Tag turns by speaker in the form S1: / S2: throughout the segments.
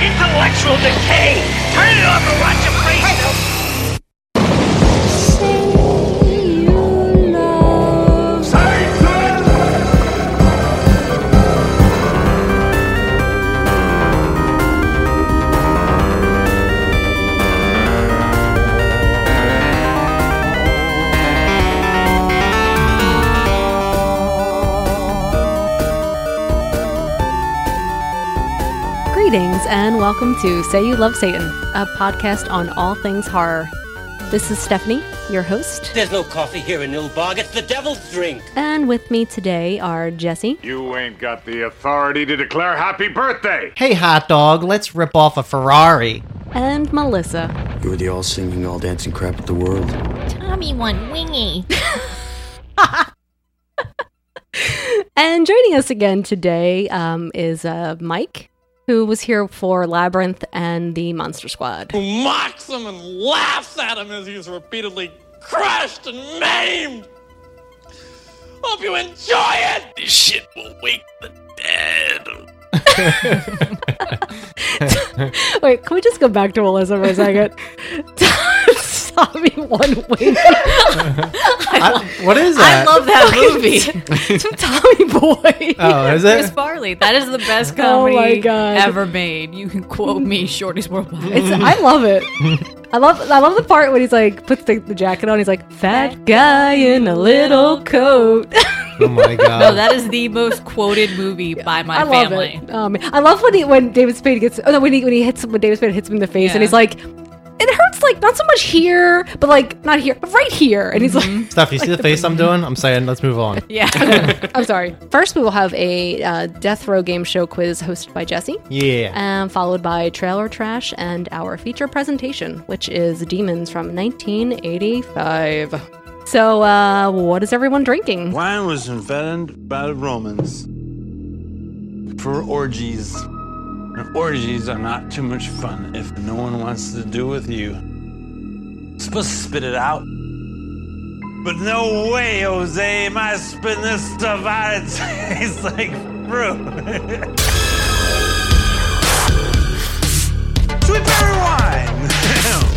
S1: Intellectual decay! Turn it off and watch your face!
S2: Greetings and welcome to Say You Love Satan, a podcast on all things horror. This is Stephanie, your host,
S3: There's no coffee here in Nilbog. It's the devil's drink.
S2: and with me today are Jesse,
S4: You ain't got the authority to declare happy birthday.
S5: Hey, hot dog, let's rip off a Ferrari.
S2: and Melissa.
S6: You're the all singing, all dancing crap of the world.
S7: Tommy one wingy.
S2: And joining us again today um, is uh, Mike, who was here for Labyrinth and the Monster Squad.
S8: who mocks him and laughs at him as he's repeatedly crushed and maimed. Hope you enjoy it! This shit will wake the dead.
S2: Wait, can we just go back to Melissa for a second? Tommy One Wing.
S5: I- what is
S9: I
S5: that?
S9: love that movie.
S2: Tommy Boy.
S5: oh, is
S9: Chris
S5: it?
S9: Farley. That is the best
S2: Oh my
S9: comedy
S2: God.
S9: ever made. You can quote me, Shorty's Worldwide.
S2: It's, I love it. I love I love the part when he's like puts the, the jacket on. He's like fat guy in a little coat.
S5: Oh my god.
S9: No, that is the most quoted movie by my
S2: I love
S9: family.
S2: it. Um, I love when he, when David Spade gets oh no when he when he hits when David Spade hits him in the face and
S9: Yeah.
S2: he's like it hurts like not so much here but like not here but right here and he's like
S5: Stuff, you see the face I'm doing? I'm saying, let's move on.
S9: Yeah.
S2: I'm sorry. First we will have a uh, death row game show quiz hosted by Jesse.
S5: Yeah.
S2: Um, followed by trailer trash and our feature presentation, which is Demons from 1985. So, uh, what is everyone drinking?
S10: Wine was invented by the Romans for orgies. And orgies are not too much fun if no one wants to do with you. supposed to spit it out. But no way, Jose, am I spitting this stuff out? It tastes like fruit. Sweet berry wine!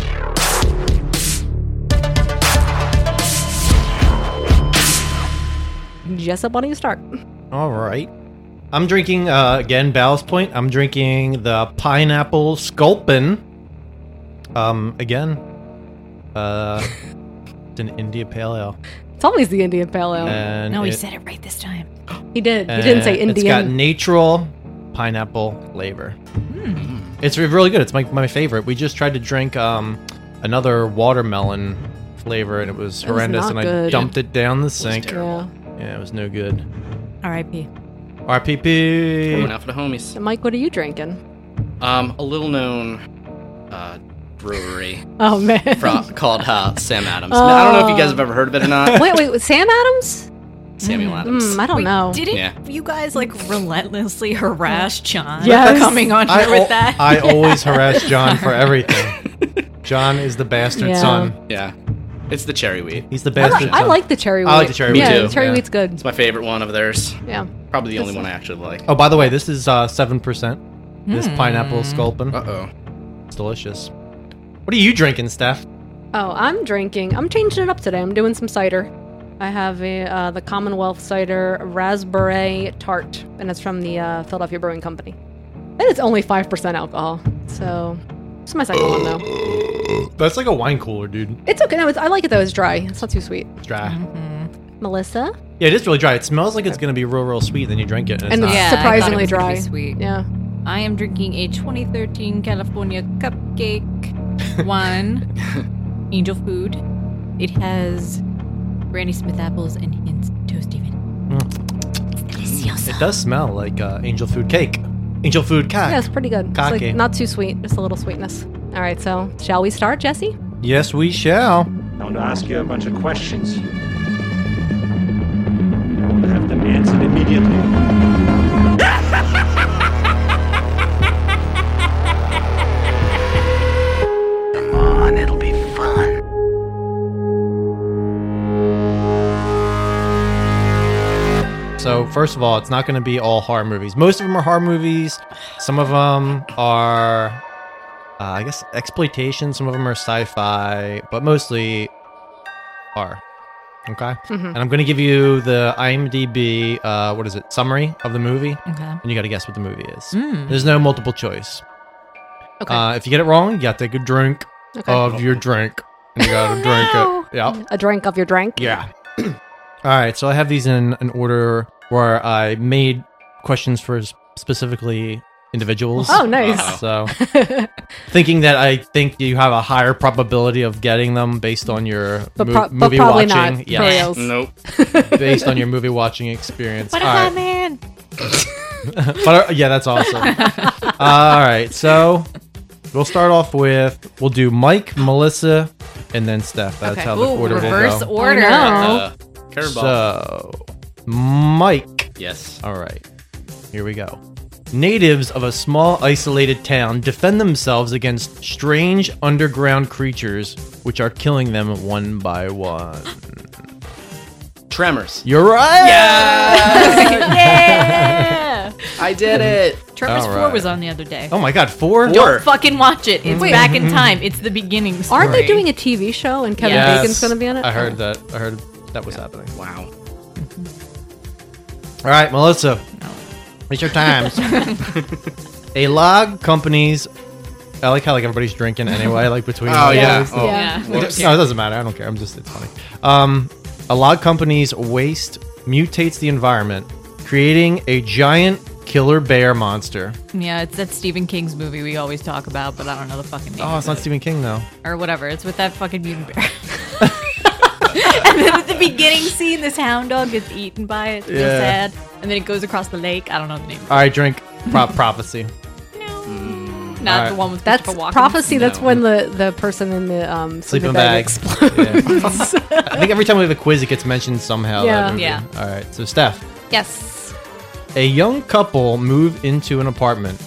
S2: Jessup, why don't you start?
S5: All right. I'm drinking, uh, again, Ballast Point. I'm drinking the pineapple sculpin. Um, again, uh, it's an India Pale Ale.
S2: It's always the Indian Pale
S9: Oh,
S2: Ale.
S11: Uh,
S5: And
S9: no, he
S5: it-
S9: said it right this time.
S2: he did. He didn't say
S5: and Uh, It's got
S2: Indian.
S5: natural pineapple flavor.
S2: Hmm.
S5: It's re- really good. It's my, my favorite. We just tried to drink um, another watermelon flavor, and it was
S2: was
S5: horrendous.
S2: not
S5: and I
S2: good.
S5: dumped it down the sink.
S2: Yeah.
S5: yeah, it was no good.
S9: R.I.P.
S11: Coming
S5: RPP.
S11: out for the homies.
S2: So, Mike, what are you drinking?
S11: Um, a little known uh, brewery
S2: Oh, man.
S11: fro- called uh, Sam Adams. Now, I don't know if you guys have ever heard of it or not.
S2: wait, wait, wait, Sam Adams?
S11: Samuel Adams.
S2: Mm, I don't
S9: Wait,
S2: know.
S9: Didn't
S11: Yeah.
S9: you guys like relentlessly harass John
S2: Yes.
S9: for coming on
S5: I,
S9: here with
S5: al-
S9: that?
S5: I always harass John for everything. John is the bastard
S2: Yeah.
S5: son.
S11: yeah, it's the cherry wheat.
S5: He's the
S2: I,
S5: bastard
S2: like, I
S5: son.
S2: like the cherry wheat.
S5: I like the cherry
S11: Me
S2: Yeah,
S11: too,
S2: the cherry
S5: yeah.
S2: wheat's good.
S11: It's my favorite one of theirs.
S2: Yeah.
S11: Probably the only one I actually like.
S5: Oh, by the way, this is uh, 7%. This
S2: Hmm.
S5: pineapple sculpin.
S11: Uh oh.
S5: It's delicious. What are you drinking, Steph?
S2: Oh, I'm drinking. I'm changing it up today. I'm doing some cider. I have a, uh, the Commonwealth cider raspberry tart, and it's from the uh, Philadelphia Brewing Company. And it's only five percent alcohol, so it's my second one though.
S5: That's like a wine cooler, dude.
S2: It's okay. No, it's, I like it though. It's dry. It's not too sweet.
S5: It's dry.
S2: Melissa,
S5: Yeah, it is really dry. It smells like it's gonna be real, real sweet. Then you drink it, and,
S2: and
S5: it's not.
S2: it's
S9: Yeah, I thought it
S2: surprisingly
S9: was gonna
S2: dry.
S9: be sweet.
S2: Yeah.
S9: I am drinking a 2013 California cupcake wine, Angel Food. It has Granny Smith apples and hints of toasty vanilla.
S5: It does smell like uh, angel food cake, angel food cake.
S2: Yeah, it's pretty good. It's
S5: Ah, Cocky.
S2: like not too sweet, just a little sweetness. All right, so shall we start, Jesse?
S5: Yes, we shall.
S4: I want to ask you a bunch of questions. I want to have them answered immediately.
S6: Come on, it'll be fun.
S5: So, first of all, it's not going to be all horror movies. Most of them are horror movies. Some of them are, uh, I guess, exploitation. Some of them are sci-fi, but mostly are. Okay.
S2: Mm-hmm.
S12: Mhm.
S5: And I'm going to give you the IMDb, uh, what is it, summary of the movie.
S12: Okay.
S5: And you got to guess what the movie is.
S12: Mm.
S5: There's no multiple choice.
S2: Okay.
S5: Uh, if you get it wrong, you got to take a drink
S2: Okay. Oh,
S5: of your drink. And you got to drink it. Yeah.
S2: A drink of your drink.
S5: Yeah. All right, so I have these in an order where I made questions for s- specifically individuals.
S2: Oh, nice.
S5: So, thinking that I think you have a higher probability of getting them based on your
S2: But
S5: mo-
S2: pro- but
S5: movie
S2: probably
S5: watching.
S2: not, for reals. Nope.
S5: based on your movie watching experience. All
S2: Oh,
S9: Butterfly
S5: right.
S9: Man.
S5: but uh, yeah, that's awesome. All right, so we'll start off with we'll do Mike, Melissa, and then Steph. That's
S9: Okay.
S5: how the
S9: Ooh,
S5: order
S9: reverse
S5: will go.
S9: order.
S11: Uh, curveball.
S5: So, Mike.
S11: Yes.
S5: All right. Here we go. Natives of a small isolated town defend themselves against strange underground creatures, which are killing them one by one.
S11: Tremors.
S5: You're right.
S9: yeah!
S11: I did it.
S9: Trevor's
S5: All
S9: four
S5: right.
S9: was on the other day.
S5: Oh my god, four?
S9: Don't fucking watch it. It's
S2: Wait.
S9: back in time. It's the beginning. Story.
S2: Aren't they doing a TV show and Kevin
S5: Yes.
S2: Bacon's going to be on it?
S5: I heard that. I heard that was happening.
S11: Wow.
S5: All right, Melissa. It's your times. a log companies. I like how like everybody's drinking anyway, like between.
S11: Oh,
S5: the
S11: yeah.
S5: boys.
S11: Oh, Yeah.
S5: No,
S11: whoops.
S5: it doesn't matter. I don't care. I'm just it's funny. Um, a log company's waste mutates the environment, creating a giant killer bear monster.
S9: Yeah, it's that Stephen King's movie we always talk about, but I don't know the fucking name.
S5: Oh, it's not Stephen King though.
S9: or whatever. It's with that fucking mutant bear. and then at the beginning scene, this hound dog gets eaten by it. It's
S5: Yeah.
S9: so sad. And then it goes across the lake. I don't know the name.
S5: All right, drink. Pro- prophecy.
S9: Not
S5: Mm. All right.
S9: the one with
S2: That's
S9: Christopher Walken.
S2: prophecy. That's
S5: No.
S2: when the, the person in the um,
S5: Sleeping
S2: sleeping
S5: bag.
S2: bag, explodes.
S5: Yeah. I think every time we have a quiz, it gets mentioned somehow. that
S2: Yeah.
S5: movie.
S2: Yeah.
S5: All right. So, Steph.
S9: Yes.
S5: A young couple move into an apartment,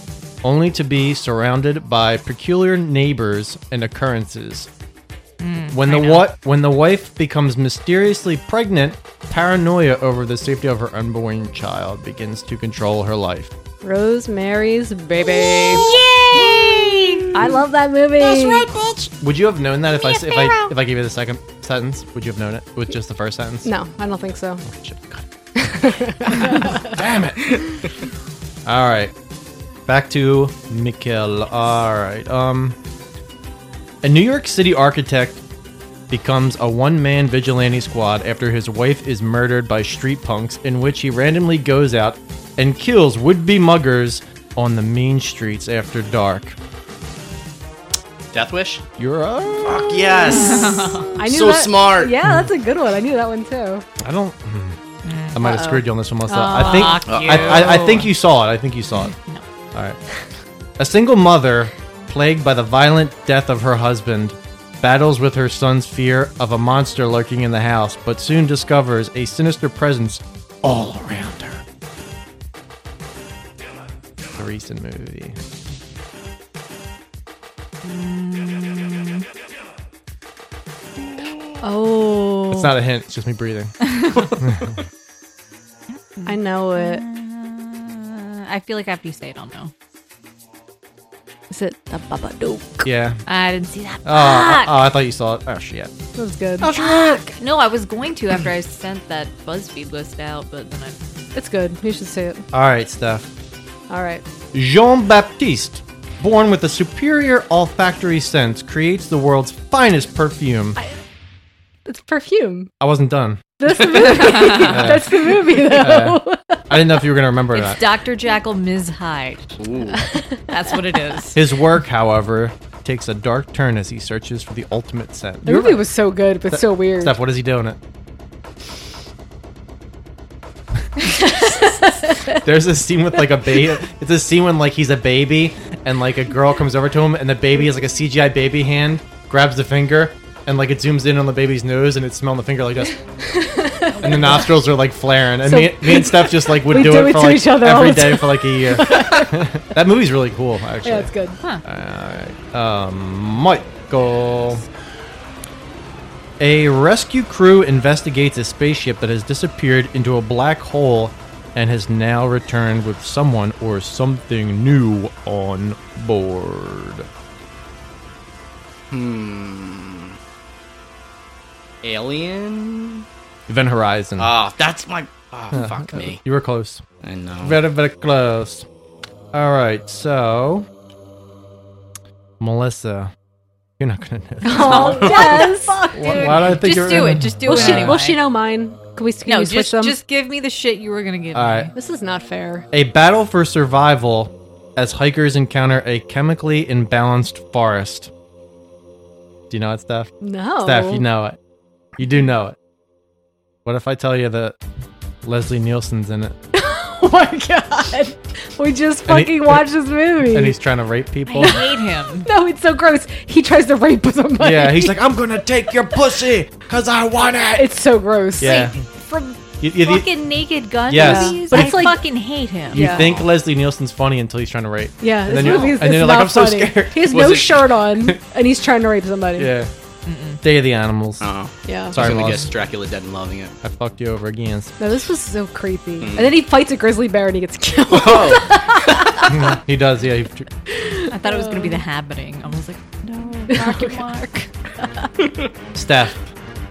S5: only to be surrounded by peculiar neighbors and occurrences.
S12: Mm,
S5: when
S12: I
S5: the
S12: know.
S5: what when the wife becomes mysteriously pregnant, paranoia over the safety of her unborn child begins to control her life.
S2: Rosemary's Baby.
S9: Yay!
S2: I love that movie. That's right, bitch.
S5: Would you have known that if I
S2: Me a
S5: s- if I
S2: pharaoh.
S5: if I gave you the second sentence? Would you have known it with just the first sentence?
S2: No, I don't think so.
S5: Damn it. All right. Back to Mikkel. All right. Um a New York City architect becomes a one-man vigilante squad after his wife is murdered by street punks in which he randomly goes out and kills would-be muggers on the mean streets after dark.
S11: Death Wish.
S5: You're up. Fuck
S2: I knew
S11: so
S2: that-
S11: smart.
S2: Yeah, that's a good one. I knew that one too.
S5: I don't hmm. I might have
S2: Uh-oh.
S5: screwed you on this one, Melissa.
S2: Aw,
S5: I think
S2: fuck
S5: I, I, I think you saw it. I think you saw it. All right. A single mother, plagued by the violent death of her husband, battles with her son's fear of a monster lurking in the house, but soon discovers a sinister presence all around her. A recent movie.
S2: Oh.
S5: It's not a hint. It's just me breathing.
S2: I know it.
S9: Uh, I feel like after you say it, I'll know.
S2: Is it the Babadook?
S5: yeah.
S9: I didn't see that.
S5: Oh, I, oh, I thought you saw it. Oh shit.
S2: That was good.
S9: Fuck. No, I was going to after I sent that BuzzFeed list out, but then I.
S2: It's good. You should see it.
S5: All right, Steph.
S2: All right.
S5: Jean Baptiste, born with a superior olfactory sense, creates the world's finest perfume. I,
S2: It's perfume.
S5: wasn't done.
S2: That's the movie.
S5: Yeah.
S2: That's the movie,
S5: Yeah.
S2: though.
S5: I didn't know if you were going to remember
S9: It's
S5: that.
S9: Dr. Jackal Ms. Hyde. That's what it is.
S5: His work, however, takes a dark turn as he searches for the ultimate scent.
S2: The movie was so good, but
S5: Ste-
S2: so weird.
S5: Steph, what is he doing it? There's a scene with like a baby. It's a scene when like he's a baby and like a girl comes over to him and the baby is like a CGI baby hand grabs the finger and like it zooms in on the baby's nose and it's smelling the finger like this. and the nostrils are like flaring. And
S12: So-
S5: me, me and Steph just like would
S12: We
S5: do,
S12: do
S5: it
S12: it
S5: for
S12: to
S5: like
S12: each other all
S5: every
S12: the
S5: day
S12: time.
S5: for like a year. that movie's really cool, actually.
S2: Yeah, it's good.
S9: Huh.
S5: All right. Um, Michael. A rescue crew investigates a spaceship that has disappeared into a black hole and has now returned with someone or something new on board.
S11: Hmm. Alien?
S5: Event Horizon.
S11: Oh, that's my. Oh, fuck me.
S5: You were close.
S11: I know.
S5: Very, very close. All right, so. Melissa. You're not going to know.
S2: Oh, yes.
S5: Why- why did I think
S9: just
S5: you
S9: do
S5: were-
S9: it. Just do
S2: Will
S9: it.
S2: she,
S9: anyway.
S2: will she know mine? Can we, can
S9: No,
S2: we switch
S9: just
S2: them?
S9: just give me the shit you were gonna give.
S5: All
S9: me.
S5: right.
S2: This is not fair.
S5: A battle for survival as hikers encounter a chemically imbalanced forest. Do you know it, Steph?
S2: No.
S5: Steph, you know it. You do know it. What if I tell you that Leslie Nielsen's in it
S2: Oh my god. We just
S5: And he-
S2: fucking watched this movie.
S5: and he's trying to rape people?
S9: I hate him.
S2: no, it's so gross. He tries to rape somebody.
S5: Yeah, he's like, I'm gonna take your pussy because I want it.
S2: It's so gross.
S5: Yeah.
S9: From
S5: You, you- you-
S9: fucking Naked Gun
S5: Yes.
S9: movies,
S2: But
S9: I
S2: it's like-
S9: fucking hate him.
S5: you
S2: Yeah.
S5: think Leslie Nielsen's funny until he's trying to rape.
S2: Yeah,
S5: And
S2: this
S5: then you're-
S2: movie is
S5: and then
S2: it's
S5: you're like,
S2: not
S5: I'm so
S2: funny.
S5: scared.
S2: He has
S11: Was
S2: no
S11: it-
S2: shirt on, and he's trying to rape somebody.
S5: Yeah. Day of the Animals.
S11: Oh.
S2: Yeah.
S5: Sorry,
S11: I'm gonna
S5: Melissa.
S11: guess Dracula Dead and Loving It.
S5: I fucked you over again.
S2: No, this was so creepy.
S5: Hmm.
S2: And then he fights a grizzly bear and he gets killed.
S11: Oh!
S5: he does, yeah. He,
S9: I thought it was gonna be the happening. I was like, no, Mark and Mark.
S5: Steph.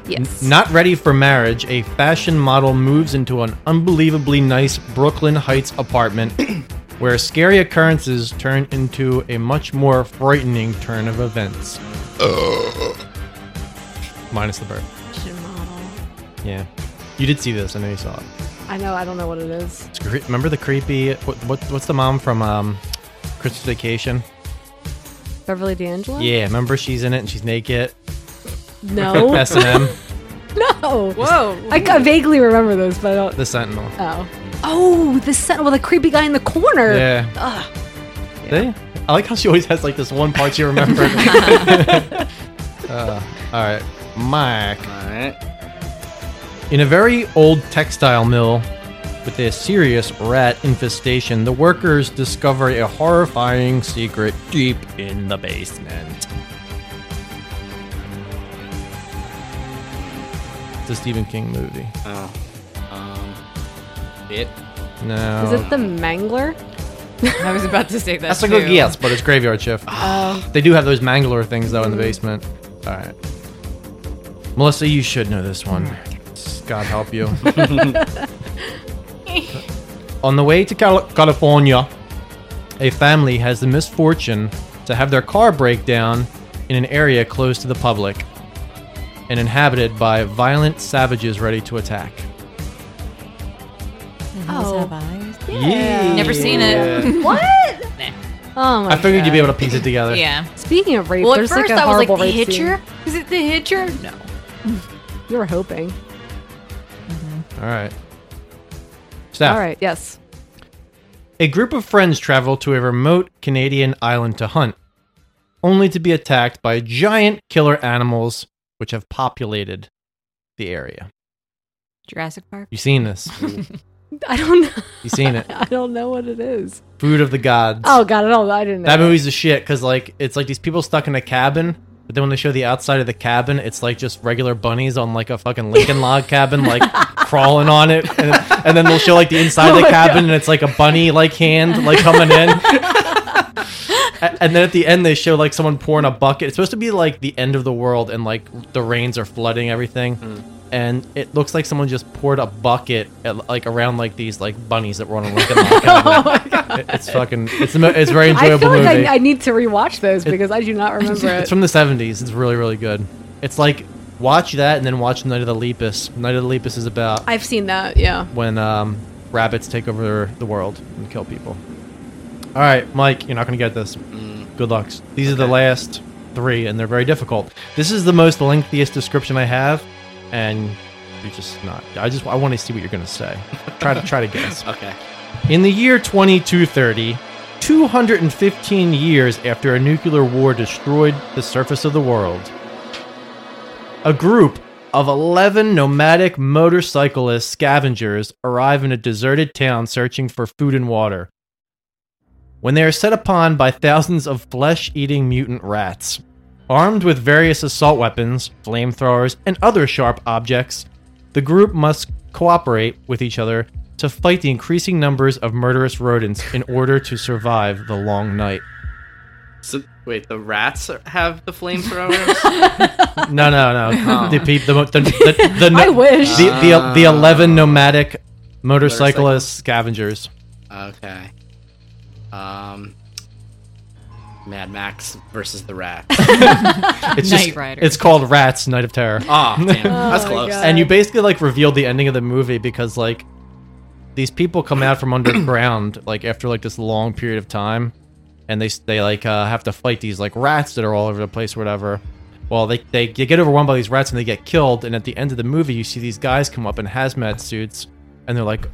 S2: yes.
S5: Not ready for marriage, a fashion model moves into an unbelievably nice Brooklyn Heights apartment where scary occurrences turn into a much more frightening turn of events. Minus the bird. Yeah. You did see this. I know you saw it.
S2: I know. I don't know what it is.
S5: It's cre- remember the creepy. What, what, what's the mom from um, Christmas Vacation?
S2: Beverly D'Angelo?
S5: Yeah, remember she's in it and she's naked.
S2: No.
S5: S and M,
S2: no.
S9: Whoa.
S2: I ca- vaguely remember this, but I don't.
S5: the Sentinel.
S2: Oh. Oh, the sen- well, the creepy guy in the corner.
S5: Yeah. See? I like how she always has like this one part she remembers. uh, all right, Mike.
S11: Alright.
S5: In a very old textile mill with a serious rat infestation, the workers discover a horrifying secret deep in the basement. It's a Stephen King movie.
S11: Oh. Um. It.
S5: No.
S2: Is it the Mangler?
S9: I was about to say that.
S5: Um, That's a
S9: too.
S5: good guess, but it's Graveyard Shift.
S2: Oh.
S5: They do have those mangler things though in the basement. All right, Melissa, you should know this one.
S2: Hmm.
S5: God help you. On the way to Cal- California, a family has the misfortune to have their car break down in an area closed to the public and inhabited by violent savages ready to attack.
S9: Oh.
S5: Yeah.
S9: Never seen it.
S2: What?
S9: Nah.
S2: Oh my
S5: I figured you'd be
S2: God.
S5: able to piece it together.
S9: Yeah.
S2: Speaking of rape,
S9: Well, at
S2: there's
S9: first
S2: like a
S9: I was
S2: horrible
S9: like, the
S2: rape scene.
S9: hitcher? Is it the hitcher? No.
S2: You were hoping.
S5: All right. Steph.
S2: All right. Yes.
S5: A group of friends travel to a remote Canadian island to hunt, only to be attacked by giant killer animals which have populated the area.
S9: Jurassic Park.
S5: You've seen this.
S2: I don't. Know.
S5: You've seen it.
S2: I don't know what it is.
S5: Food of the gods.
S2: Oh God, I don't. I didn't know.
S5: that movie's the shit because like it's like these people stuck in a cabin, but then when they show the outside of the cabin, it's like just regular bunnies on like a fucking Lincoln log cabin, like crawling on it, and, and then they'll show like the inside of
S2: Oh
S5: the
S2: my
S5: cabin,
S2: God.
S5: and it's like a bunny like hand like coming in. A- And then at the end, they show like someone pouring a bucket. It's supposed to be like the end of the world, and like the rains are flooding everything,
S2: Hmm.
S5: and it looks like someone just poured a bucket at, like around like these like bunnies that were on a Lincoln log cabin. It- It's fucking. It's a mo- it's a very
S2: Oh I
S5: enjoyable
S2: feel like
S5: movie.
S2: I, I need to rewatch those
S5: It-
S2: because I do not remember
S5: it's
S2: it.
S5: from the seventies. It's really really good. It's like watch that and then watch Night of the Lepus. Night of the Lepus is about
S2: I've seen that. Yeah.
S5: when um, rabbits take over the world and kill people. All right, Mike, you're not going to get this. Good luck. These are the last three, and they're very difficult. This is the most lengthiest description I have, and you're just not. I just I want to see what you're going to say. try to try to guess.
S11: Okay.
S5: In the year 2230, 215 years after a nuclear war destroyed the surface of the world, a group of 11 nomadic motorcyclist scavengers arrive in a deserted town searching for food and water. When they are set upon by thousands of flesh eating mutant rats, armed with various assault weapons, flamethrowers, and other sharp objects, the group must cooperate with each other to fight the increasing numbers of murderous rodents in order to survive the long night.
S11: So, wait, the rats are- have the flamethrowers?
S5: No, no, no.
S11: Oh.
S5: The peop the, the, the, the,
S11: I wish.
S5: the, the, the eleven nomadic
S11: Motorcyclists.
S5: motorcyclist scavengers.
S11: Okay. Um, Mad Max versus the rat.
S5: It's just, It's called Rats: Night of Terror.
S11: Aw, damn. That's Oh my close. God.
S5: And you basically like revealed the ending of the movie because like these people come out from underground like after like this long period of time, and they s- they like uh, have to fight these like rats that are all over the place, or whatever. Well, they, they they get overrun by these rats and they get killed. And at the end of the movie, you see these guys come up in hazmat suits, and they're like,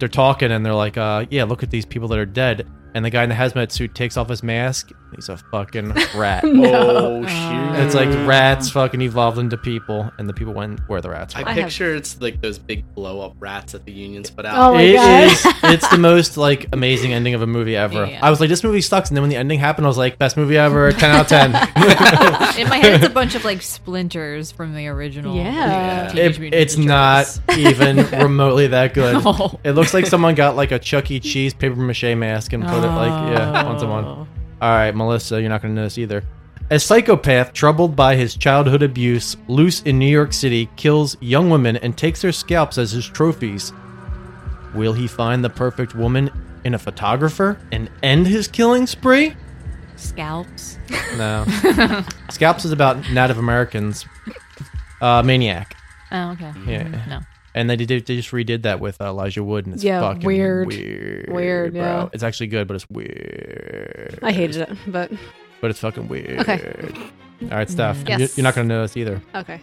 S5: they're talking and they're like, uh, yeah, look at these people that are dead. And the guy in the hazmat suit takes off his mask. He's a fucking rat.
S11: No. Oh, shoot.
S5: It's like rats fucking evolved into people, and the people went where the rats.
S11: I,
S5: were.
S11: picture it's like those big blow up rats that the unions put out.
S2: Oh
S5: It is- It's the most like amazing ending of a movie ever.
S11: Yeah.
S5: I was like, this movie sucks, and then when the ending happened, I was like, best movie ever, ten out of ten.
S9: In my head, it's a bunch of like splinters from the original.
S2: Yeah.
S9: Teenage
S5: It-
S9: Mutant
S5: it's not even remotely that good.
S9: No.
S5: It looks like someone got like a Chuck E. Cheese paper mache mask and put it like yeah
S12: Oh.
S5: onto one. All right, Melissa, you're not going to notice either. A psychopath troubled by his childhood abuse, loose in New York City, kills young women and takes their scalps as his trophies. Will he find the perfect woman in a photographer and end his killing spree?
S9: Scalps.
S5: No. Scalps is about Native Americans. Uh, Maniac.
S9: Oh, okay.
S5: Yeah.
S9: No.
S5: And they did. They just redid that with uh, Elijah Wood, and it's
S2: Yeah,
S5: fucking
S2: weird.
S5: weird. Weird.
S2: Weird,
S5: bro.
S2: yeah.
S5: It's actually good, but it's weird.
S2: I hated it, but
S5: But it's fucking weird.
S2: Okay.
S5: All right, Steph.
S2: Yes.
S5: You're, you're not gonna know this either.
S2: okay.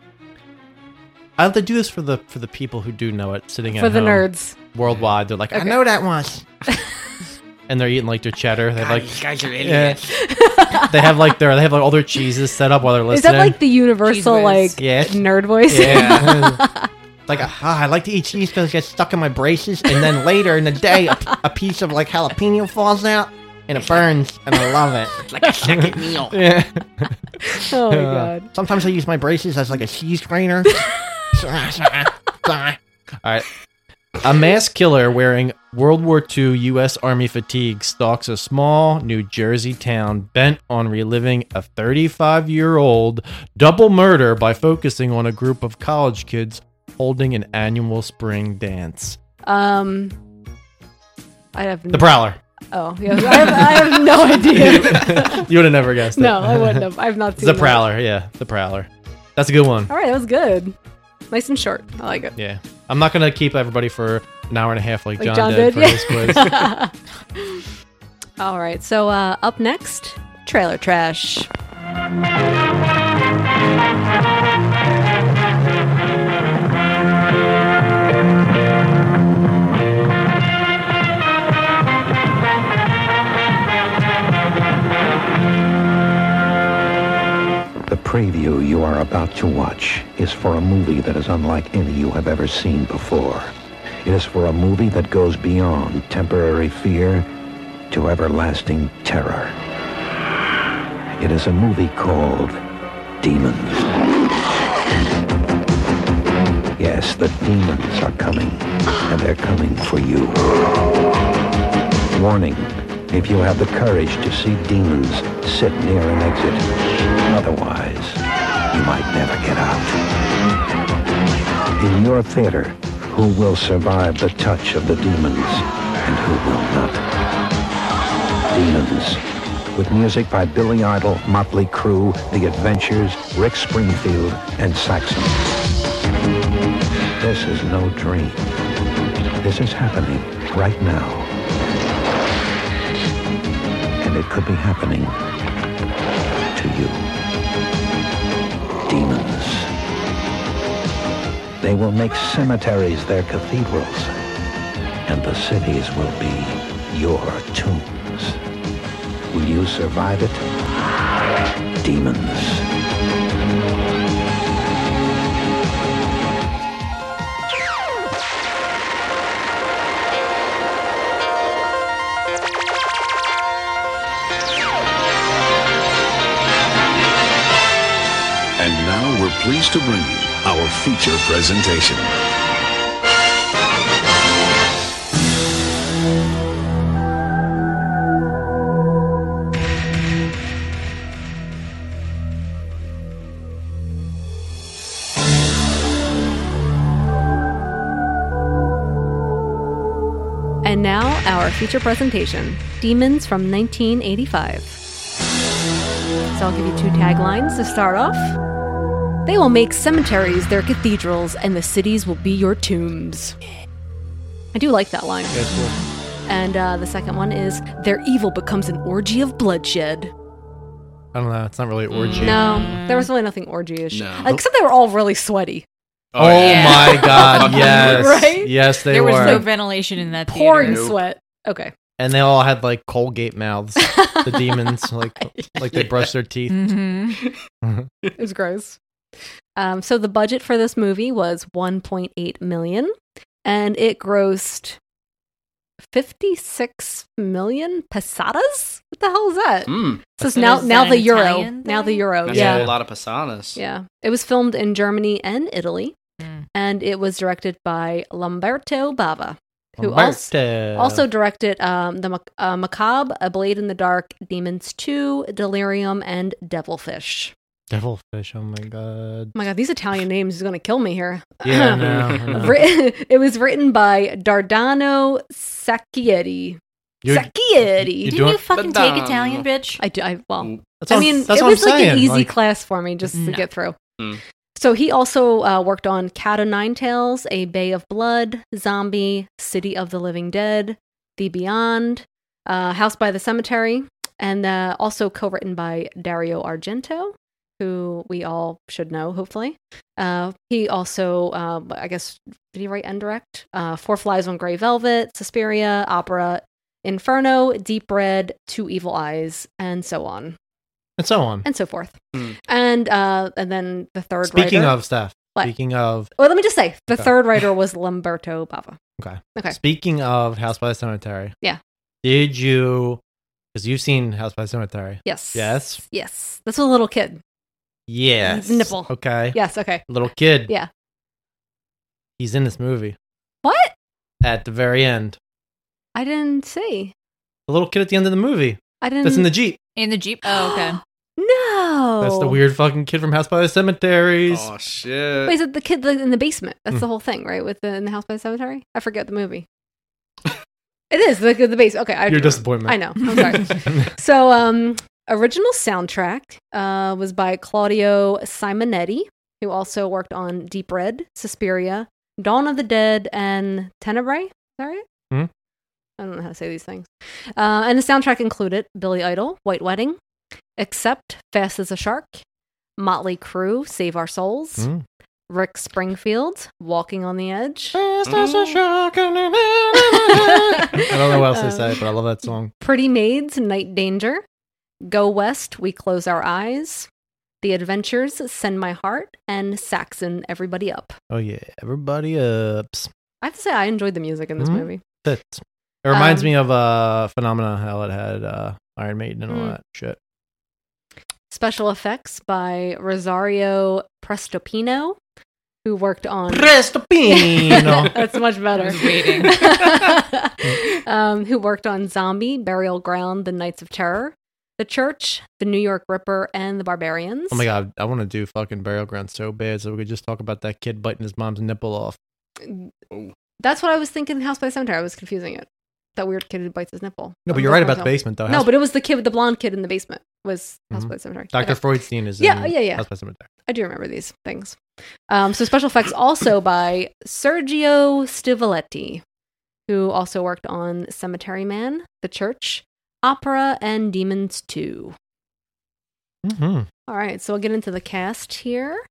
S5: I have to do this for the for the people who do know it, sitting at
S2: For the
S5: home
S2: nerds.
S5: worldwide. They're like, I
S2: Okay.
S5: know that one. and they're eating like their cheddar. They like
S11: these guys are
S5: Yeah.
S11: idiots.
S5: they have like their they have like all their cheeses set up while they're
S2: Is
S5: listening.
S2: that like the universal like
S5: Yes.
S2: nerd voice?
S5: Yeah. like, ah, I like to eat cheese because it gets stuck in my braces, and then later in the day, a, a piece of like jalapeno falls out, and it burns, and I love it.
S11: like a second meal.
S5: yeah.
S2: Oh my
S5: Uh,
S2: god.
S5: Sometimes I use my braces as like a cheese grater. All right. A mass killer wearing World War II U.S. Army fatigue stalks a small New Jersey town bent on reliving a 35 year old double murder by focusing on a group of college kids holding an annual spring dance.
S2: Um I have
S5: The Prowler.
S2: Oh, yeah. I have, I have no idea.
S5: you would have never guessed it.
S2: No, I wouldn't have. I've not seen
S5: The
S2: that.
S5: Prowler, yeah. The Prowler. That's a good one.
S2: All right, that was good. Nice and short. I like it.
S5: Yeah. I'm not going to keep everybody for an hour and a half like,
S2: Like
S5: John, did, for this quiz.
S2: yeah. All right. So uh, up next, trailer trash.
S13: The preview you are about to watch is for a movie that is unlike any you have ever seen before. It is for a movie that goes beyond temporary fear to everlasting terror. It is a movie called Demons. Yes, the demons are coming, and they're coming for you. Warning, if you have the courage to see demons, sit near an exit. Otherwise, you might never get out. In your theater, who will survive the touch of the demons and who will not? Demons. With music by Billy Idol, Motley Crue, The Adventures, Rick Springfield, and Saxon. This is no dream. This is happening right now. And it could be happening to you. Demons. They will make cemeteries their cathedrals, and the cities will be your tombs. Will you survive it? Demons.
S14: And now we're pleased to bring you our feature presentation.
S2: our feature presentation Demons from 1985. So I'll give you two taglines to start off. They will make cemeteries their cathedrals, and the cities will be your tombs. I do like that line. And uh, the second one is Their evil becomes an orgy of bloodshed.
S5: I don't know. It's not really orgy.
S2: No, there was really nothing orgy ish.
S5: No.
S2: Except they were all really sweaty.
S5: Oh, my God! yes,
S2: Right?
S5: yes, they
S9: there
S5: were.
S9: was no ventilation in that theater.
S2: Pouring sweat. Okay.
S5: and they all had like Colgate mouths. the demons, like like they brush their teeth.
S2: Mm.
S9: Mm-hmm.
S2: Mhm. it was gross. Um, so the budget for this movie was 1.8 million, and it grossed 56 million pesadas. What the hell is that?
S11: Mm.
S2: So
S11: Is
S2: it's now
S11: that
S2: now the
S11: an
S2: euro,
S11: Italian
S2: now the euro.
S11: That's
S2: yeah,
S11: a lot of pasanas.
S2: yeah. It was filmed in Germany and Italy,
S11: Hmm.
S2: and it was directed by Lamberto Bava, who also
S5: Umberto.
S2: also directed um, the Mac- uh, Macabre, A Blade in the Dark, Demons Two, Delirium, and Devilfish.
S5: devilfish. Oh my god!
S2: Oh my god, these Italian names is gonna kill me here.
S5: Yeah, I know, I know.
S2: Writ- it was written by Dardano Sacchietti.
S5: You're-
S2: Sacchietti.
S5: you're Didn't doing- you fucking take Dardano. Italian,
S2: bitch? I do. I well,
S5: That's
S2: I
S5: what-
S2: mean,
S5: that's what
S2: it
S5: I'm
S2: was like an
S5: saying,
S2: easy
S5: like-
S2: class for me just to
S5: No.
S2: get through.
S11: Mm.
S2: So he also uh, worked on Cat o' Nine Tails, A Bay of Blood, Zombie, City of the Living Dead, The Beyond, uh, House by the Cemetery, and uh, also co-written by Dario Argento, who we all should know, hopefully. Uh, he also, uh, I guess, did he write and direct? Uh, Four Flies on Grey Velvet, Suspiria, Opera, Inferno, Deep Red, Two Evil Eyes, and so on
S5: and so on.
S2: and so forth.
S5: Mm.
S2: And uh, and then the third.
S5: Speaking
S2: writer-
S5: of stuff.
S2: What?
S5: Speaking of
S2: Well, let me just say the
S5: Okay.
S2: third writer was Lamberto Bava.
S5: Okay.
S2: Okay.
S5: Speaking of House by the Cemetery.
S2: Yeah.
S5: Did you? Because you've seen House by the Cemetery.
S2: Yes.
S5: Yes.
S2: Yes. This was a little kid.
S5: Yes.
S2: Nipple.
S5: Okay.
S2: Yes. Okay.
S5: Little kid.
S2: Yeah.
S5: He's in this movie
S2: What?
S5: at the very end.
S2: I didn't see.
S5: The little kid at the end of the movie.
S2: I didn't.
S5: That's in the jeep.
S9: In the Jeep? Oh, okay.
S2: no.
S5: That's the weird fucking kid from House by the Cemeteries.
S11: Oh shit!
S2: Wait, is it the kid that- in the basement? That's
S5: Mm.
S2: the whole thing, right? With the in the house by the cemetery. I forget the movie. it is the the basement. Okay. I,
S5: Your disappointment.
S2: I know. I'm sorry. so um original soundtrack uh was by claudio simonetti who also worked on deep red suspiria dawn of the dead and tenebrae is that right
S5: Mhm.
S2: i don't know how to say these things uh, and the soundtrack included billy idol white wedding except fast as a shark motley crew save our souls
S5: Mm.
S2: rick springfield walking on the edge
S5: I don't know what else
S2: Um,
S5: they say, but I love that song.
S2: Pretty Maids, Night Danger, Go West, We Close Our Eyes, The Adventures, Send My Heart, and Saxon, Everybody Up.
S5: Oh yeah, everybody ups.
S2: I have to say, I enjoyed the music in this
S5: Mhm.
S2: movie.
S5: That it reminds
S2: Um,
S5: me of uh phenomena how it had uh Iron Maiden and all
S2: Mm.
S5: that shit.
S2: Special effects by Rosario Prestopino, who worked on.
S5: Prestopino.
S2: That's much better.
S9: I was waiting.
S2: um, who worked on Zombie, Burial Ground, The Knights of Terror, The Church, The New York Ripper, and The Barbarians.
S5: Oh my god, I want to do fucking burial ground so bad, so we could just talk about that kid biting his mom's nipple off.
S2: That's what I was thinking. House by the Cemetery. I was confusing it. That weird kid who bites his nipple.
S5: No, but
S2: I'm
S5: you're right
S2: looking
S5: about the
S2: myself.
S5: basement, though.
S2: Oh, No,
S5: House-
S2: but it was the kid, with the blonde kid in the basement, was House
S5: Mhm.
S2: by the Cemetery.
S5: Dr.
S2: Okay.
S5: Freudstein is
S2: Yeah,
S5: in
S2: yeah, yeah.
S5: House by the Cemetery.
S2: I do remember these things. Um, so special effects also by Sergio Stivoletti, who also worked on Cemetery Man, The Church, Opera, and Demons Two.
S5: Mhm.
S2: All right, so we'll get into the cast here.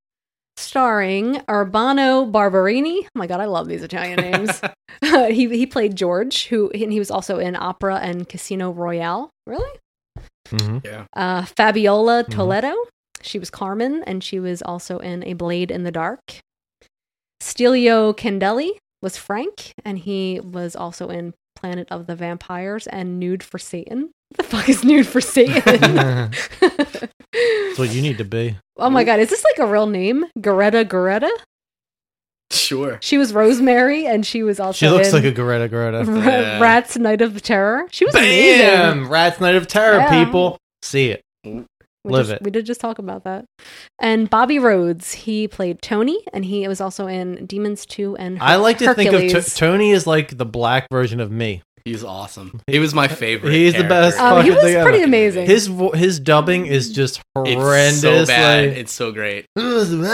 S2: Starring Urbano Barberini. Oh my god, I love these Italian names. Uh, he he played George, who and he was also in opera and Casino Royale. Really?
S5: Mm-hmm.
S11: Yeah.
S2: Uh, Fabiola
S5: Mhm.
S2: Toledo. She was Carmen, and she was also in A Blade in the Dark. Stelio Candelli was Frank, and he was also in Planet of the Vampires and Nude for Satan. The fuck is Nude for Satan?
S5: That's what you need to be.
S2: oh my god, is this like a real name? Greta Greta?
S11: Sure.
S2: She was Rosemary, and she was also
S5: She looks
S2: in
S5: like a Greta Greta.
S2: Ra- Rats Night of Terror. She was amazing.
S5: Bam! Rats Night of Terror,
S2: Yeah.
S5: people. See it.
S2: We
S5: Live
S2: just-
S5: it.
S2: We did just talk about that. And Bobby Rhodes, he played Tony, and he was also in Demons Two and
S5: I like to think of
S2: Hercules.
S5: T- Tony as like the black version of me.
S11: He's awesome. He was my favorite.
S5: He's the
S11: character.
S5: best.
S2: Um, he
S5: fucking
S2: was
S5: thing
S2: pretty
S5: ever.
S2: amazing.
S5: His vo- his dubbing is just horrendous.
S11: It's so bad.
S5: like-
S11: it's so great.
S5: Rosemary,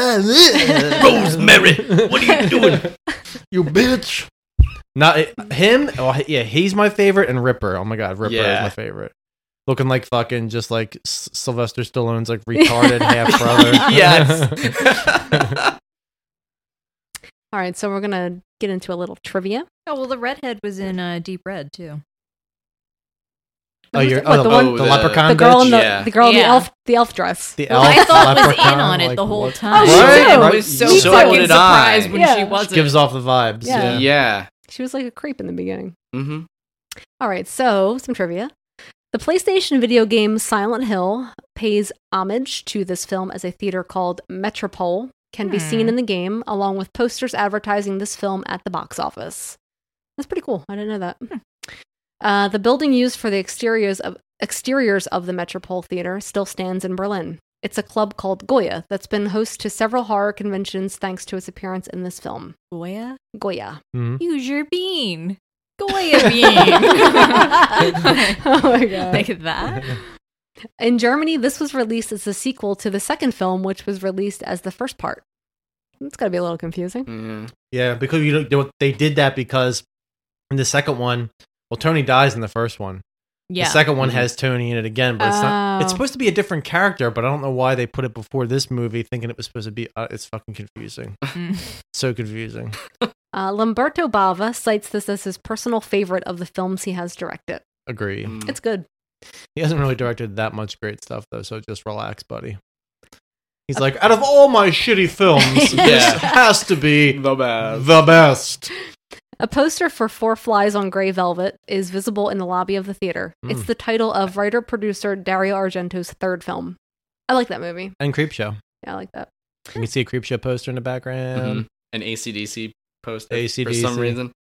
S5: what are you doing? you bitch. Not him. Oh, he- yeah, he's my favorite, and Ripper. Oh my god, Ripper is
S11: Yeah.
S5: my favorite. Looking like fucking just like S- Sylvester Stallone's like retarded half brother.
S11: Yes.
S2: All right, so we're gonna get into a little trivia.
S9: Oh well, the redhead was in uh, Deep Red too.
S5: oh, you're
S2: What,
S5: oh, the,
S2: the one-
S5: the
S2: the-
S5: leprechaun.
S2: the girl
S5: bitch?
S2: in the
S11: Yeah.
S2: the girl in the
S9: Yeah.
S2: elf the elf dress.
S5: The
S9: Well, I
S5: elf
S9: thought was in
S5: leprechaun,
S9: on it
S5: like,
S9: the whole
S5: what-
S9: time.
S2: Oh, she
S5: Right?
S2: too.
S5: Right?
S2: was
S11: so
S5: You-
S11: So
S2: fucking
S11: did
S9: surprised
S11: I.
S9: when
S2: Yeah.
S9: she wasn't.
S5: Gives off the vibes.
S2: Yeah.
S5: Yeah.
S11: Yeah.
S2: She was like a creep in the beginning.
S11: Mm-hmm.
S2: All right, so some trivia. The PlayStation video game Silent Hill pays homage to this film as a theater called Metropole can be seen
S9: Hmm.
S2: in the game along with posters advertising this film at the box office. That's pretty cool. I didn't know that. Uh, the building used for the exteriors of exteriors of the Metropole Theater still stands in Berlin. It's a club called Goya that's been host to several horror conventions thanks to its appearance in this film.
S9: Goya,
S2: Goya.
S5: Mhm.
S9: use your bean. Goya bean.
S2: oh my god.
S9: like that.
S2: In Germany, this was released as the sequel to the second film, which was released as the first part. It's got to be a little confusing.
S11: Yeah.
S5: Yeah, because you don't- don't, they did that because in the second one, well, Tony dies in the first one.
S9: Yeah.
S5: The second one
S11: Mhm.
S5: has Tony in it again, but it's not. It's
S2: Oh.
S5: supposed to be a different character, but I don't know why they put it before this movie, thinking it was supposed to be. Uh, it's fucking confusing.
S9: Mm.
S5: So confusing.
S2: Uh, Lamberto Bava cites this as his personal favorite of the films he has directed.
S5: Agree.
S11: Mm.
S2: It's good.
S5: He hasn't really directed that much great stuff though, so just relax, buddy. He's like, out of all my shitty films, this
S11: Yeah.
S5: has to be
S11: The best.
S5: the best.
S2: A poster for Four Flies on Grey Velvet is visible in the lobby of the theater. It's
S11: Hmm.
S5: Mm.
S2: the title of writer producer Dario Argento's third film. I like that movie.
S5: And Creepshow.
S2: Yeah, I like that.
S5: You can see a Creepshow poster in the
S11: Mhm.
S5: background.
S11: An ACDC poster Mm-hmm. for
S5: AC/DC.
S11: some reason.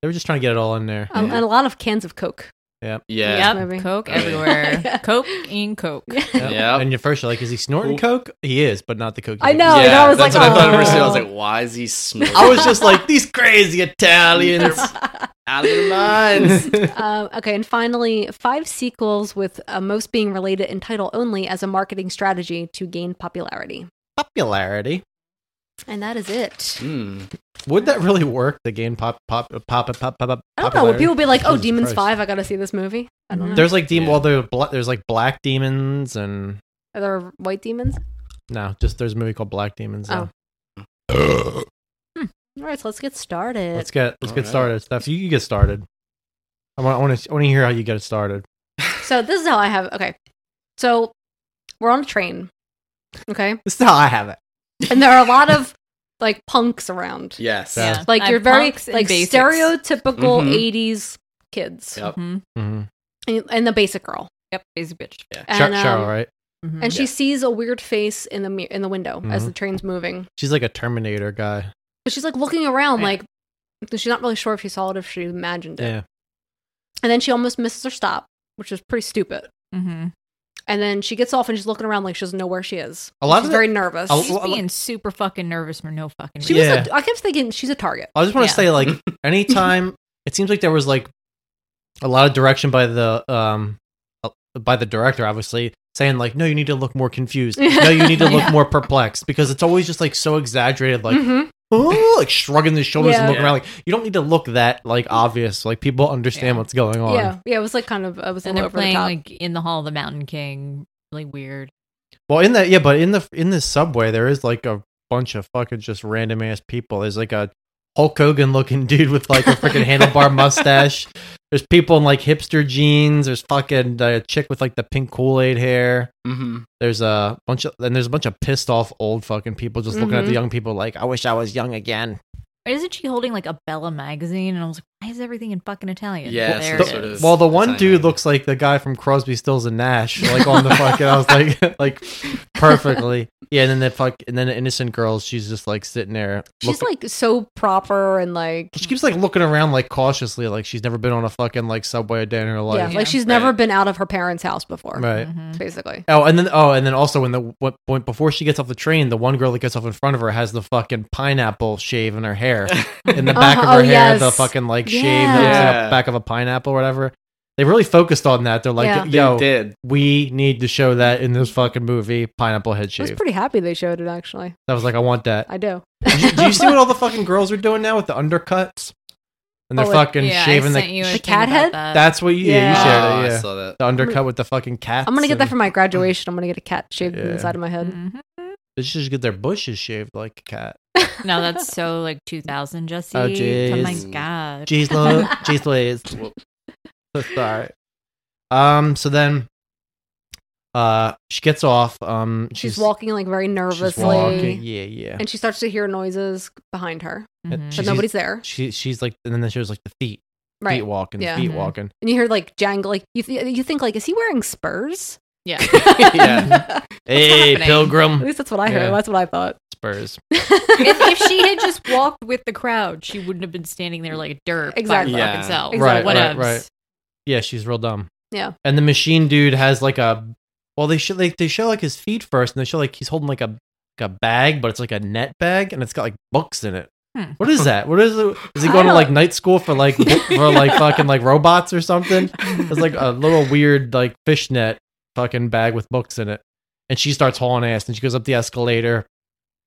S5: They were just trying to get it all in there.
S2: Um,
S11: Yeah.
S2: And a lot of cans of Coke.
S5: Yeah.
S11: Yeah.
S2: Maybe.
S9: Yep. Coke
S11: Oh, yeah.
S9: everywhere.
S2: Yeah.
S9: Coke in Coke.
S5: Yeah.
S11: Yep.
S5: And your first, you're like, is he snorting
S11: Oop.
S5: coke? He is, but not the coke.
S2: I know. No, and
S11: yeah,
S2: I was
S11: that's
S2: Oh, like,
S11: what I thought at first.
S2: "Oh."
S11: too. I was like, why is he snorting?
S5: I was just like, these crazy Italians.
S11: out of their minds.
S2: Um, okay, and finally, five sequels with uh, most being related in title only as a marketing strategy to gain popularity.
S5: Popularity.
S2: And that is it.
S5: Mm,
S11: Hmm.
S5: Would that really work? The game pop pop pop pop pop pop.
S2: I don't know. Would
S5: popularity?
S2: people be like, "Oh,
S5: Jesus
S2: Demons
S5: Christ. Mm-hmm.
S2: Five, I gotta see this movie." I don't know.
S5: There's like demon.
S11: Yeah.
S5: Well, there, bla- there's like black demons and
S2: Are there white demons?
S5: no, just there's a movie called Black Demons.
S2: Oh.
S5: Oh.
S2: All right, so let's get started.
S5: Let's get let's get
S11: Alright.
S5: started. Steph, you, you get started. I want I want to I want to hear how you got it started.
S2: so this is how I have. Okay, so we're on a train. Okay,
S5: This is how I have it.
S2: and there are a lot of like punks around.
S11: Yes.
S5: Yeah.
S2: Like
S9: I
S2: you're very
S9: punks and
S2: like
S9: basics.
S2: stereotypical
S11: Mhm.
S2: '80s kids,
S11: Yep.
S9: Mhm.
S5: Mm-hmm.
S2: and, and the basic girl.
S9: Yep, basic bitch.
S2: And, um,
S5: Cheryl, right?
S9: Mhm.
S2: and she sees a weird face in the mir- in the window as
S5: Mhm.
S2: the train's moving.
S5: She's like a Terminator guy.
S2: But she's like looking around,
S9: Yeah.
S2: like she's not really sure if she saw it, if she imagined it.
S5: Yeah.
S2: And then she almost misses her stop, which is pretty stupid.
S9: Mhm.
S2: And then she gets off and she's looking around like she doesn't know where she is.
S5: A lot
S2: she's
S5: of the-
S2: very nervous.
S5: a-
S9: She's
S5: Oh, Well, like-
S9: being super fucking nervous for no fucking
S2: she
S9: reason.
S2: was.
S5: Yeah.
S2: A, I kept thinking she's a target.
S5: I just want to
S9: Yeah.
S5: say, like, anytime it seems like there was like a lot of direction by the um uh, by the director, obviously saying like, no, you need to look more confused. No, you need to look
S9: Yeah. Mm-hmm.
S5: more perplexed because it's always just like so exaggerated, like
S2: Mhm.
S5: oh, like shrugging the shoulders
S2: Yeah.
S5: and looking
S11: Yeah.
S5: around. Like, you don't need to look that like obvious. Like, people understand
S9: Yeah.
S5: what's going on.
S2: Yeah, yeah. It was like kind of. It was a
S9: And
S2: little
S9: they're
S2: over the
S9: playing
S2: top.
S9: like in the Hall of the Mountain King. Really weird.
S5: Well, in that, yeah, but in the in this subway, there is like a bunch of fucking just random ass people. There's like a Hulk Hogan looking dude with like a freaking handlebar mustache. There's people in like hipster jeans. There's fucking uh, a chick with like the pink Kool Aid hair.
S11: Mm-hmm.
S5: There's a bunch of and there's a bunch of pissed off old fucking people just looking at
S11: Mm-hmm.
S2: Mhm.
S5: the young people like, I wish I was young again.
S9: Isn't she holding like a Bella magazine? And I was like, why is everything in fucking Italian?
S11: Yeah,
S9: Well,
S11: some
S9: there
S5: The-
S9: it
S11: sort of-
S9: is.
S5: well, the
S11: That's
S5: one
S11: not
S5: dude
S11: me.
S5: looks like the guy from Crosby, Stills and Nash, like on the fucking. I was like, like perfectly. Yeah, and then the fuck, and then the innocent girl, she's just like sitting there.
S2: she's like so proper and like
S5: She keeps like looking around like cautiously, like she's never been on a fucking like subway a day in her
S2: yeah,
S5: life.
S2: like she's never been out of her parents' house before.
S5: Right.
S9: Mhm.
S2: Basically.
S5: Oh, and then oh, and then also when the what point before she gets off the train, the one girl that gets off in front of her has the fucking pineapple shave in her hair, in the back
S2: Uh-huh.
S5: of her
S2: Oh,
S5: hair, the
S2: yes.
S5: fucking like shave that's in
S11: Yeah.
S5: the back of a pineapple or whatever. They really focused on that. They're like,
S2: Yeah. They
S5: yo,
S11: did.
S5: we need to show that in this fucking movie, pineapple head
S2: I was
S5: shave.
S2: pretty happy they showed it actually.
S5: I was like, I want that.
S2: I do.
S5: Do you see what all the fucking girls are doing now with the undercuts? And they're
S2: Oh, like-
S5: fucking
S9: yeah, I
S5: shaving
S9: sent you
S5: the
S9: a
S2: The
S9: thing
S2: cat
S9: about
S2: head?
S9: that.
S5: That's what you yeah,
S2: Yeah.
S5: you shared.
S11: Oh, I
S5: it, yeah.
S11: saw that.
S5: The undercut with the fucking cats.
S2: I'm gonna get that
S5: and-
S2: for my graduation. I'm gonna get a cat shaved
S5: Yeah. Mm.
S2: inside of my head.
S9: Mm-hmm.
S5: They should just get their bushes shaved like a cat.
S9: No, that's so like 2000, Jesse.
S5: Oh,
S9: oh my
S5: jeez.
S9: god.
S5: Jeez, lo- jeez, Louise. Sorry. Um. So then, uh, she gets off. Um. She's,
S2: She's walking like very nervously,
S5: walking, yeah, yeah.
S2: and she starts to hear noises behind her,
S9: Mm-hmm.
S5: and
S2: but
S5: she's-
S2: nobody's there.
S5: She she's like, and then she was like the feet,
S2: Right.
S5: feet walking,
S2: Yeah.
S5: feet
S11: Mm-hmm.
S2: Mhm.
S5: walking.
S2: And you hear like jangle, like you th- you think like, is he wearing spurs?
S9: Yeah.
S5: yeah. Hey,
S9: happening?
S5: pilgrim.
S2: At least that's what I heard.
S5: Yeah.
S2: That's what I thought.
S5: Spurs.
S9: if, if she had just walked with the crowd, she wouldn't have been standing there like a derp
S2: Exactly.
S9: by her
S11: Yeah.
S9: fucking self.
S5: Right,
S9: What
S5: right,
S9: else?
S5: right. Yeah, she's real dumb.
S2: Yeah.
S5: And the machine dude has like a well, they show like they show like his feet first, and they show like he's holding like a like a bag, but it's like a net bag, and it's got like books in it.
S9: Hmm.
S5: What is that? What is it? Is he
S2: I
S5: going to
S2: don't-
S5: like night school for like bo- for like fucking like robots or something? It's like a little weird like fishnet fucking bag with books in it. And she starts hauling ass, and she goes up the escalator.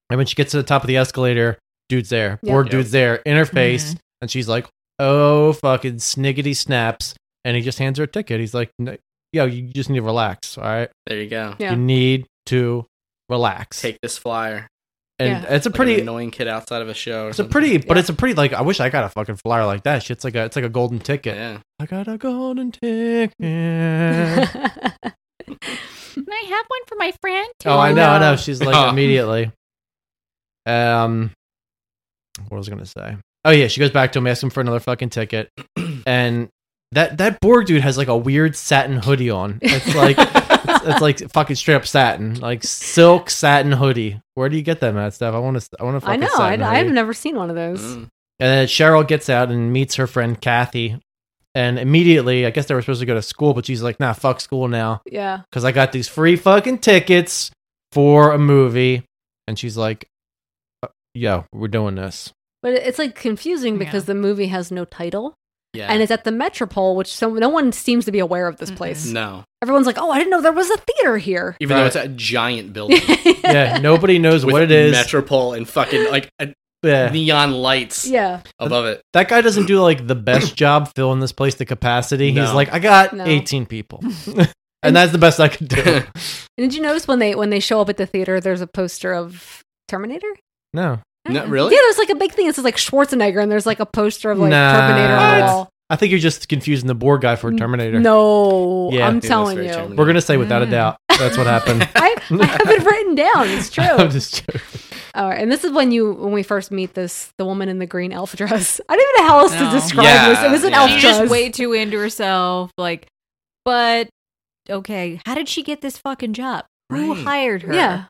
S5: And when she gets to the top of the escalator, dude's there,
S2: Yeah.
S5: bored
S2: Yep.
S5: dude's there, in her face, and she's like, "Oh fucking sniggity snaps!" And he just hands her a ticket. He's like, "No- "Yo, you just need to relax, all right?
S11: There you go.
S2: Yeah.
S5: You need to relax."
S11: Take this flyer.
S5: and
S2: Yeah.
S5: it's a
S11: Like an
S5: pretty,
S11: annoying kid outside of a show. Or
S5: it's a
S11: something.
S5: pretty, but
S2: Yeah.
S5: it's a pretty like I wish I got a fucking flyer like that. Shit's like a, it's like a golden ticket.
S11: Yeah.
S5: I got a golden ticket.
S9: Can I have one for my friend?
S5: oh, I
S9: too?
S5: know, I know. She's like immediately. Um, what was I gonna say? Oh yeah, she goes back to him, asks him for another fucking ticket, and that that Borg dude has like a weird satin hoodie on. It's like it's, it's like fucking straight up satin, like silk satin hoodie. Where do you get that, Matt Steph? I want to, I want to.
S2: I know. I,
S5: Satin
S2: I
S5: hoodie.
S2: have never seen one of those.
S11: Mm.
S5: And then Cheryl gets out and meets her friend Kathy. And immediately, I guess they were supposed to go to school, but she's like, nah, fuck school now.
S2: Yeah.
S5: Because I got these free fucking tickets for a movie. And she's like, uh, yo, we're doing this.
S2: But it- it's like confusing because the movie has no title,
S11: Yeah.
S2: and it's at the Metropole, which some, no one seems to be aware of this place.
S11: no.
S2: Everyone's like, "Oh, I didn't know there was a theater here."
S11: Even
S5: Right.
S11: though it's a giant building
S5: Yeah, nobody knows
S11: with
S5: what it is.
S11: Metropole and fucking like a
S5: yeah.
S11: neon lights
S2: Yeah.
S11: above it.
S5: That guy doesn't do like the best job filling this place to capacity. He's
S11: No.
S5: like, I got
S2: No.
S5: 18 people. and that's the best I could do.
S2: And did you notice when they when they show up at the theater, there's a poster of Terminator?
S5: no.
S11: Not really.
S2: Yeah, there's like a big thing. It says like Schwarzenegger, and there's like a poster of like
S5: Nah.
S2: Terminator on the
S5: What?
S2: wall.
S5: I think you're just confusing the Borg guy for a Terminator.
S2: No,
S5: Yeah.
S2: I'm
S11: Dude, that's
S2: telling
S11: very
S2: you.
S11: Terminator.
S5: We're going to say without
S9: Mm.
S5: a doubt that's what happened.
S2: I, I have it written down. It's true.
S5: I'm just joking.
S2: All right, and this is when you when we first meet this the woman in the green elf dress. I don't even know how else
S9: No.
S2: to describe
S11: Yeah,
S2: this. It was an
S11: yeah.
S2: elf
S9: She's
S11: She
S2: dress.
S9: just way too into herself. Like, but okay, how did she get this fucking job? Who
S11: Right.
S9: hired her?
S2: Yeah.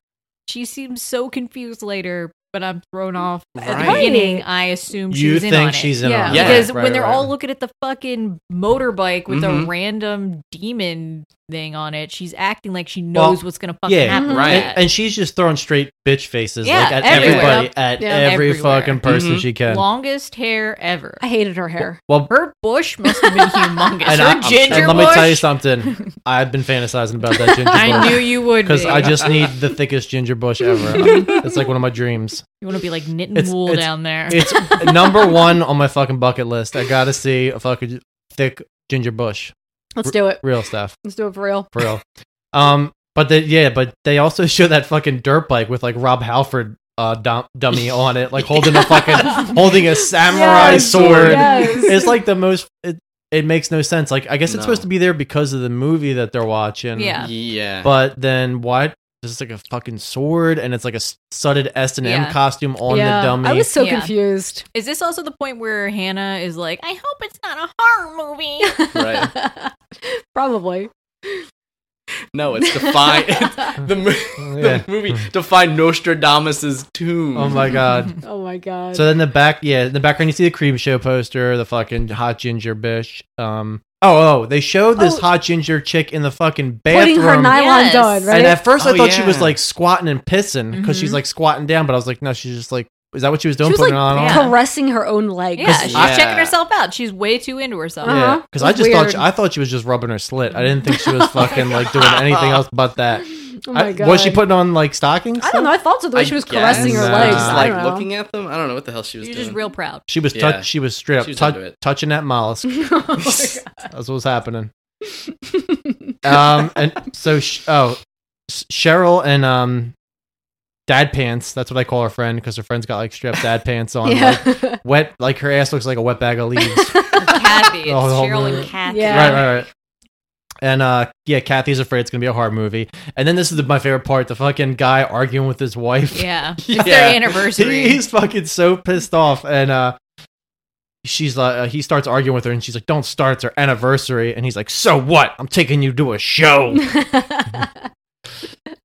S9: She seems so confused later, but I'm thrown off. At the
S11: Right.
S9: beginning, I assume she
S5: You
S9: was in on
S5: think
S9: it.
S5: she's in
S2: Yeah.
S5: on it.
S11: Yeah.
S9: because
S5: Right,
S9: when they're
S5: right,
S9: all
S5: right. Mm-hmm.
S9: looking at the fucking motorbike with a
S11: Mhm.
S9: random demon thing on it, she's acting like she knows what's gonna fucking
S5: yeah,
S9: happen.
S11: right.
S9: with
S5: And, and she's just throwing straight bitch faces
S9: Yeah,
S5: like at
S9: everywhere.
S5: everybody, at
S2: Yeah.
S5: every
S9: Everywhere. Mm-hmm.
S5: fucking person she
S9: that.
S5: can.
S9: Longest hair ever.
S2: I hated her hair.
S5: well,
S9: Her bush must have been humongous.
S5: and,
S9: her
S5: I,
S9: ginger
S5: and let me
S9: bush.
S5: tell you something. I've been fantasizing about that ginger
S9: I knew
S5: bush
S9: you would
S5: because
S9: be.
S5: I just need the thickest ginger bush ever. it's like one of my dreams.
S9: you want to be like knitting
S5: It's-
S9: wool
S5: it's-
S9: down there.
S5: It's number one on my fucking bucket list. I gotta see a fucking thick ginger bush.
S2: Let's do it.
S5: Real stuff.
S2: Let's do it for real.
S5: for real. Um, but the, yeah, but they also show that fucking dirt bike with like Rob Halford uh dum- dummy on it, like holding a fucking holding a samurai
S2: Yes,
S5: sword.
S2: yes.
S5: It's like the most. It, it makes no sense. Like I guess it's
S11: No.
S5: supposed to be there because of the movie that they're watching.
S9: Yeah.
S11: Yeah.
S5: But then why? There's like a fucking sword, and it's like a s- studded S and M
S9: Yeah.
S5: costume on
S2: yeah,
S5: the dummy.
S2: I was so
S9: Yeah.
S2: confused.
S9: Is this also the point where Hannah is like, I hope it's not a horror movie?
S11: Right.
S2: Probably.
S11: No, it's define the, mo-
S5: Yeah.
S11: the movie define Nostradamus's tomb.
S5: oh my god.
S2: Oh my god.
S5: So then the back, yeah, in the background you see the cream show poster, the fucking hot ginger bitch. Um, oh, oh, they showed this
S2: Oh.
S5: hot ginger chick in the fucking
S2: Putting
S5: bathroom.
S2: her nylon
S9: Yes.
S2: on, right? Mm-hmm.
S5: And at first I
S11: Oh,
S5: thought she was
S11: yeah.
S5: like squatting and pissing because she's
S9: Mhm.
S5: like squatting down, but I was like, no, she's just like Is that what she was doing?
S2: She was
S5: putting
S2: like
S5: it on? and off?
S2: caressing her own leg.
S9: Yeah, she's
S5: I-
S9: checking herself out. She's way too into
S2: uh-huh.
S9: herself.
S5: Yeah, because I just thought she, I thought she was just rubbing her slit. I didn't think she was fucking like doing anything else but that.
S2: Oh my
S5: I- was she
S2: God.
S5: putting on like stockings?
S2: I don't know. I thought so the way
S11: I
S2: she was
S11: guess.
S2: caressing her legs.
S11: Just,
S2: I
S11: like
S2: don't know.
S11: looking at them. I don't know what the hell she was
S9: You're
S11: doing.
S9: just real proud.
S5: She was
S11: Yeah.
S5: touch. She was straight up
S11: She was
S5: tou-
S11: into it.
S5: touching that mollusk. That's what was happening. um, and so sh- oh, S- Cheryl and um, Dad Pants. That's what I call her friend because her friend's got like strap Dad Pants on.
S2: Yeah.
S5: like, wet. Like her ass looks like a wet bag of leaves.
S9: Kathy, it's
S5: Oh, the whole
S9: Cheryl and
S5: movie.
S9: Kathy.
S2: Yeah.
S5: Right, right, right. And uh, yeah, Kathy's afraid it's gonna be a horror movie. And then this is the, my favorite part: the fucking guy arguing with his wife.
S9: Yeah. It's their anniversary.
S5: He- he's fucking so pissed off, and uh, she's like, uh, he starts arguing with her, and she's like, "Don't start. It's our anniversary." And he's like, "So what? I'm taking you to a show."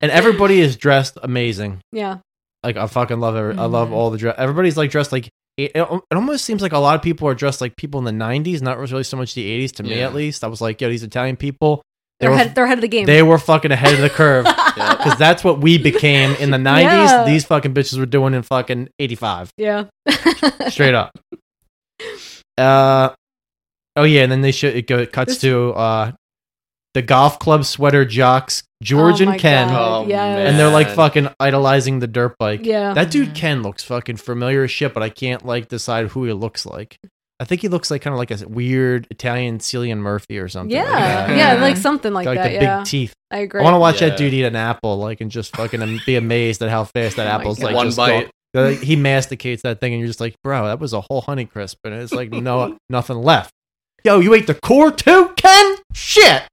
S5: and everybody is dressed amazing.
S2: Yeah.
S5: Like I fucking love every,
S2: Mm-hmm.
S5: I love all the dress. Everybody's like dressed like it, it it almost seems like a lot of people are dressed like people in the 90s, not really so much the 80s to me
S11: Yeah.
S5: at least. I was like, yo, these Italian people they
S2: They're
S5: were
S2: ahead, they're ahead of the game.
S5: they were fucking ahead of the curve cuz that's what we became in the 90s.
S2: Yeah.
S5: These fucking bitches were doing in fucking 85
S2: yeah.
S5: straight up. Uh Oh yeah, and then they should it, go, it cuts to uh the golf club sweater jocks George
S2: Oh my
S5: and Ken.
S2: God, Oh, yes.
S5: And they're like
S11: man.
S5: fucking idolizing the dirt bike.
S2: Yeah.
S5: That dude Ken looks fucking familiar as shit, but I can't like decide who he looks like. I think he looks like kind of like a weird Italian Cillian Murphy or something. like
S2: yeah.
S5: that.
S2: yeah. Like something like,
S5: Got,
S2: that.
S5: the
S2: yeah.
S5: big teeth.
S2: I agree.
S5: I want to watch
S11: Yeah.
S5: that dude eat an apple, like, and just fucking am- be amazed at how fast
S2: Oh
S5: that apple's like
S11: One
S5: just
S11: bite.
S5: gone. Like, he masticates that thing, and you're just like, bro, that was a whole honey crisp, and it's like no nothing left. Yo, you ate the core too, Ken? Shit.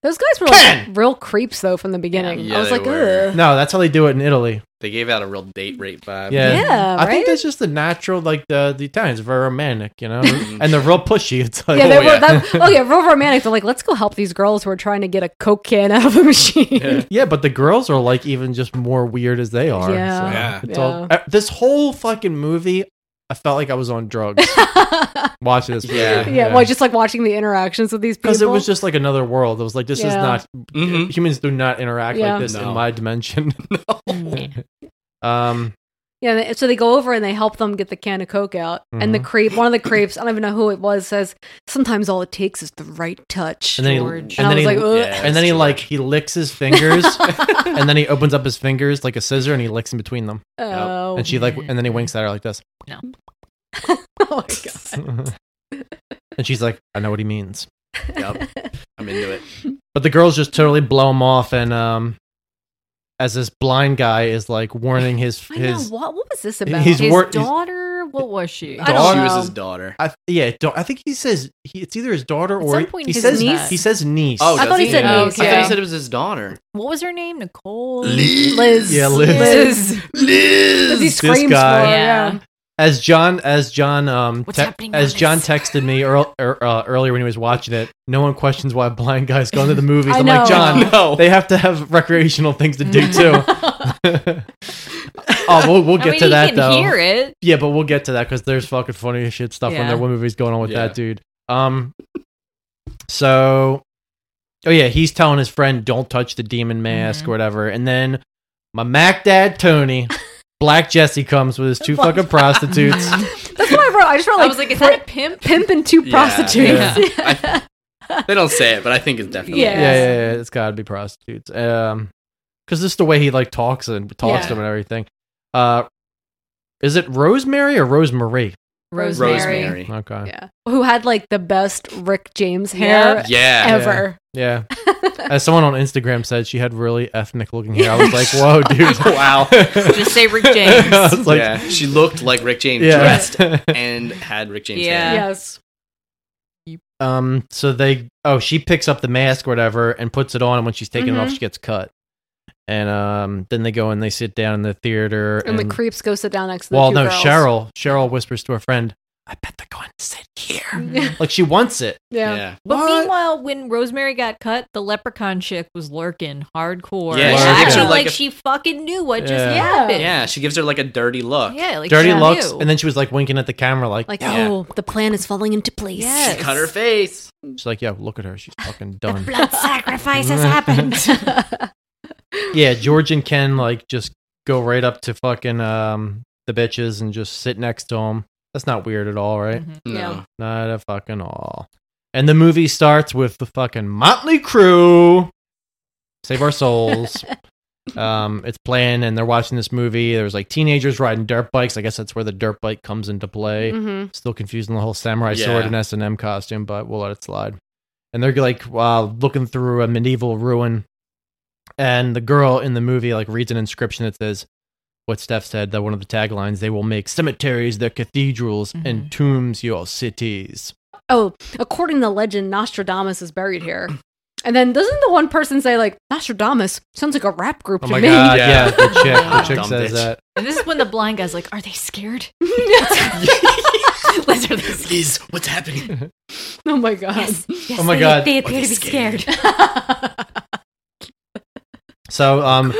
S2: Those guys were like real creeps though from the beginning.
S11: Yeah,
S2: I was
S11: they
S2: like,
S11: were.
S2: Ugh.
S5: No, that's how they do it in Italy.
S11: They gave out a real date rape vibe.
S5: Yeah,
S2: Yeah,
S5: I think
S2: Uh, right?
S5: that's just the natural, like the the Italians are very romantic, you know, and they're real pushy. It's like,
S2: yeah, they were. That, oh yeah, real romantic. They're like, let's go help these girls who are trying to get a coke can out of a machine.
S5: yeah. but the girls are like even just more weird as they are.
S2: Yeah.
S5: so
S2: Yeah.
S5: it's all-
S2: Yeah.
S5: uh, this whole fucking movie, I felt like I was on drugs watching this. Movie.
S11: Yeah.
S2: Yeah, well, just like watching the interactions with these people.
S5: because it was just like another world. It was like this is
S2: Yeah.
S5: not humans do not interact
S2: Yeah.
S5: like this
S11: Mm-hmm. No.
S5: in my dimension. um,
S2: Yeah, they- so they go over and they help them get the can of coke out, and the
S5: Mhm.
S2: creep, one of the creeps, I don't even know who it was, says sometimes all it takes is the right touch.
S5: and then he, and
S2: George.
S5: then
S2: I was
S5: he,
S2: like, Ugh.
S11: Yeah,
S5: and then he like he licks his fingers, and then he opens up his fingers like a scissor and he licks in between them.
S2: oh,
S5: and she like, and then he winks at her like this,
S2: oh my god,
S5: and she's like, I know what he means.
S11: Yep. I'm into it.
S5: But the girls just totally blow him off, and um, as this blind guy is like warning his
S2: I know
S5: his
S2: what. What was this about?
S5: he's
S9: his
S5: wor- he's-
S9: daughter, what was she?
S2: I don't
S11: She was
S2: know.
S11: his daughter.
S5: I, yeah, don't, I think he says he, it's either his daughter
S9: At
S5: or
S9: some
S5: he-
S9: point
S5: he
S9: he
S5: says
S9: says niece.
S5: he says niece.
S11: Oh,
S2: I
S11: does
S2: thought he said
S11: Yeah.
S2: niece,
S11: I thought
S2: yeah.
S11: he said it was his daughter.
S9: What was her name? Nicole?
S2: Liz.
S5: Yeah, Liz.
S9: Liz.
S2: Because he
S5: This
S2: screams
S5: guy.
S2: for her,
S9: Yeah.
S2: yeah.
S5: as John as John um
S9: What's
S5: te-
S9: happening now,
S5: as John
S9: miss?
S5: texted me earl- er, uh, earlier when he was watching it. No one questions why blind guys go into the movies.
S2: I
S5: I'm
S2: know.
S5: like John,
S11: No.
S5: they have to have recreational things to do too. oh, we'll we'll
S9: I
S5: get
S9: mean,
S5: to
S9: he
S5: that
S9: can
S5: though.
S9: hear it.
S5: Yeah, but we'll get to that because there's fucking funny as shit stuff when
S9: Yeah.
S5: there were movies going on with
S11: Yeah.
S5: that dude. Um, so, oh yeah, he's telling his friend, "Don't touch the demon mask or whatever." And then my Mac Dad Tony, Black Jesse comes with his two fucking prostitutes.
S2: That's what I wrote. I just wrote like,
S9: I was like, is that a pimp?
S2: pimp and two
S11: Yeah,
S2: prostitutes.
S11: yeah. I- they don't say it, but I think it's definitely.
S2: Yeah.
S5: yeah, yeah, yeah, it's got to be prostitutes. Um, because this is the way he like talks and talks to
S2: Yeah.
S5: him and everything. Uh, is it Rosemary or Rosemary?
S2: Rosemary.
S11: Rosemary.
S5: Okay, yeah,
S2: Yeah. Who had like the best Rick James hair
S11: Yeah.
S2: ever.
S5: yeah. As someone on Instagram said, she had really ethnic looking hair. I was like, whoa, dude.
S11: Wow.
S9: Just say Rick
S5: I
S9: James.
S5: was like,
S11: yeah. She looked like Rick James
S5: Yeah.
S11: dressed and had Rick James.
S9: Yeah.
S11: hair.
S2: Yes.
S5: um, so they, oh, she picks up the mask or whatever and puts it on. And when she's taking it off,
S2: Mhm.
S9: Mm-hmm.
S5: she gets cut. And um, then they go and they sit down in the theater.
S2: And, the creeps go sit down next to the
S5: well,
S2: two
S5: no,
S2: girls.
S5: Cheryl. Cheryl whispers to her friend, "I bet they're going to sit here." like she wants it.
S2: Yeah.
S11: Yeah.
S9: But
S5: What?
S9: meanwhile, when Rosemary got cut, the leprechaun chick was lurking hardcore.
S11: Yeah,
S9: she
S5: she gives
S9: acted
S5: her,
S9: like,
S11: like, a-
S9: she fucking knew what just
S5: Yeah.
S9: happened.
S11: Yeah, She gives her like a dirty look.
S9: Yeah, like
S5: Dirty
S9: she
S5: looks,
S9: knew.
S5: and then she was like winking at the camera, like,
S2: Like,
S11: Yeah.
S2: oh, the plan is falling into place.
S9: Yes.
S11: Cut her face.
S5: she's like, "Yo, look at her, she's fucking done."
S7: Blood sacrifice has happened.
S5: yeah, George and Ken like just go right up to fucking um the bitches and just sit next to them. That's not weird at all, right?
S11: No.
S5: Not at fucking all. And the movie starts with the fucking Motley Crew. Save our souls. um, it's playing and they're watching this movie. There's like teenagers riding dirt bikes. I guess that's where the dirt bike comes into play.
S2: Mm-hmm.
S12: Mhm.
S5: Still confusing the whole samurai sword
S12: Yeah.
S5: and S and M costume, but we'll let it slide. And they're like uh, looking through a medieval ruin, and the girl in the movie like reads an inscription that says, "What Steph said that one of the taglines: They will make cemeteries their cathedrals and tombs your cities."
S2: Oh, according to legend, Nostradamus is buried here. And then doesn't the one person say like Nostradamus sounds like a rap group
S5: Oh
S2: to
S5: my
S2: me?
S5: god! Yeah, the chick, the chick
S11: Dumb
S5: says
S11: bitch.
S5: that.
S7: And this is when the blind guy's like, "Are they scared?"
S11: Liz, what's happening?
S2: Oh my god!
S7: Yes, yes,
S5: Oh my
S7: they,
S5: God.
S7: They appear
S5: Are
S7: to be
S5: they
S7: scared.
S5: So, um,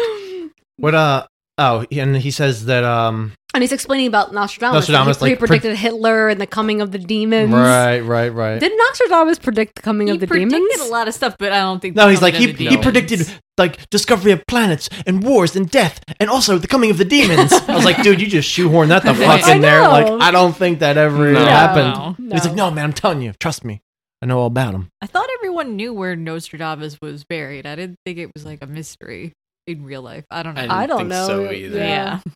S5: what? Uh, oh, and he says that um,
S2: And he's explaining about Nostradamus.
S5: Nostradamus,
S2: he, he
S5: like, pre-
S2: predicted Hitler and the coming of the demons.
S5: right, right, right.
S2: Did Nostradamus predict the coming of the demons?
S9: a lot of stuff, but I don't think.
S5: No,
S9: the
S5: he's like he,
S9: company
S5: he
S9: did
S5: predicted like discovery of planets and wars and death and also the coming of the demons. I was like, dude, you just shoehorned that the
S11: Right.
S5: fuck
S11: I
S5: in there.
S11: know.
S5: Like, I don't think that ever
S11: No.
S5: happened.
S9: No.
S5: He's like, no, man, I'm telling you, trust me, I know all about him.
S9: I thought everyone knew where Nostradamus was buried. I didn't think it was like a mystery in real life. I don't know.
S2: I didn't I don't think so know, either. yeah.
S9: Yeah.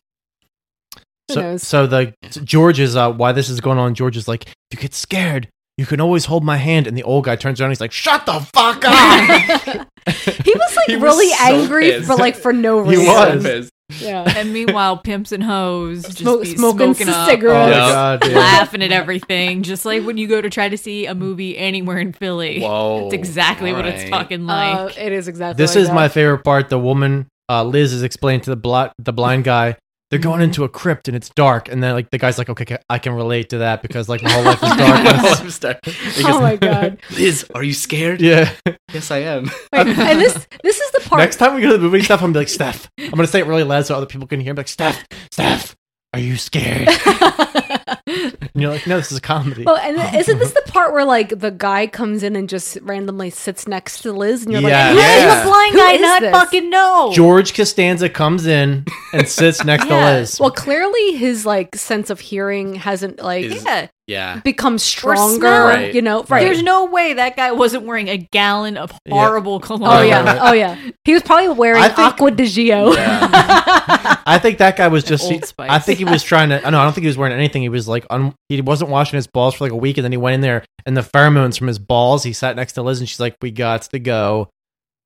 S2: Who
S5: So,
S2: knows?
S5: so the George is uh, why this is going on. George is like, if you get scared, you can always hold my hand. And the old guy turns around, he's like, shut the fuck up.
S2: he was like
S5: He was
S2: really
S5: so
S2: angry
S5: pissed.
S2: for like for no
S5: He
S2: reason.
S5: was. So pissed.
S2: Yeah.
S9: And meanwhile, pimps and hoes just
S2: Smoke-
S9: be
S2: smoking
S9: smoking,
S2: c-
S9: up,
S2: cigarettes. Oh my God, dude.
S9: laughing at everything, just like when you go to try to see a movie anywhere in Philly.
S11: Whoa,
S9: That's exactly what it's
S11: alright.
S9: fucking like.
S2: Uh, it is exactly.
S5: This
S2: like
S5: is
S2: that.
S5: my favorite part. The woman, uh, Liz, is explaining to the blo- the blind guy. They're going
S2: Mm-hmm.
S5: into a crypt and it's dark, and then like the guy's like, "Okay, okay, I can relate to that because like my whole life is dark."
S11: My whole life is dark. He
S2: Oh,
S11: goes, Liz, are you scared?
S5: Yeah.
S11: Yes, I am.
S2: Wait, and this this is the part.
S5: Next time we go to the movie stuff, I'm gonna be like, "Steph," I'm gonna say it really loud so other people can hear. I'm like, "Steph, Steph, are you scared?" and you're like, "No, this is a comedy."
S2: Well, and then- isn't this the part where like the guy comes in and just randomly sits next to Liz, and you're
S5: Yeah.
S2: like,
S5: Yeah.
S2: "Who is
S5: The
S9: blind guy
S2: this?
S9: not fucking know."
S5: George Costanza comes in and sits next to Liz.
S2: Well, clearly his like sense of hearing hasn't like
S5: Is- yeah.
S2: become
S9: Or smell.
S2: stronger. You know, right?
S9: There's no way that guy wasn't wearing a gallon of
S5: Yeah.
S9: horrible cologne.
S2: Oh yeah, oh yeah. He was probably wearing
S5: I think-
S2: Aqua Di Gio.
S5: I think that guy was just.
S2: Oh. Old
S5: he-
S2: Spice.
S5: I think he was trying to. oh, No, I don't think he was wearing anything. He was like, un, he wasn't washing his balls for like a week, and then he went in there, and the pheromones from his balls. He sat next to Liz, and she's like, "We got to go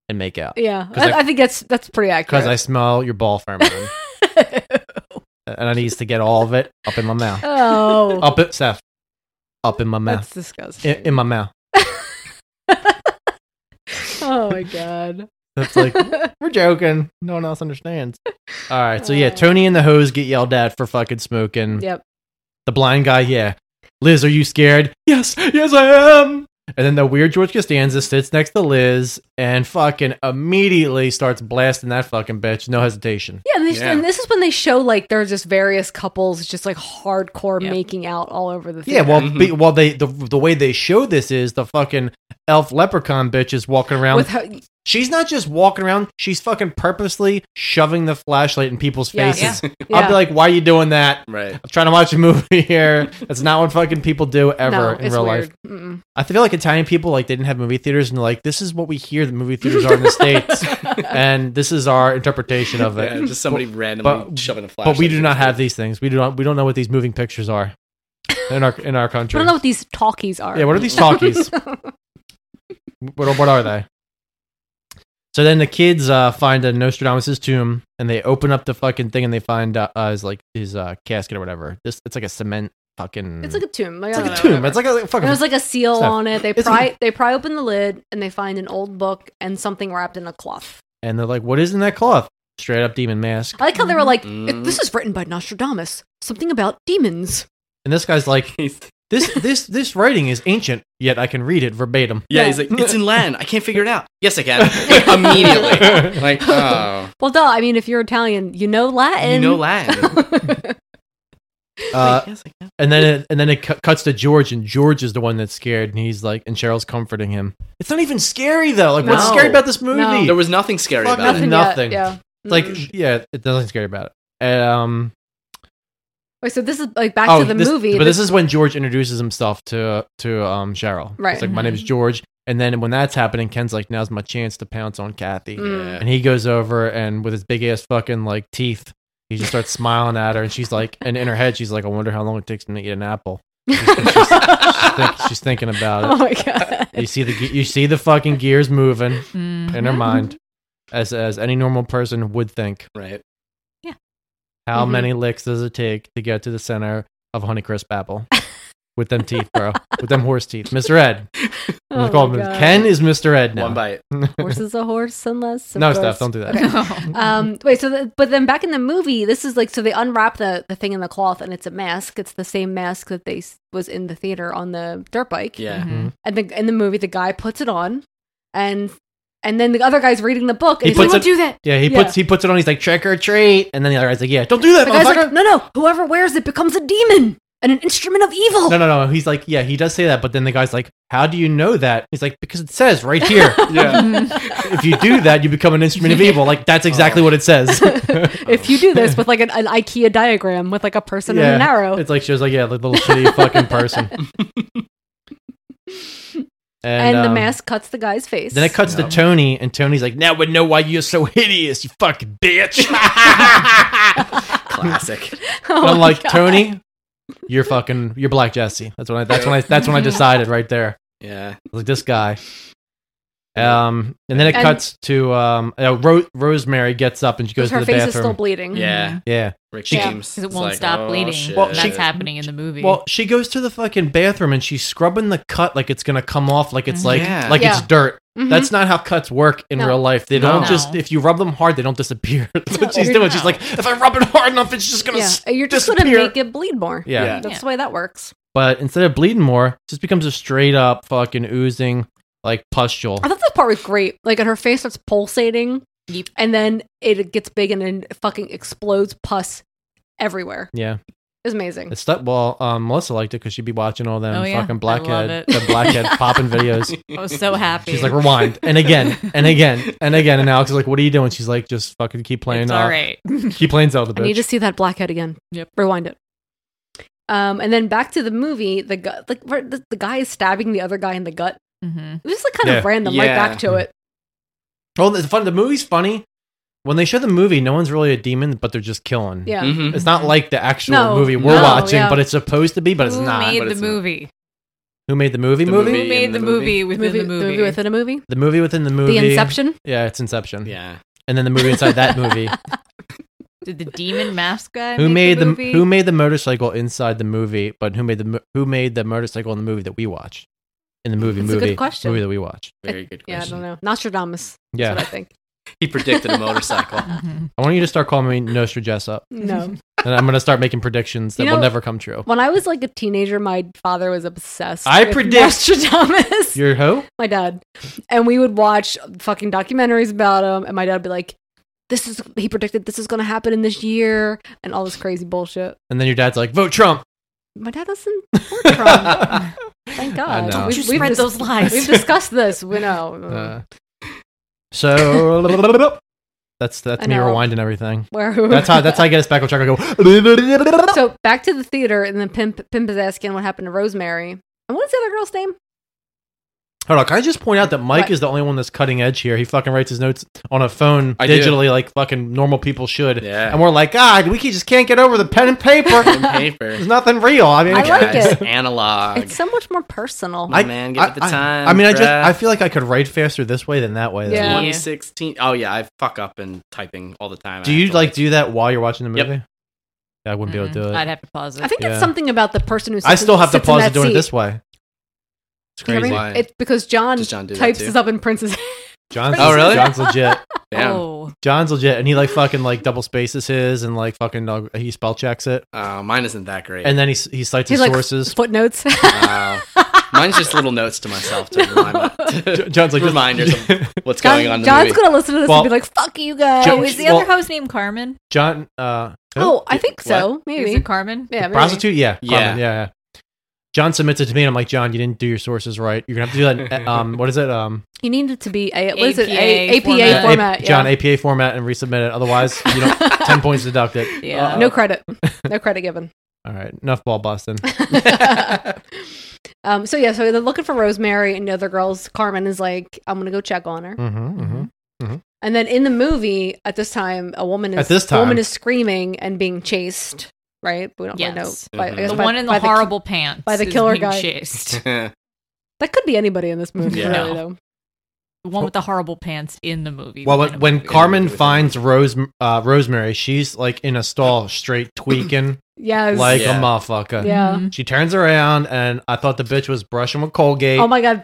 S5: and make out."
S2: Yeah,
S5: because
S2: I,
S5: I,
S2: I think that's that's pretty
S5: 'cause I
S2: accurate.
S5: smell your ball pheromone, and I needs to get all of it up in my mouth.
S2: Oh.
S5: up it, Seth. Up in my mouth.
S2: That's disgusting.
S5: In, in my mouth.
S2: oh my god.
S5: That's like we're joking. No one else understands. All right, so yeah, Tony and the hose get yelled at for fucking smoking.
S2: Yep.
S5: The blind guy, yeah. Liz, are you scared? Yes, yes, I am. And then the weird George Costanza sits next to Liz and fucking immediately starts blasting that fucking bitch, no hesitation.
S2: Yeah, and, they, and this is when they show like there's just various couples just like hardcore making out all over the
S5: Yeah,
S2: theater.
S5: well, be, well, they the, the way they show this is the fucking elf leprechaun bitch is walking around.
S2: With her-
S5: she's not just walking around; she's fucking purposely shoving the flashlight in people's
S2: Yeah.
S5: faces.
S2: Yeah.
S5: I'll be
S2: Yeah.
S5: like, "Why are you doing that?"
S11: Right.
S5: I'm trying to watch a movie here. That's not what fucking people do ever in
S2: it's
S5: real
S2: weird.
S5: life.
S2: Mm-mm.
S5: I feel like Italian people like they didn't have movie theaters and they're like this is what we hear the movie theaters are in the states, and this is our interpretation of it.
S11: Yeah, just somebody randomly shoving a
S5: But we
S11: flashlight
S5: do
S11: in
S5: not have these things. We do not. We don't know what these moving pictures are in our in our
S2: I
S5: country.
S2: don't know what these talkies are.
S5: Yeah, what are these talkies? what, are- what are they? So then the kids uh, find a Nostradamus' tomb and they open up the fucking thing and they find uh, uh, his like his uh, casket or whatever. This it's like a cement fucking.
S2: It's like a tomb. Like,
S5: It's
S2: I
S5: like a
S2: don't
S5: tomb.
S2: know, whatever.
S5: It's like a- like,
S2: And
S5: fucking
S2: There's like a seal
S5: stuff.
S2: on it. They
S5: It's
S2: pry. they pry open the lid and they find an old book and something wrapped in a cloth.
S5: and they're like, "What is in that cloth?" Straight up demon mask.
S2: I like how they were like,
S5: Mm.
S2: "This is written by Nostradamus. Something about demons."
S5: And this guy's like, "This this this writing is ancient, yet I can read it verbatim."
S11: Yeah, he's like, it's in Latin. I can't figure it out. Yes, I can. Immediately. Like, oh.
S2: Well, duh. I mean, if you're Italian, you know Latin.
S11: You know Latin.
S5: Uh, and then it, and then it cu- cuts to George, and George is the one that's scared, and he's like, and Cheryl's comforting him. It's not even scary though. Like, what's
S11: No.
S5: scary about this movie?
S11: There was Mm. nothing scary
S5: Fucking
S11: about it.
S5: Nothing.
S2: yeah.
S5: It's Like, yeah, it doesn't scary about it. Um,
S2: Wait, so this is like back
S5: oh,
S2: to the
S5: this-
S2: movie.
S5: But this is when George introduces himself to to um Cheryl.
S2: Right. Mm-hmm.
S5: It's like my name's George. And then when that's happening, Ken's like, "Now's my chance to pounce on Kathy."
S2: Mm. Yeah.
S5: And he goes over and with his big ass fucking like teeth, he just starts smiling at her, and she's like, and in her head, she's like, "I wonder how long it takes him to eat an apple." She's, she's- she's think- she's thinking about it.
S2: Oh my God.
S5: You see the ge- you see the fucking gears moving
S9: Mm-hmm.
S5: in her
S2: Mhm.
S5: mind, as as any normal person would think.
S11: Right.
S9: Yeah.
S5: How
S2: Mm-hmm.
S9: Mhm.
S5: many licks does it take to get to the center of Honeycrisp apple? With them teeth, bro. With them horse teeth. Mr. Ed.
S2: Oh my
S5: Let's call him-
S2: God.
S5: Ken is Mr. Ed now.
S11: One bite.
S2: horse is a horse unless
S5: No, Steph, don't do that.
S2: Okay.
S9: Oh.
S2: um, wait, so the, but then back in the movie, this is like so they unwrap the the thing in the cloth and it's a mask. It's the same mask that they s- was in the theater on the dirt bike.
S11: Yeah.
S9: Mm-hmm.
S11: Mhm.
S2: and the in the movie, the guy puts it on, and and then the other guy's reading the book. And
S5: He
S2: he's like,
S5: puts it, Yeah, he puts he puts it on. He's like trick or treat, and then the other guy's like, yeah, don't do that,
S2: the guy's
S5: motherfucker.
S2: like, no, no, whoever wears it becomes a demon and an instrument of evil.
S5: no, no, no. He's like, yeah, he does say that, but then the guy's like, how do you know that? He's like, because it says right here.
S11: Yeah. Oh.
S5: if you do that, you become an instrument of evil. Like that's exactly what it says.
S2: If you do this with like an, an IKEA diagram with like a person and an arrow,
S5: It's like she was like, yeah, like little shitty fucking person.
S2: and, the
S5: um,
S2: mask cuts the guy's face.
S5: Then it cuts to Tony, and Tony's like, "Now we know why you're so hideous, you fucking bitch."
S11: Classic.
S2: Oh
S5: And I'm
S2: my
S5: like,
S2: God.
S5: Tony, you're fucking, you're Black Jesse. That's when I, that's when I, that's when I decided right there.
S11: Yeah.
S5: I was like this guy. Um, and then it
S2: And-
S5: cuts to um, uh, Ro- Rosemary gets up and she goes
S2: her
S5: to the
S2: face
S5: bathing.
S2: is still bleeding.
S11: Yeah.
S5: Yeah.
S11: Rick
S2: Yeah,
S11: James.
S9: 'cause it
S11: is
S9: won't
S11: like,
S9: stop
S11: "Oh,
S9: bleeding.
S11: shit."
S5: Well,
S9: That's
S5: she-
S9: happening in the movie.
S5: Well, she goes to the fucking bathroom and she's scrubbing the cut like it's gonna come off, like
S9: Mm-hmm.
S5: it's like
S11: Yeah.
S5: like it's
S2: Yeah.
S5: dirt.
S2: Mhm.
S5: That's not how cuts work in
S2: No.
S5: real life. They
S11: No.
S5: don't just if you rub them hard, they don't disappear. That's what she's
S2: You're
S5: doing.
S2: not.
S5: She's like, if I rub it hard enough, it's just gonna.
S2: Yeah,
S5: s-
S2: you're just
S5: disappear.
S2: gonna make it bleed more.
S5: Yeah. Yeah.
S2: that's the way that works.
S5: But instead of bleeding more, it just becomes a straight up fucking oozing like pustule.
S2: I thought that part was great. Like, and her face starts pulsating, and then it gets big and then it fucking explodes pus everywhere.
S5: Yeah.
S2: It's amazing.
S5: It's that well, um, Melissa liked it because she'd be watching all them
S9: Oh, yeah. I
S5: fucking
S9: love
S5: blackhead,
S9: it.
S5: the blackhead popping videos.
S9: I was so happy.
S5: She's like, rewind and again and again and again. And Alex is like, what are you doing? She's like, just fucking keep playing.
S9: It's
S5: uh,
S9: all right.
S5: Keep playing Zelda.
S2: I need
S5: Bitch.
S2: to see that blackhead again.
S9: Yep.
S2: Rewind it. Um, and then back to the movie. The gu- like where the, the guy is stabbing the other guy in the gut.
S9: Mhm.
S2: It was just like kind of
S5: Yeah.
S2: random. Right
S11: Yeah.
S2: back to it.
S5: Well, the fun. The movie's funny. When they show the movie, no one's really a demon, but they're just killing.
S2: Yeah. Mm-hmm.
S11: Mhm.
S5: It's not like the actual
S2: No.
S5: movie we're
S2: No,
S5: watching,
S2: yeah.
S5: but it's supposed to be, but it's
S9: Who
S5: not.
S9: made
S11: but
S9: the
S11: it's not.
S9: movie?
S5: Who made the movie?
S11: The
S5: movie?
S11: movie?
S9: Who made
S11: in
S9: the
S11: the
S9: movie
S2: The
S9: within
S2: movie,
S9: the
S2: the movie
S9: movie?
S2: within a movie.
S5: The movie within the movie.
S2: Inception?
S5: Yeah, it's Inception.
S11: Yeah.
S5: And then the movie inside that movie.
S9: Did the demon mask guy?
S5: who
S9: make
S5: made the,
S9: movie?
S5: Who made the motorcycle inside the movie? But who made the mo- Who made the motorcycle in the movie that we watched? In the movie
S2: That's a good
S5: movie
S2: question.
S5: movie that we watched.
S11: Very good
S2: Yeah, I
S11: question.
S2: don't know. Nostradamus. That's
S5: Yeah.
S2: what I think.
S11: He predicted a motorcycle.
S5: I want you to start calling me Nostra Jessup,
S2: No.
S5: and I'm gonna start making predictions that
S2: You
S5: will
S2: know-
S5: never come true.
S2: When I was like a teenager, my father was obsessed.
S5: I
S2: with
S5: predict-
S2: Nostradamus.
S5: Your hoe?
S2: my dad, and we would watch fucking documentaries about him, and my dad would be like, "This is he predicted this is going to happen in this year," and all this crazy bullshit.
S5: And then your dad's like, vote Trump.
S2: My dad doesn't support Trump. Thank
S5: I
S2: God.
S5: know.
S9: Don't you spread
S2: dis-
S9: those lies.
S2: We've discussed this. We know.
S5: Uh, so that's that's
S2: I
S5: me
S2: know.
S5: rewinding everything.
S2: Where
S5: That's how that's how I get us back on track. I go.
S2: so back to the theater, and then Pimp Pimp is asking what happened to Rosemary. And what's the other girl's name?
S5: Hold on, can I just point out that Mike
S2: What?
S5: is the only one that's cutting edge here? He fucking writes his notes on a phone
S11: I do.
S5: digitally, like fucking normal people should.
S11: Yeah.
S5: And we're like, God, we can- just can't get over the pen and
S11: Pen
S5: paper.
S11: and paper.
S5: There's nothing real. I mean,
S2: I like
S11: Guys,
S2: it.
S11: Analog.
S2: It's so much more personal.
S11: My man, give it the
S5: I-
S11: time.
S5: I mean, I just
S11: bruh.
S5: I feel like I could write faster this way than that way. though.
S2: Yeah.
S11: 2016. Oh yeah, I fuck up in typing all the time.
S5: Do
S11: I
S5: you
S11: have to,
S5: like do that while you're watching the
S11: Yep.
S5: movie? Yeah, I wouldn't be able to do
S9: I'd
S5: it.
S9: have to pause it.
S2: I think
S5: Yeah.
S2: it's something about the person who.
S5: I
S2: sits in-
S5: still have to
S2: sits in
S5: pause
S2: that
S5: it doing it
S2: seat.
S5: this way. It's
S2: You know what
S5: crazy.
S2: I mean?
S11: Why?
S2: It's because John,
S11: Does John do that
S2: types
S11: too?
S2: this up in Prince's.
S5: John's,
S11: Oh, really?
S5: John's legit.
S11: Damn.
S9: Oh,
S5: John's legit, and he like fucking like double spaces his, and like fucking uh, he spell checks it,
S11: Uh, mine isn't that great.
S5: and then he he cites
S2: He's
S5: his
S2: like
S5: sources.
S2: footnotes.
S11: Uh, mine's just little notes to myself to remind
S5: Jo- John's like
S11: reminders of what's
S2: John,
S11: going on. In the
S2: John's
S11: movie.
S2: gonna listen to this
S5: Well-
S2: and be like, "Fuck you guys."
S5: Jo-
S9: oh, is the
S5: well-
S9: other host named Carmen?
S5: John, uh,
S2: oh, I think so.
S9: Is
S2: Maybe.
S9: it Carmen?
S2: Yeah, maybe.
S5: prostitute. Yeah,
S11: Yeah.
S5: Carmen, yeah, yeah. John submits it to me, and I'm like, John, you didn't do your sources right. You're gonna have to do that. in, um, what is it? Um,
S2: He needed to be a what is it? A-
S9: APA
S2: APA
S9: format.
S2: format.
S5: A-
S2: yeah.
S5: John APA format and resubmit it. Otherwise, you know, ten points deducted.
S9: Yeah.
S2: no credit. No credit given.
S5: All right, enough ball busting.
S2: Um, so yeah, so they're looking for Rosemary and the other girls. Carmen is like, I'm gonna go check on her.
S5: Mhm, mhm, mhm.
S2: And then in the movie, at this time, a woman is
S5: At this
S2: a woman
S5: time.
S2: is screaming and being chased. Right? We don't really know.
S9: Yes.
S2: By- I
S9: Mhm.
S2: guess
S9: The
S2: by-
S9: one in the
S2: by
S9: horrible pants
S2: by the
S9: is
S2: killer
S9: being
S2: guy.
S9: chased.
S2: That could be anybody in this movie.
S5: Yeah.
S2: Really, though.
S9: The one with the horrible pants in the movie.
S5: Well,
S9: What kind
S5: when,
S9: of
S5: when
S9: movie?
S5: Carmen finds Rose, uh, Rosemary, she's like in a stall, straight tweaking.
S2: Yes.
S5: Like uh, Mm-hmm.
S2: Yeah.
S5: a motherfucker.
S2: Yeah. Mhm.
S5: She turns around, and I thought the bitch was brushing with Colgate.
S2: Oh my god,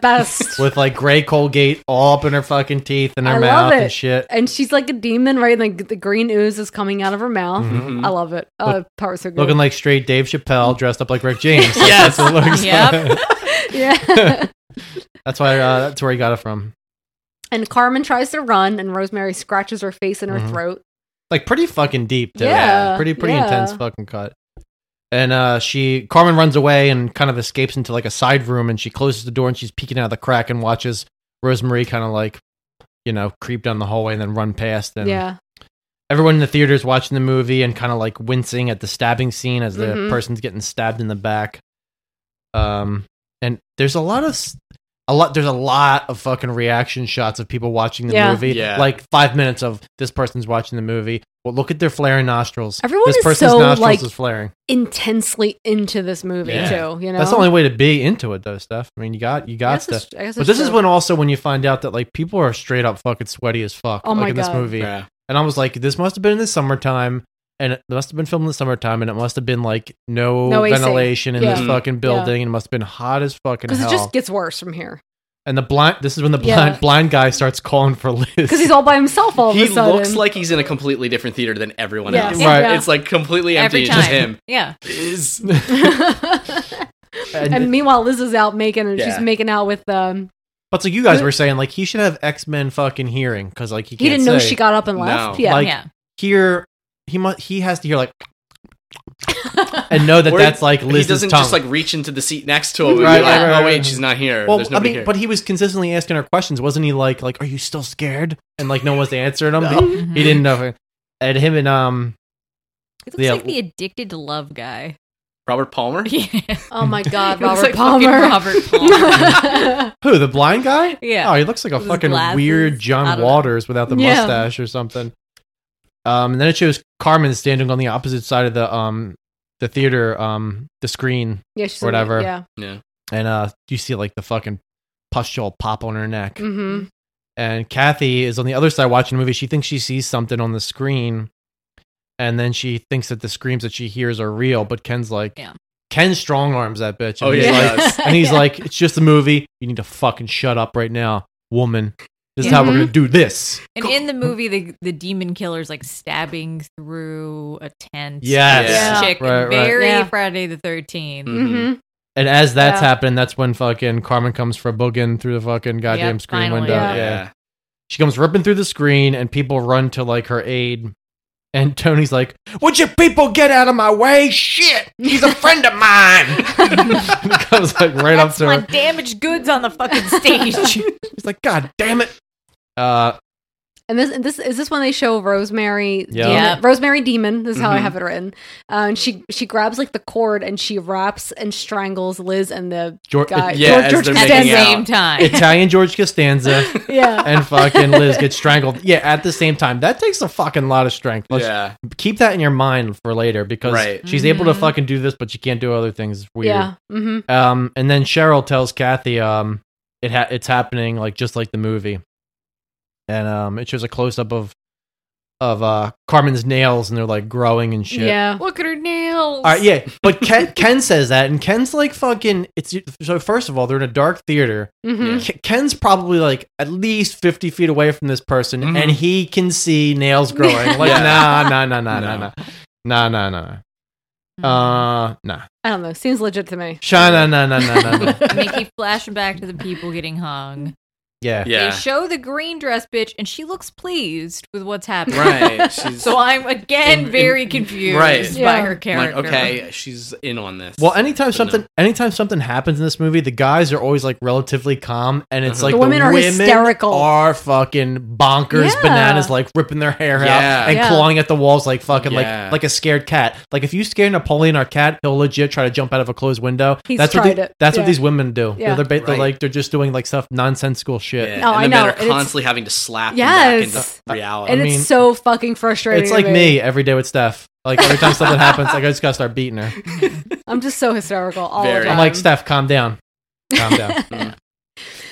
S2: best.
S5: With like gray Colgate all up in her fucking teeth and her
S2: I
S5: mouth
S2: love it.
S5: and shit.
S2: And she's like a demon, right? Like the green ooze is coming out of her mouth.
S5: Mhm.
S2: I love it. Oh,
S5: Look-
S2: that part was so good.
S5: Looking like straight Dave Chappelle dressed up like Rick James. Like,
S2: Yes.
S5: That's what it looks
S2: Yep.
S5: like.
S2: Yeah.
S5: that's why. Uh, that's where he got it from.
S2: and Carmen tries to run, and Rosemary scratches her face and her
S5: Mhm.
S2: throat.
S5: Like pretty fucking deep. Too.
S2: Yeah,
S5: Pretty pretty
S2: yeah.
S5: intense fucking cut. And uh, she Carmen runs away and kind of escapes into like a side room, and she closes the door and she's peeking out of the crack and watches Rosemary kind of like, you know, creep down the hallway and then run past. And
S2: Yeah.
S5: everyone in the theater is watching the movie and kind of like wincing at the stabbing scene as the
S2: Mhm.
S5: person's getting stabbed in the back. Um, and there's a lot of s- a lot. There's a lot of fucking reaction shots of people watching the
S2: Yeah.
S5: movie.
S2: Yeah.
S5: like five minutes of this person's watching the movie. Well, look at their flaring nostrils.
S2: Everyone
S5: this
S2: is
S5: person's
S2: so,
S5: nostrils
S2: like,
S5: is flaring.
S2: Intensely into this movie too. You know,
S5: that's the only way to be into it though. Stuff. I mean, you got you got
S2: guess it's-
S5: stuff.
S2: I guess
S5: But
S2: it's
S5: this is
S2: true.
S5: when also when you find out that like people are straight up fucking sweaty as fuck.
S2: Oh
S5: like
S2: my
S5: in this
S2: God.
S5: movie.
S2: Yeah.
S5: And I was like, this must have been in the summertime, and it must have been filmed in the summertime, and it must have been like no,
S2: No AC.
S5: ventilation in this
S2: Yeah.
S5: fucking
S2: Yeah.
S5: building, and it must have been hot as fucking
S2: because
S5: hell.
S2: it just gets worse from here.
S5: and the blind. This is when the
S2: Yeah.
S5: blind blind guy starts calling for Liz
S2: Because he's all by himself all of
S11: He
S2: a sudden.
S11: looks like he's in a completely different theater than everyone
S2: Yeah.
S11: else.
S2: Yeah. Right.
S11: It's like completely empty.
S9: Every
S11: It's just
S9: time.
S11: him.
S9: Yeah.
S11: Is
S2: and, meanwhile, Liz is out making, and
S5: Yeah.
S2: she's making out with. Um,
S5: But so you guys were saying like he should have X Men fucking hearing because like he,
S2: He
S5: can't
S2: didn't know
S5: say.
S2: she got up and left? Yeah.
S5: like,
S2: Yeah.
S5: Here he must he has to hear like and know that
S11: Or
S5: that's like
S11: he
S5: Liz's
S11: doesn't
S5: tongue.
S11: just like reach into the seat next to him. And
S5: Right,
S11: be like,
S5: right, right,
S11: oh wait,
S5: right.
S11: she's not here.
S5: well,
S11: There's
S5: I
S11: nobody
S5: mean,
S11: here.
S5: but he was consistently asking her questions, wasn't he? Like like are you still scared? And like no one was answering him.
S9: No.
S5: He, he didn't know. And him and um
S9: He looks like the addicted to love guy.
S11: Robert Palmer.
S2: oh my God,
S9: He looks
S2: Robert
S9: like
S2: Palmer.
S9: fucking Robert Palmer.
S5: Who the blind guy?
S9: Yeah.
S5: Oh, he looks like a
S9: With his
S5: fucking
S9: glasses.
S5: weird
S9: I
S5: John
S9: don't know.
S5: Waters without the
S9: Yeah.
S5: mustache or something. Um, and then it shows Carmen standing on the opposite side of the um the theater um the screen.
S2: Yeah, she's
S5: or
S2: on the-
S5: whatever.
S2: yeah.
S11: Yeah.
S5: And uh, you see like the fucking pustule pop on her neck.
S2: Mhm.
S5: And Kathy is on the other side watching the movie. She thinks she sees something on the screen, and then she thinks that the screams that she hears are real. But Ken's like, Ken strong arms that bitch.
S11: Oh,
S5: And he's
S11: yeah, he
S5: like,
S11: does.
S5: and he's
S11: Yeah.
S5: like, it's just a movie. You need to fucking shut up right now, woman. This is how we're
S9: Mhm.
S5: gonna do this.
S9: And in the movie, the the demon killer's like stabbing through a tent.
S5: Yes.
S9: This
S5: Yeah.
S9: chick,
S5: Right, right.
S9: very
S2: Yeah.
S9: Friday the 13th
S11: Mm. Mm-hmm.
S2: Mm-hmm.
S5: Mhm. And as that's
S9: Yeah.
S5: happening, that's when fucking Carmen comes for booging through the fucking goddamn
S9: Yep,
S5: screen
S9: finally.
S5: window.
S9: Yeah.
S5: Yeah.
S11: Yeah.
S5: She comes ripping through the screen and people run to like her aid. And Tony's like, Would you people get out of my way? Shit! He's a friend of mine. and he comes like right up to
S9: My
S5: her.
S9: damaged goods on the fucking stage.
S5: He's like, God damn it. Uh
S2: And this, and this is this when they show Rosemary.
S5: Yeah.
S2: Demon-
S5: Yeah.
S2: Rosemary Demon is how I
S11: Mm-hmm.
S5: Mhm.
S2: have it written. Uh, and she she grabs like the cord and she wraps and strangles Liz and the
S5: Geor-
S2: guy.
S5: it- Yeah, as they're
S2: Costanza.
S5: making out. Same Italian George Costanza
S2: Yeah.
S5: and fucking Liz get strangled. Yeah, at the same time. That takes a fucking lot of strength. Let's
S11: Yeah.
S5: Keep that in your mind for later because
S11: Right.
S5: she's able to
S11: Mhm.
S5: fucking do this, but she can't do other things. It's Weird.
S2: Yeah. Mhm.
S5: Um, and then Cheryl tells Kathy, um, it ha- it's happening like just like the movie, and um, it shows a close up of of uh Carmen's nails, and they're like growing and shit.
S9: Yeah. Look at her nails.
S5: All right, yeah, but Ken, Ken says that, and Ken's like fucking. It's so. First of all, they're in a dark theater.
S2: Mhm.
S5: Ke- Ken's probably like at least fifty feet away from this person, and he can see nails growing. Like,
S11: Yeah.
S5: nah, nah, nah, nah, nah, nah, nah, nah, nah, nah, uh, nah.
S2: I don't know. Seems legit to me.
S5: Sha, nah, nah, nah, nah, nah, nah.
S9: And they keep flashing back to the people getting hung.
S5: Yeah.
S11: Yeah.
S9: They show the green dress bitch, and she looks pleased with what's happening.
S11: Right, she's-
S9: so I'm again
S11: In-
S9: very
S11: in-
S9: confused
S11: right.
S9: by her
S11: I'm
S9: character.
S11: Like, okay, she's in on this.
S5: Well, anytime
S11: But no.
S5: something anytime something happens in this movie, the guys are always like relatively calm, and it's
S11: Uh-huh.
S5: like
S11: The
S2: women are hysterical.
S5: are fucking bonkers,
S2: Yeah.
S5: bananas, like ripping their hair
S11: Yeah.
S5: out and
S2: Yeah.
S5: clawing at the walls like fucking
S11: Yeah.
S5: like like a scared cat. Like if you scare Napoleon or cat, he'll legit try to jump out of a closed window.
S2: He's
S5: that's what
S2: tried
S5: the-
S2: it.
S5: that's
S2: Yeah.
S5: what these women do.
S2: Yeah.
S5: Yeah. They're, ba- they're
S11: Right.
S5: like they're just doing like stuff nonsensical shit.
S11: Yeah,
S2: No,
S11: and
S2: Oh, I
S11: the
S2: know,
S11: men
S2: and
S11: are
S2: it's-
S11: constantly having to slap you back
S2: Yes.
S11: into reality.
S2: and
S5: I mean-
S2: it's so fucking frustrating.
S5: It's
S2: to
S5: like me every day with Steph. Like every time something happens, like I just gotta start beating her.
S2: I'm just so hysterical all the
S11: Very.
S2: time.
S5: I'm like Steph, calm down, calm down.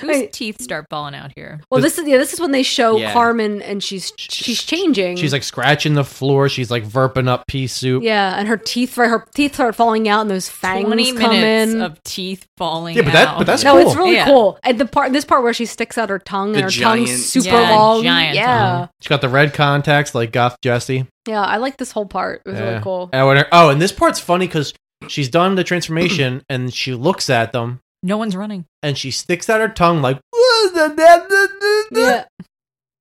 S9: Whose teeth start falling out here?
S2: Well, this is yeah. This is when they show
S5: Yeah.
S2: Carmen, and she's she's changing.
S5: She's like scratching the floor. She's like verping up pea soup.
S2: yeah, and her teeth right, her teeth start falling out, and those fangs
S9: 20
S2: come
S9: minutes
S2: in.
S9: of teeth falling
S5: Yeah, but that-
S9: out.
S5: but that's
S2: no,
S5: cool.
S2: it's really
S9: Yeah.
S2: cool. And the part this part where she sticks out her tongue,
S5: The
S2: and her
S5: giant-
S2: tongue's super
S9: Yeah,
S2: long.
S9: giant
S2: yeah,
S5: Uh-huh. She's got the red contacts like Goth Jesse.
S2: yeah. I like this whole part. It was
S5: Yeah.
S2: really cool.
S5: And when her- oh, and this part's funny because she's done the transformation and she looks at them
S9: No one's running.
S5: and she sticks out her tongue like,
S2: Yeah.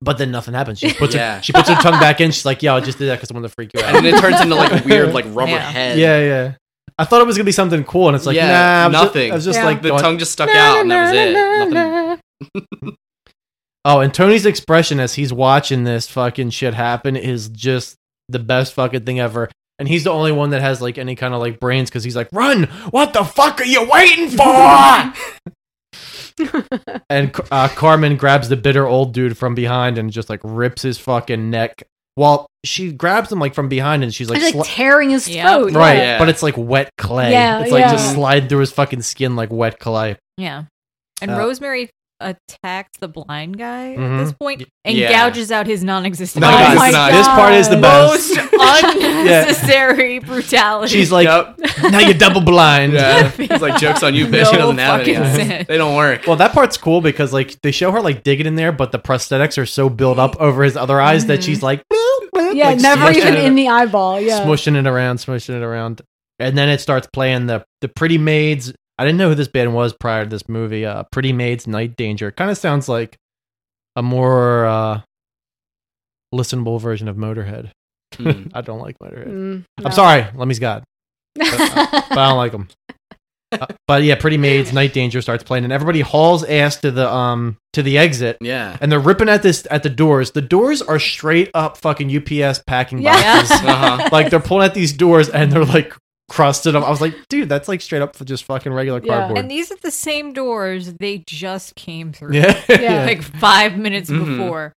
S5: but then nothing happens. She puts
S11: Yeah.
S5: her she puts her tongue back in. She's like, "Yo, I just did that because I wanted to freak you out."
S11: And then it turns into like a weird like rubber
S9: Yeah.
S11: head.
S5: yeah, yeah. I thought it was gonna be something cool, and it's like,
S11: yeah,
S5: nah, I was ju-
S11: nothing.
S5: I was just
S2: Yeah.
S5: like
S11: the
S5: going-
S11: tongue just stuck out, and that was it. Nothing.
S5: Oh, and Tony's expression as he's watching this fucking shit happen is just the best fucking thing ever. And he's the only one that has like any kind of like brains because he's like, "Run! What the fuck are you waiting for?" and uh, Carmen grabs the bitter old dude from behind and just like rips his fucking neck. While she grabs him like from behind and she's like,
S2: She's like,
S5: sli-
S2: tearing his
S9: Yeah.
S2: throat.
S5: right,
S11: Yeah.
S5: but it's like wet clay.
S2: Yeah,
S5: it's like
S2: yeah.
S5: just slide through his fucking skin like wet clay.
S9: Yeah. And
S5: Uh,
S9: Rosemary attacks the blind guy
S5: Mhm.
S9: at this point and
S11: Yeah.
S9: gouges out his non-existent.
S5: No,
S9: eye.
S5: guys,
S2: Oh my
S5: this part is the
S2: God.
S5: best.
S9: Most unnecessary brutality.
S5: She's like, now you're double blind.
S11: Yeah, it's like jokes on you, bitch. she
S9: No
S11: doesn't have any.
S9: fucking
S11: eyes.
S9: sense.
S11: They don't work.
S5: Well, that part's cool because like they show her like digging in there, but the prosthetics are so built up over his other eyes that she's like,
S2: Mm-hmm. Yeah,
S5: like,
S2: never
S5: smushing
S2: even
S5: it-
S2: in the eyeball. Yeah,
S5: smushing it around, smushing it around, and then it starts playing the the Pretty Maids. I didn't know who this band was prior to this movie. Uh, Pretty Maids, Night Danger. Kind of sounds like a more uh, listenable version of Motorhead.
S11: Hmm.
S5: I don't like Motorhead.
S2: Mm, no.
S5: I'm sorry, Lemmy's God, but I don't like him. Uh, but yeah, Pretty Maids, Night Danger starts playing, and everybody hauls ass to the um to the exit.
S11: Yeah.
S5: and they're ripping at this at the doors. The doors are straight up fucking UPS packing
S2: Yeah.
S5: boxes.
S11: Uh-huh.
S5: like they're pulling at these doors and they're like crusted them. I was like, dude, that's like straight up for just fucking regular
S2: Yeah.
S5: cardboard.
S9: and these are the same doors they just came through.
S5: yeah.
S2: Yeah.
S9: Like five minutes
S11: Mhm.
S9: before.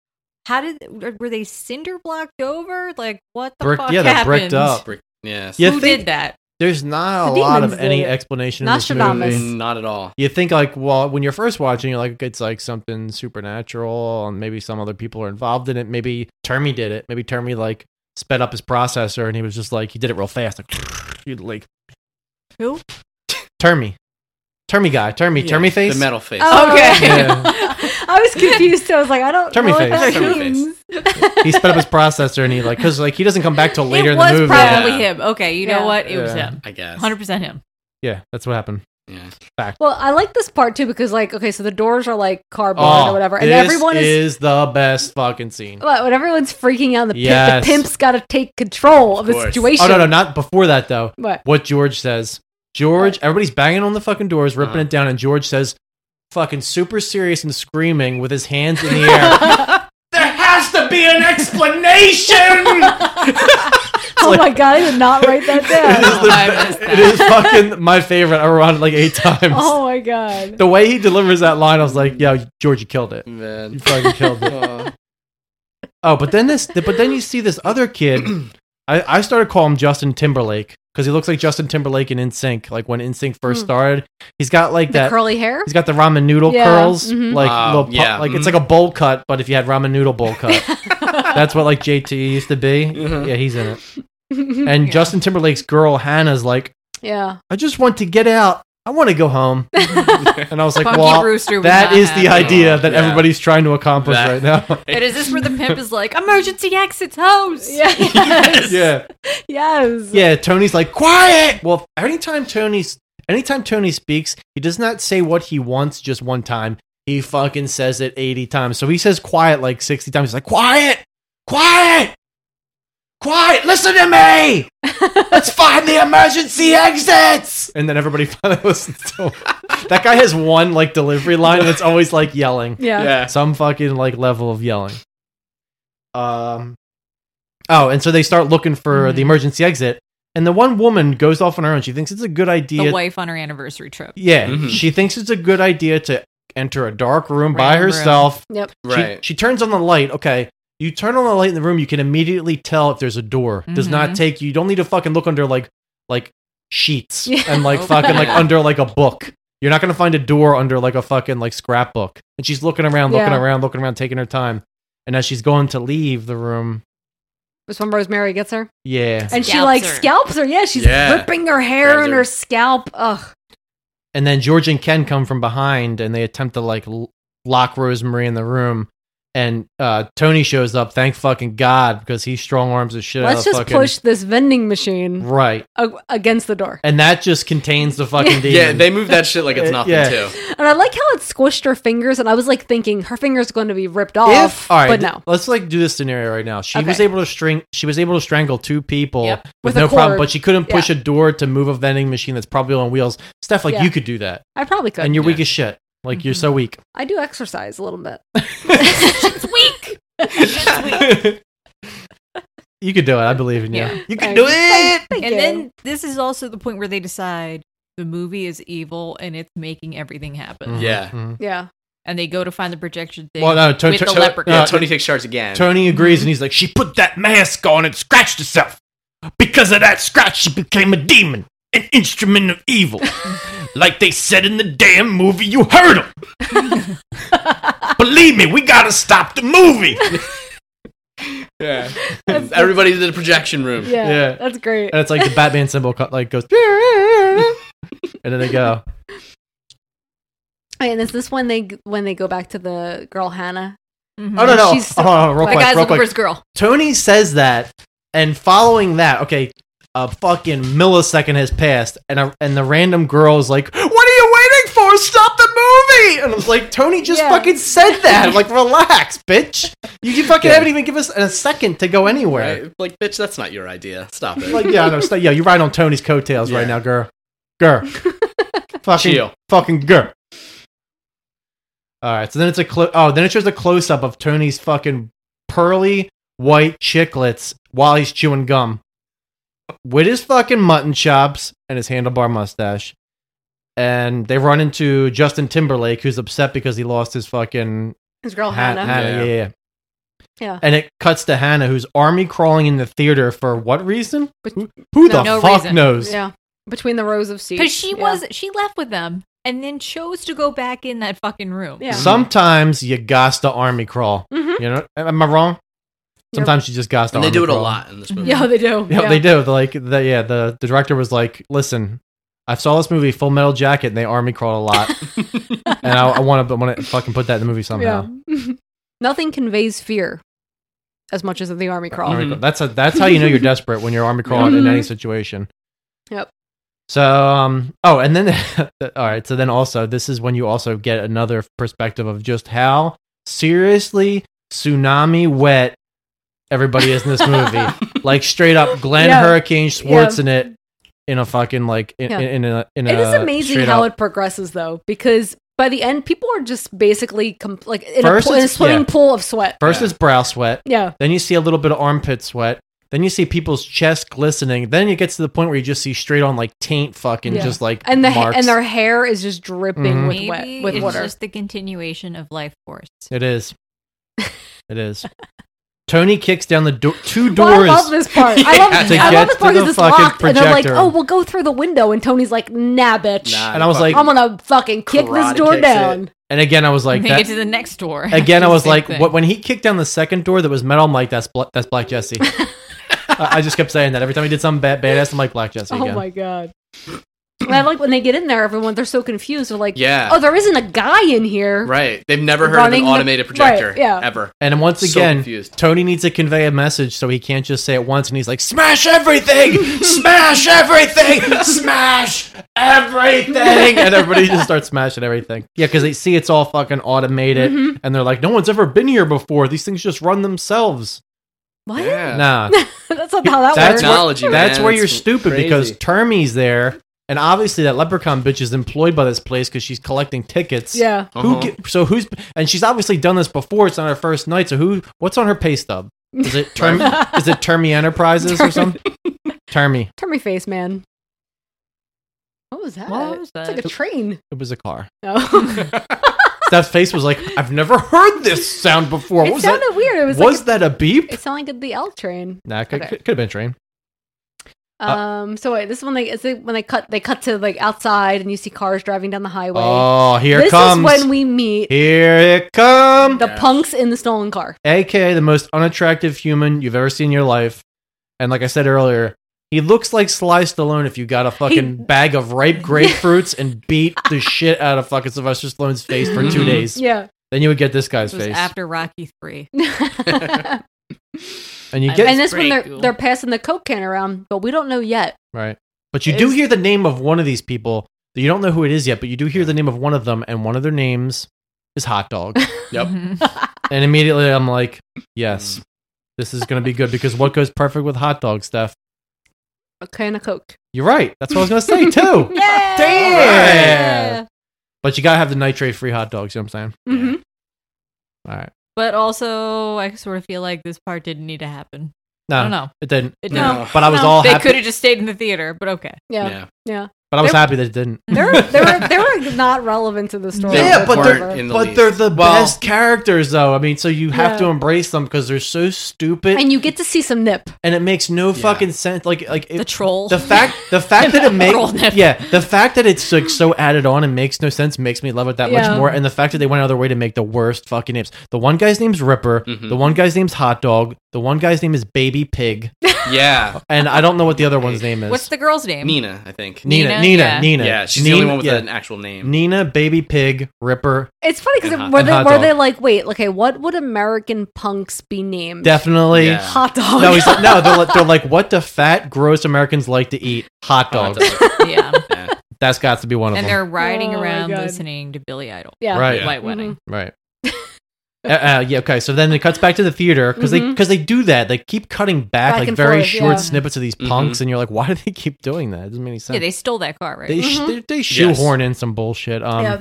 S9: How did were they cinder blocked over? Like what the
S5: Brick-
S9: fuck
S5: yeah, they're
S9: happened?
S5: bricked up.
S11: Brick- Yes.
S5: You
S9: Who
S5: think-
S9: did that?
S5: There's not a
S2: The
S5: lot of
S2: demons
S5: any
S2: did it.
S5: explanation in this
S2: Nostradamus.
S5: movie.
S11: Not at all.
S5: You think like, well, when you're first watching, you're like, it's like something supernatural, and maybe some other people are involved in it. Maybe Termy did it. Maybe Termy like sped up his processor, and he was just like, he did it real fast, like, he like
S9: Who?
S5: Termy, Termy guy, Termy,
S11: Yeah,
S5: Termy face,
S11: The metal face.
S2: Oh, okay.
S5: Yeah.
S2: I was confused. I was like, I don't
S5: Turn me
S2: know what
S5: face.
S2: that
S11: Turn me face.
S2: means.
S5: he sped up his processor and he like because like he doesn't come back till later
S9: it
S5: in
S9: was
S5: the movie.
S9: probably
S11: Yeah.
S9: him. Okay, you
S2: Yeah.
S9: know what? It was
S5: Yeah.
S9: him.
S11: I guess.
S9: Hundred percent him.
S5: yeah, that's what happened.
S11: Yeah.
S5: Fact.
S2: Well, I like this part too because, like, okay, so the doors are like cardboard
S5: Oh,
S2: or whatever, and
S5: this
S2: everyone is.
S5: is the best fucking scene.
S2: What, when everyone's freaking out, in the, pimp,
S5: Yes.
S2: the pimp's got to take control of, the
S11: course.
S2: situation.
S5: Oh no, no, not before that though.
S2: What?
S5: George says. George, everybody's banging on the fucking doors, ripping
S11: Uh-huh.
S5: it down, and George says, "Fucking super serious and screaming with his hands in the air." there has to be an explanation.
S2: oh my god, I did not write that
S5: it,
S2: down.
S5: is the-
S9: I missed
S5: it is fucking my favorite. I run it like eight times.
S2: oh my god.
S5: The way he delivers that line, I was like, "Yo, George, you killed it. You
S11: Man.
S5: fucking killed it."
S11: Uh,
S5: Oh, but then this, but then you see this other kid. I, I started calling him Justin Timberlake because he looks like Justin Timberlake in NSYNC. Like when NSYNC first
S2: Hmm.
S5: started, he's got like
S2: The
S5: that.
S2: curly hair?
S5: he's got the ramen noodle
S2: Yeah,
S5: curls,
S2: mhm.
S9: Mm-hmm.
S5: like
S11: Wow,
S5: little pu-
S11: yeah,
S5: like
S11: mhm.
S5: it's like a bowl cut, but if you had ramen noodle bowl cut, that's what like JT used to be.
S11: Mhm.
S5: Yeah, he's in it.
S9: Mm-hmm.
S5: And Justin Timberlake's girl Hannah's like,
S2: yeah.
S5: I just want to get out. I want to go home. and I was like,
S9: Funky
S5: well,
S9: Rooster. would
S5: that
S9: not
S5: is
S9: have
S5: the
S9: it.
S5: idea that
S11: Oh, Yeah.
S5: everybody's trying to accomplish
S11: That-
S5: right now.
S9: And is this where the pimp is like emergency exits house?
S2: Yes.
S5: yeah.
S2: yes.
S5: Yeah, Tony's like quiet. Well, anytime Tony's anytime Tony speaks, he does not say what he wants just one time. He fucking says it 80 times. So he says quiet like 60 times. He's like, quiet! Quiet! Quiet! Listen to me! Let's find the emergency exits! And then everybody finally listens to him. that guy has one like delivery line and it's always like yelling.
S2: Yeah. Yeah.
S5: Some fucking like level of yelling. Um Oh, and so they start looking for the emergency exit. And the one woman goes off on her own. She thinks it's a good idea.
S9: the wife on her anniversary trip.
S5: Yeah,
S11: Mm-hmm.
S5: she thinks it's a good idea to enter a dark room by
S9: Random room.
S5: herself.
S9: Yep.
S5: She-
S11: Right.
S5: She, turns on the light. Okay. You turn on the light in the room, you can immediately tell if there's a door. Does not
S11: Mhm.
S5: take you don't need to fucking look under like like sheets
S11: Yeah.
S5: and like
S11: Oh,
S5: fucking like
S11: yeah.
S5: under like a book. You're not gonna find a door under like a fucking like scrapbook. And she's looking around, looking
S2: Yeah.
S5: around, looking around, taking her time. And as she's going to leave the room,
S2: That's when Rosemary gets her.
S5: yeah.
S2: And she like scalps her. Yeah, she's
S5: Yeah.
S2: ripping her hair
S5: Grabs
S2: and
S5: her.
S2: her scalp. Ugh.
S5: And then George and Ken come from behind and they attempt to like l- lock Rosemary in the room. And uh, Tony shows up, thank fucking God, because he strong arms the shit out
S2: Let's
S5: of
S2: just
S5: fucking-
S2: push this vending machine
S5: Right.
S2: ag- against the door.
S5: And that just contains the fucking demon.
S11: Yeah, they move that shit like it's
S5: Uh,
S11: nothing,
S5: yeah.
S11: too.
S2: And I like how it squished her fingers, and I was like thinking her finger's going to be ripped off.
S5: All right,
S2: but
S5: th-
S2: no.
S5: let's like do this scenario right now. She
S2: Okay.
S5: was able to string. She was able to strangle two people
S2: Yep.
S5: with,
S2: With a
S5: no problem,
S2: cord.
S5: but she couldn't push
S2: Yeah.
S5: a door to move a vending machine that's probably on wheels. Stuff like
S2: Yeah. Mm-hmm.
S5: you could do that,
S2: I probably could.
S5: and you're weak as shit. Like you're so weak.
S2: I do exercise a little bit.
S9: it's weak.
S5: You could do it. I believe in you. You
S9: can
S5: do
S9: it.
S2: Thank
S9: and
S2: you.
S9: then this is also the point where they decide the movie is evil and it's making everything happen.
S5: Mhm, Yeah. mhm.
S2: Yeah.
S9: And they go to find the projection thing.
S5: Well, no, Tony-
S9: with the
S5: Tony-
S9: leprechaun.
S5: no,
S11: Tony takes charge again.
S5: Tony agrees, and he's like, "She put that mask on and scratched herself. Because of that scratch, she became a demon, an instrument of evil, like they said in the damn movie. You heard them. Believe me, we gotta stop the movie."
S11: Yeah.
S2: That's-
S11: Everybody to the projection room.
S2: Yeah, that's great.
S5: And it's like the Batman symbol co- like goes, and then they go.
S2: And is this when they when they go back to the girl Hannah?
S5: Oh no no!
S2: Mm-hmm. She's
S5: oh, hold on, real
S2: that
S5: quick,
S2: guy's
S5: real
S2: looking
S5: quick.
S2: for his girl.
S5: Tony says that, and following that, okay, a fucking millisecond has passed, and a, and the random girl is like, "What are you waiting for? Stop the movie!" And I was like, "Tony just fucking said that. Like, relax, bitch. You, you fucking
S11: Yeah.
S5: haven't even given us a second to go anywhere.
S11: Right? Like, bitch, that's not your idea. Stop it.
S5: Like, yeah, I know. Stay- yeah, you're right on Tony's coattails right now, girl. Girl, fucking,
S11: Chill.
S5: fucking girl." All right, so then it's a clo- oh, then it shows a close up of Tony's fucking pearly white chiclets while he's chewing gum with his fucking mutton chops and his handlebar mustache. And they run into Justin Timberlake, who's upset because he lost his fucking
S2: His girl
S5: Han-
S2: Oh, Hannah.
S5: Hannah, yeah. yeah,
S2: Yeah.
S5: And it cuts to Hannah, who's army crawling in the theater for what reason? Who, who the fuck knows?
S2: Yeah. Between the rows of seats.
S9: Because she
S2: Yeah.
S9: was she left with them and then chose to go back in that fucking room.
S11: Mm-hmm.
S2: Yeah.
S5: Sometimes you gots to army crawl.
S2: Mm-hmm.
S9: Mhm.
S5: You know, am I wrong? Sometimes you just gots to
S11: And they
S5: army
S11: do it a
S5: crawl.
S11: lot in this
S9: Mm-hmm.
S11: movie.
S2: Yeah, they do.
S5: Yeah,
S2: yeah.
S5: they do. They're Like, the, yeah, the, the director was like, "Listen, I saw this movie, Full Metal Jacket, and they army crawled a lot, and I, I want to want to fucking put that in the movie somehow."
S2: Yeah. Nothing conveys fear as much as the army crawl.
S5: Army crawl. That's a, that's how you know you're desperate when you're army crawling in any
S2: Mhm.
S5: situation.
S2: Yep.
S5: So, um, oh, and then, all right. So then, also, this is when you also get another perspective of just how seriously tsunami wet everybody is in this movie. like straight up, Glenn
S2: Yeah.
S5: Hurricane Schwartz
S2: Yeah.
S5: in it, in a fucking like in,
S2: Yeah.
S5: in, in a in
S2: It
S5: a.
S2: is amazing
S5: straight
S2: how
S5: up-
S2: it progresses, though, because by the end, people are just basically com- like in,
S5: First
S2: a, pool, in a
S5: it's-
S2: swimming
S5: yeah.
S2: pool of sweat.
S5: First is brow sweat.
S2: Yeah.
S5: Then you see a little bit of armpit sweat. Then you see people's chest glistening. Then it gets to the point where you just see straight on like taint fucking
S2: Yeah.
S5: just like
S2: and the ha-
S5: marks.
S2: and their hair is just dripping
S5: Mhm.
S2: with
S9: Maybe
S2: wet with
S9: Mm-hmm. it's
S2: water.
S9: just the continuation of life force.
S5: It is. It is. Tony kicks down the door. Two doors.
S2: Well, I love this part. I love,
S5: To
S2: I
S5: get
S2: love this part
S5: to
S2: because
S5: the
S2: it's
S5: fucking
S2: locked, and they're like,
S5: projector.
S2: "Oh, we'll go through the window," and Tony's like, "Nah, bitch."
S5: Nah, And I was like-
S2: "I'm gonna fucking kick this
S5: Karate
S2: door
S5: kicks it.
S2: down."
S5: And again, I was like,
S9: Make
S5: that,
S9: it to the next door.
S5: again, I
S9: The
S5: was
S9: same
S5: like,
S9: thing.
S5: what, when he kicked down the second door that was metal, I'm like, that's Bla- that's Black Jesse. I, I just kept saying that every time he did something bad, badass. I'm like, Black Jesse
S2: Oh
S5: again.
S2: my god! And I like when they get in there, everyone they're so confused. They're like,
S11: Yeah.
S2: "Oh, there isn't a guy in here."
S11: Right. They've never heard
S2: Running
S11: of
S2: the-
S11: an automated projector
S2: right, yeah.
S11: ever.
S5: And once
S11: So
S5: again,
S11: confused.
S5: Tony needs to convey a message, so he can't just say it once. And he's like, "Smash everything! Smash everything! Smash everything!" and everybody just starts smashing everything. Yeah, because they see it's all fucking automated,
S2: Mhm.
S5: and they're like, "No one's ever been here before. These things just run themselves."
S2: What?
S5: Nah,
S2: that's not how that
S5: that's
S2: works.
S5: where, that's where you're stupid
S11: crazy.
S5: because Termy's there, and obviously that leprechaun bitch is employed by this place because she's collecting tickets.
S2: Yeah.
S5: Who?
S11: Uh-huh.
S5: ge- so who's? And she's obviously done this before. It's not her first night. So who? What's on her pay stub? Is it Term? is it Termy Enterprises or something? Termy.
S2: Turn my face, man. What was that?
S9: What was
S2: It's like
S9: that?
S2: a train.
S5: It was a car.
S2: No.
S5: Steph's face was like, I've never heard this sound before. What
S2: it
S5: was
S2: sounded
S5: that?
S2: weird. It was,
S5: was
S2: like
S5: that a beep?
S2: a, it sounded like the L train.
S5: Nah, could,
S2: Okay.
S5: could, could have been a train. Uh,
S2: Um. So wait, this is when they is it when they cut they cut to like outside and you see cars driving down the highway.
S5: Oh, here
S2: this
S5: comes.
S2: is when we meet
S5: Here it comes.
S2: the punks in the stolen car.
S5: aka the most unattractive human you've ever seen in your life. And like I said earlier, he looks like Sly Stallone if you got a fucking bag of ripe grapefruits and beat the shit out of fucking Sylvester Stallone's face for two
S9: Mhm.
S5: days.
S2: Yeah.
S5: Then you would get this guy's
S9: This was
S5: face.
S9: after Rocky Three.
S5: and you
S9: I
S5: get
S2: and this when they're
S9: pretty cool.
S2: they're passing the coke can around, but we don't know yet.
S5: right. But you do
S2: It's-
S5: hear the name of one of these people. You don't know who it is yet, but you do hear the name of one of them, and one of their names is Hot Dog.
S11: Yep.
S9: Mm-hmm.
S5: and immediately I'm like, yes, this is going to be good because what goes perfect with hot dog, Steph?
S2: A can of coke.
S5: You're right. That's what I was gonna say too.
S2: Yeah.
S5: Damn. But you gotta have the nitrate free hot dogs, you know what I'm saying?
S2: Mhm.
S5: All right.
S9: But also, I sort of feel like this part didn't need to happen.
S5: No.
S9: I don't know.
S5: It didn't.
S9: It
S5: No.
S9: didn't.
S5: But I was
S9: No.
S5: all
S9: They
S5: happy.
S9: could have just stayed in the theater, but okay.
S2: Yeah.
S11: Yeah.
S2: Yeah.
S5: But I was
S2: They're-
S5: happy that it didn't.
S2: They're they were they were not relevant to the story.
S5: yeah, but they're
S2: whatsoever.
S11: in the
S5: but
S11: least.
S5: they're the
S11: Well-
S5: best characters though. I mean, so you have
S2: Yeah.
S5: to embrace them because they're so stupid and,
S2: and you get to see some nip.
S5: it makes no fucking sense. Like like it,
S9: The troll.
S5: the fact the fact that it
S9: Troll
S5: makes
S9: nip.
S5: yeah the fact that it's like so added on and makes no sense makes me love it that
S2: Yeah.
S5: much more and the fact that they went out of their way to make the worst fucking names the one guy's name's ripper
S11: Mhm.
S5: the one guy's name's hot dog the one guy's name is baby pig
S11: Yeah.
S5: and i don't know what the other one's name is
S9: What's the girl's name?
S11: Nina, I think.
S5: nina nina
S9: Nina?
S5: nina
S9: Yeah.
S5: nina
S11: Yeah, she's the only one with an actual name.
S5: nina baby pig ripper
S2: It's funny because
S11: And hot-
S2: were
S5: and
S2: they
S5: hot
S2: were they
S5: dog.
S2: like, wait, okay, what would American punks be named?
S5: definitely
S11: Yeah.
S2: Hot
S9: Oh,
S2: dog.
S5: no he's, no they're, li- they're like what the fat gross americans like to eat hot dogs
S9: Yeah.
S11: Yeah.
S5: that's got to be one of
S9: and
S5: them Oh,
S9: they're riding
S2: Oh my
S9: around
S2: God. Mm-hmm.
S9: listening to Billy Idol.
S2: yeah.
S5: right
S11: Yeah.
S9: White Wedding.
S5: Right. uh, uh, yeah. Okay. So then it cuts back to the theater because they
S2: Mhm.
S5: because they do that. They keep cutting back,
S2: Back
S5: like
S2: and
S5: very
S2: forth,
S5: short
S2: yeah.
S5: snippets of these punks, and you're like, why do they keep doing that? It doesn't make any sense.
S9: Yeah, they stole that car, right?
S5: they, sh-
S2: Mhm.
S5: they, they shoehorn in some bullshit. Um, yeah.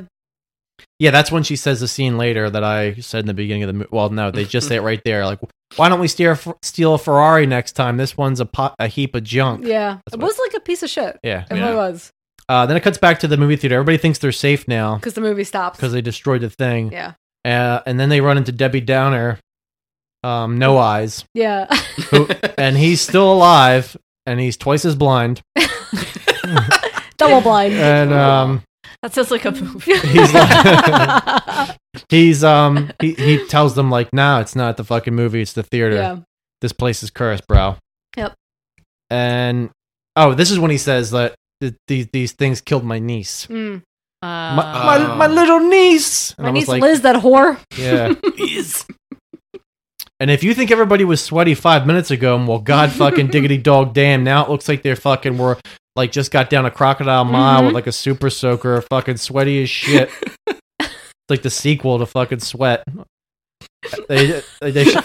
S2: yeah.
S5: That's when she says the scene later that I said in the beginning of the movie. Well, no, they just say it right there. Like, why don't we steer, steal a Ferrari next time? This one's a pot, a heap of junk.
S2: Yeah. Uh-huh.
S5: That's
S2: It
S5: what-
S2: was like a piece of shit.
S5: Yeah.
S2: It really was.
S5: Uh, then it cuts back to the movie theater. Everybody thinks they're safe now
S2: Because the movie stops.
S5: because they destroyed the thing.
S2: yeah.
S5: Uh, and then they run into Debbie Downer, um, no eyes.
S2: Yeah.
S5: who, and he's still alive and he's twice as blind
S2: Double blind.
S5: and um
S9: That sounds like a movie.
S5: he's like he's um he, he tells them like nah it's not the fucking movie it's the theater
S2: yeah.
S5: this place is cursed bro
S2: Yep.
S5: and oh this is when he says that th- these these things killed my niece
S2: Mm.
S9: Uh,
S5: my, my, my little niece and
S2: Ah. My
S5: I was
S2: niece
S5: like
S2: Liz, that whore.
S5: yeah and if you think everybody was sweaty five minutes ago, well, god fucking diggity dog damn, now it looks like they're fucking were like just got down a crocodile mile
S2: Mm-hmm.
S5: with like a super soaker, fucking sweaty as shit. it's like the sequel to fucking Sweat. They, they, they should-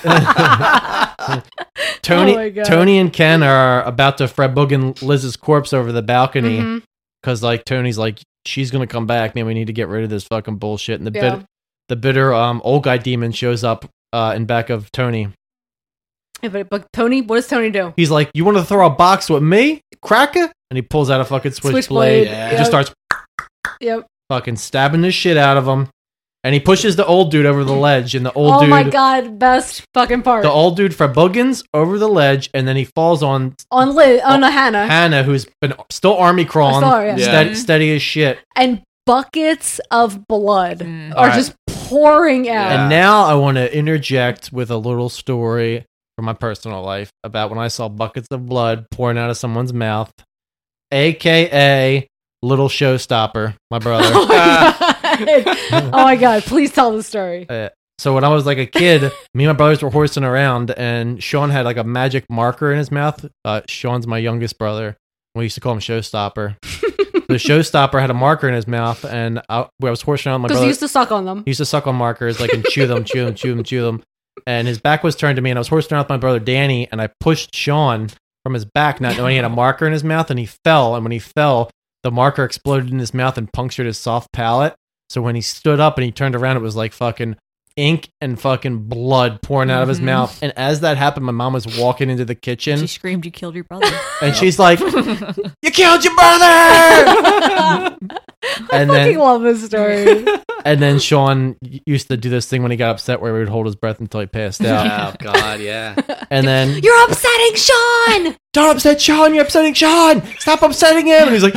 S5: Tony,
S2: Oh my God.
S5: Tony, and Ken are about to Fredbogan Liz's corpse over the balcony
S2: Mhm.
S5: because like Tony's like she's gonna come back, man. We need to get rid of this fucking bullshit. And the
S2: Yeah.
S5: bit, the bitter um old guy demon shows up uh in back of Tony.
S2: Yeah, But, but Tony, what does Tony do?
S5: He's like, "You want to throw a box with me, cracker?" And he pulls out a fucking switchblade.
S2: Switchblade,
S5: He
S2: yeah.
S5: just starts
S2: Yep.
S5: fucking stabbing the shit out of him, and he pushes the old dude over the ledge. And the old
S2: oh
S5: dude,
S2: my god, best fucking part.
S5: the old dude from Buggins over the ledge, and then he falls on
S2: on Liz, on
S5: Oh.
S2: a Hannah.
S5: Hannah, who's been still army crawling,
S2: I saw her, yeah.
S11: Yeah.
S5: steady, steady as shit.
S2: and buckets of blood
S9: Mm.
S2: are
S5: Alright.
S2: just pouring out.
S11: Yeah.
S5: And now I want to interject with a little story from my personal life about when I saw buckets of blood pouring out of someone's mouth, aka Little Showstopper, my brother.
S2: Oh my, god. oh my god, please tell the story.
S5: Uh, so when I was like a kid, me and my brothers were horsing around, and Sean had like a magic marker in his mouth. Uh, Sean's my youngest brother. We used to call him Showstopper. the Showstopper had a marker in his mouth, and I, I was horsing around. with My
S2: Because
S5: brother
S2: he used to suck on them.
S5: he used to suck on markers, like and chew them, chew them, chew them, chew them. And his back was turned to me, and I was horsing around with my brother Danny, and I pushed Sean from his back, not knowing he had a marker in his mouth, and he fell. And when he fell, the marker exploded in his mouth and punctured his soft palate. So when he stood up and he turned around, it was like fucking ink and fucking blood pouring out of his
S9: Mhm.
S5: mouth. And as that happened, my mom was walking into the kitchen,
S9: She screamed, "You killed your brother!"
S5: and she's like,
S9: "You
S5: killed your brother!"
S2: I
S5: and
S2: fucking
S5: then
S2: love this story.
S5: and then Sean used to do this thing when he got upset, where he would hold his breath until he passed out.
S11: Oh God, yeah.
S5: And then
S2: You're upsetting Sean!
S5: Don't upset Sean, you're upsetting Sean! Stop upsetting him! And he's like,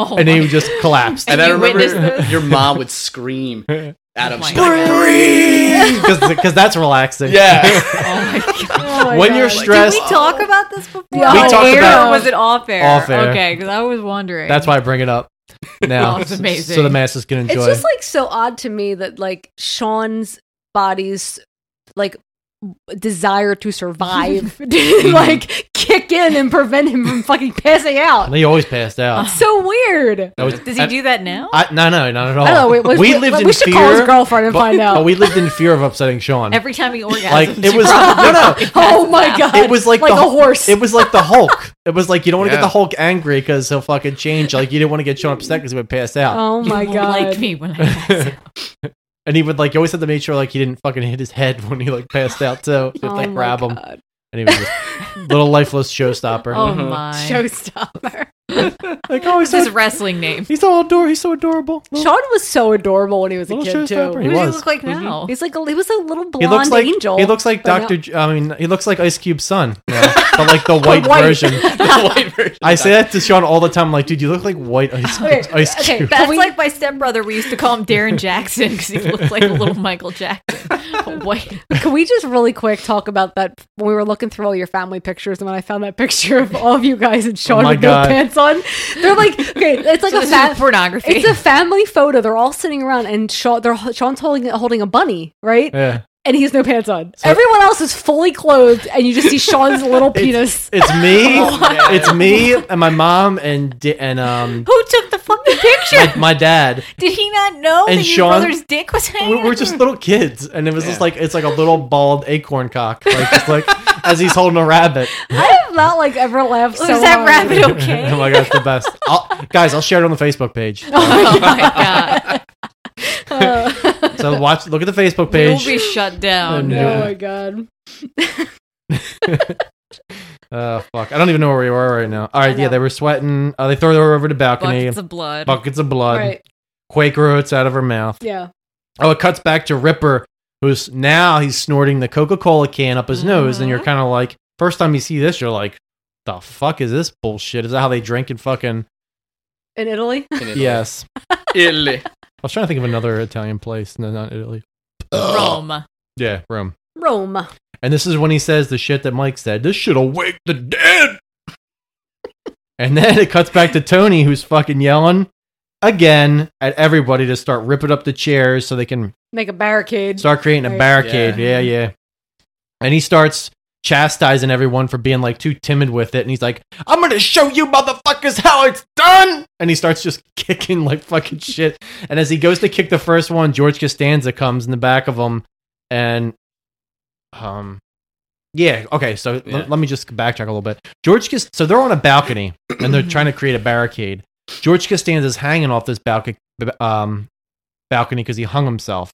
S9: Oh
S5: and then he would just collapse.
S11: And, I remember your mom would scream at
S9: Oh
S11: him. She'd be like,
S5: Because that's relaxing.
S9: Oh
S11: Yeah.
S2: Oh
S5: When you're stressed-
S9: Did we talk about this before?
S2: Yeah,
S5: We on talked air about-
S9: or was it off air?
S5: Off air.
S9: Okay, because I was wondering.
S5: That's why I bring it up now.
S9: Oh, it's amazing.
S5: So the masses can enjoy.
S2: It's just like so odd to me that like Sean's body's like desire to survive
S5: Mm.
S2: didn't like kick in and prevent him from fucking passing out.
S5: And he always passed out.
S2: So weird.
S5: That was-
S9: Does he
S5: I-
S9: do that now?
S5: I, no, no, not at all.
S2: I don't know, it was-
S5: Oh. we
S2: we-
S5: lived
S2: we
S5: in
S2: should
S5: fear.
S2: call his girlfriend and
S5: but-
S2: find out.
S5: But we lived in fear of upsetting Sean.
S9: Every time he orgasms,
S5: like it was no, no.
S2: Oh my god.
S5: It was like,
S2: like
S5: the,
S2: a horse.
S5: It was like the Hulk. It was like you don't want to
S11: Yeah.
S5: get the Hulk angry because he'll fucking change. Like you didn't want to get Sean upset because he would pass out.
S2: Oh my
S9: you
S2: god.
S9: liked me when I
S5: and he would like you always had to make sure like he didn't fucking hit his head when he like passed out too. You have to
S2: Oh my
S5: like, grab him. And he was just little lifeless showstopper.
S9: Oh my.
S2: Showstopper.
S5: like oh he's
S9: What's his
S5: so,
S9: wrestling name?
S5: he's so adorable. He's so adorable. Little-
S2: Sean was so adorable when he was a
S5: Little
S2: kid too.
S5: showstopper, he
S9: What does he
S5: was.
S9: look like
S2: Mhm.
S9: now?
S2: He's like a, he was a little blonde
S5: He looks like
S2: angel.
S5: he looks like
S2: but now-
S5: Doctor. J I I mean, he looks like Ice Cube's son, now, but like the white,
S2: white.
S5: version.
S11: the white version.
S5: I say that to Sean all the time. like, dude, you look like white Ice,
S9: Okay,
S5: ice
S9: okay,
S5: Cube.
S9: that's like my stepbrother. We used to call him Darren Jackson because he looked like a little Michael Jackson. White.
S2: Can we just really quick talk about that when we were looking through all your family pictures and when I found that picture of all of you guys and Sean
S5: Oh my
S2: with
S5: God.
S2: no pants on? They're like, okay, it's like
S9: So
S2: a
S9: this
S2: fa-
S9: is pornography.
S2: It's a family photo. They're all sitting around and Sean, they're, Sean's holding holding a bunny, right?
S5: Yeah.
S2: And he has no pants on. Everyone else is fully clothed, and you just see Sean's little penis.
S5: It's me. it's me and my mom and di- and um
S9: Who took the fucking picture?
S5: my, my dad.
S9: Did he not know
S5: And
S9: that
S5: Sean-
S9: your brother's dick was hanging?
S5: We're, we're just little kids, and it was just like it's like a little bald acorn cock, like just like as he's holding a rabbit.
S2: I have not like ever laughed so
S9: Was that
S2: hard.
S9: rabbit okay?
S5: oh my god, it's the best. I'll, guys, I'll share it on the Facebook page.
S9: oh my god!
S5: So watch, look at the Facebook
S9: We
S5: page.
S9: will be shut
S5: Oh,
S9: down.
S5: no.
S2: Oh my god.
S5: Oh fuck! I don't even know where we were right now. All right,
S2: know.
S5: yeah, they were sweating. Uh, they throw her over the balcony.
S9: Buckets of blood.
S5: Buckets of blood.
S2: Right.
S5: Quaker oats out of her mouth.
S2: Yeah.
S5: Oh, it cuts back to Ripper, who's now he's snorting the Coca Cola can up his nose,
S9: Mm-hmm.
S5: and you're kind of like, first time you see this, you're like, the fuck is this bullshit? Is that how they drink in fucking?
S2: In Italy?
S11: In Italy.
S5: Yes. I
S11: Italy.
S5: was trying to think of another Italian place. No, not Italy.
S9: Rome.
S5: Yeah, Rome.
S2: Rome.
S5: And this is when he says the shit that Mike said. This shit'll wake the dead. and then it cuts back to Tony, who's fucking yelling again at everybody to start ripping up the chairs so they can
S2: Make a barricade.
S5: start creating a
S2: Right.
S5: barricade. Yeah.
S11: Yeah.
S5: yeah, And he starts chastising everyone for being like too timid with it. And he's like, I'm going to show you motherfuckers how it's done. And he starts just kicking like fucking shit. And as he goes to kick the first one, George Costanza comes in the back of him. And, um, yeah, okay, so l-
S11: Yeah.
S5: let me just backtrack a little bit. George, Cos- so they're on a balcony and they're trying to create a barricade. George Costanza's hanging off this balcony, um, balcony because he hung himself.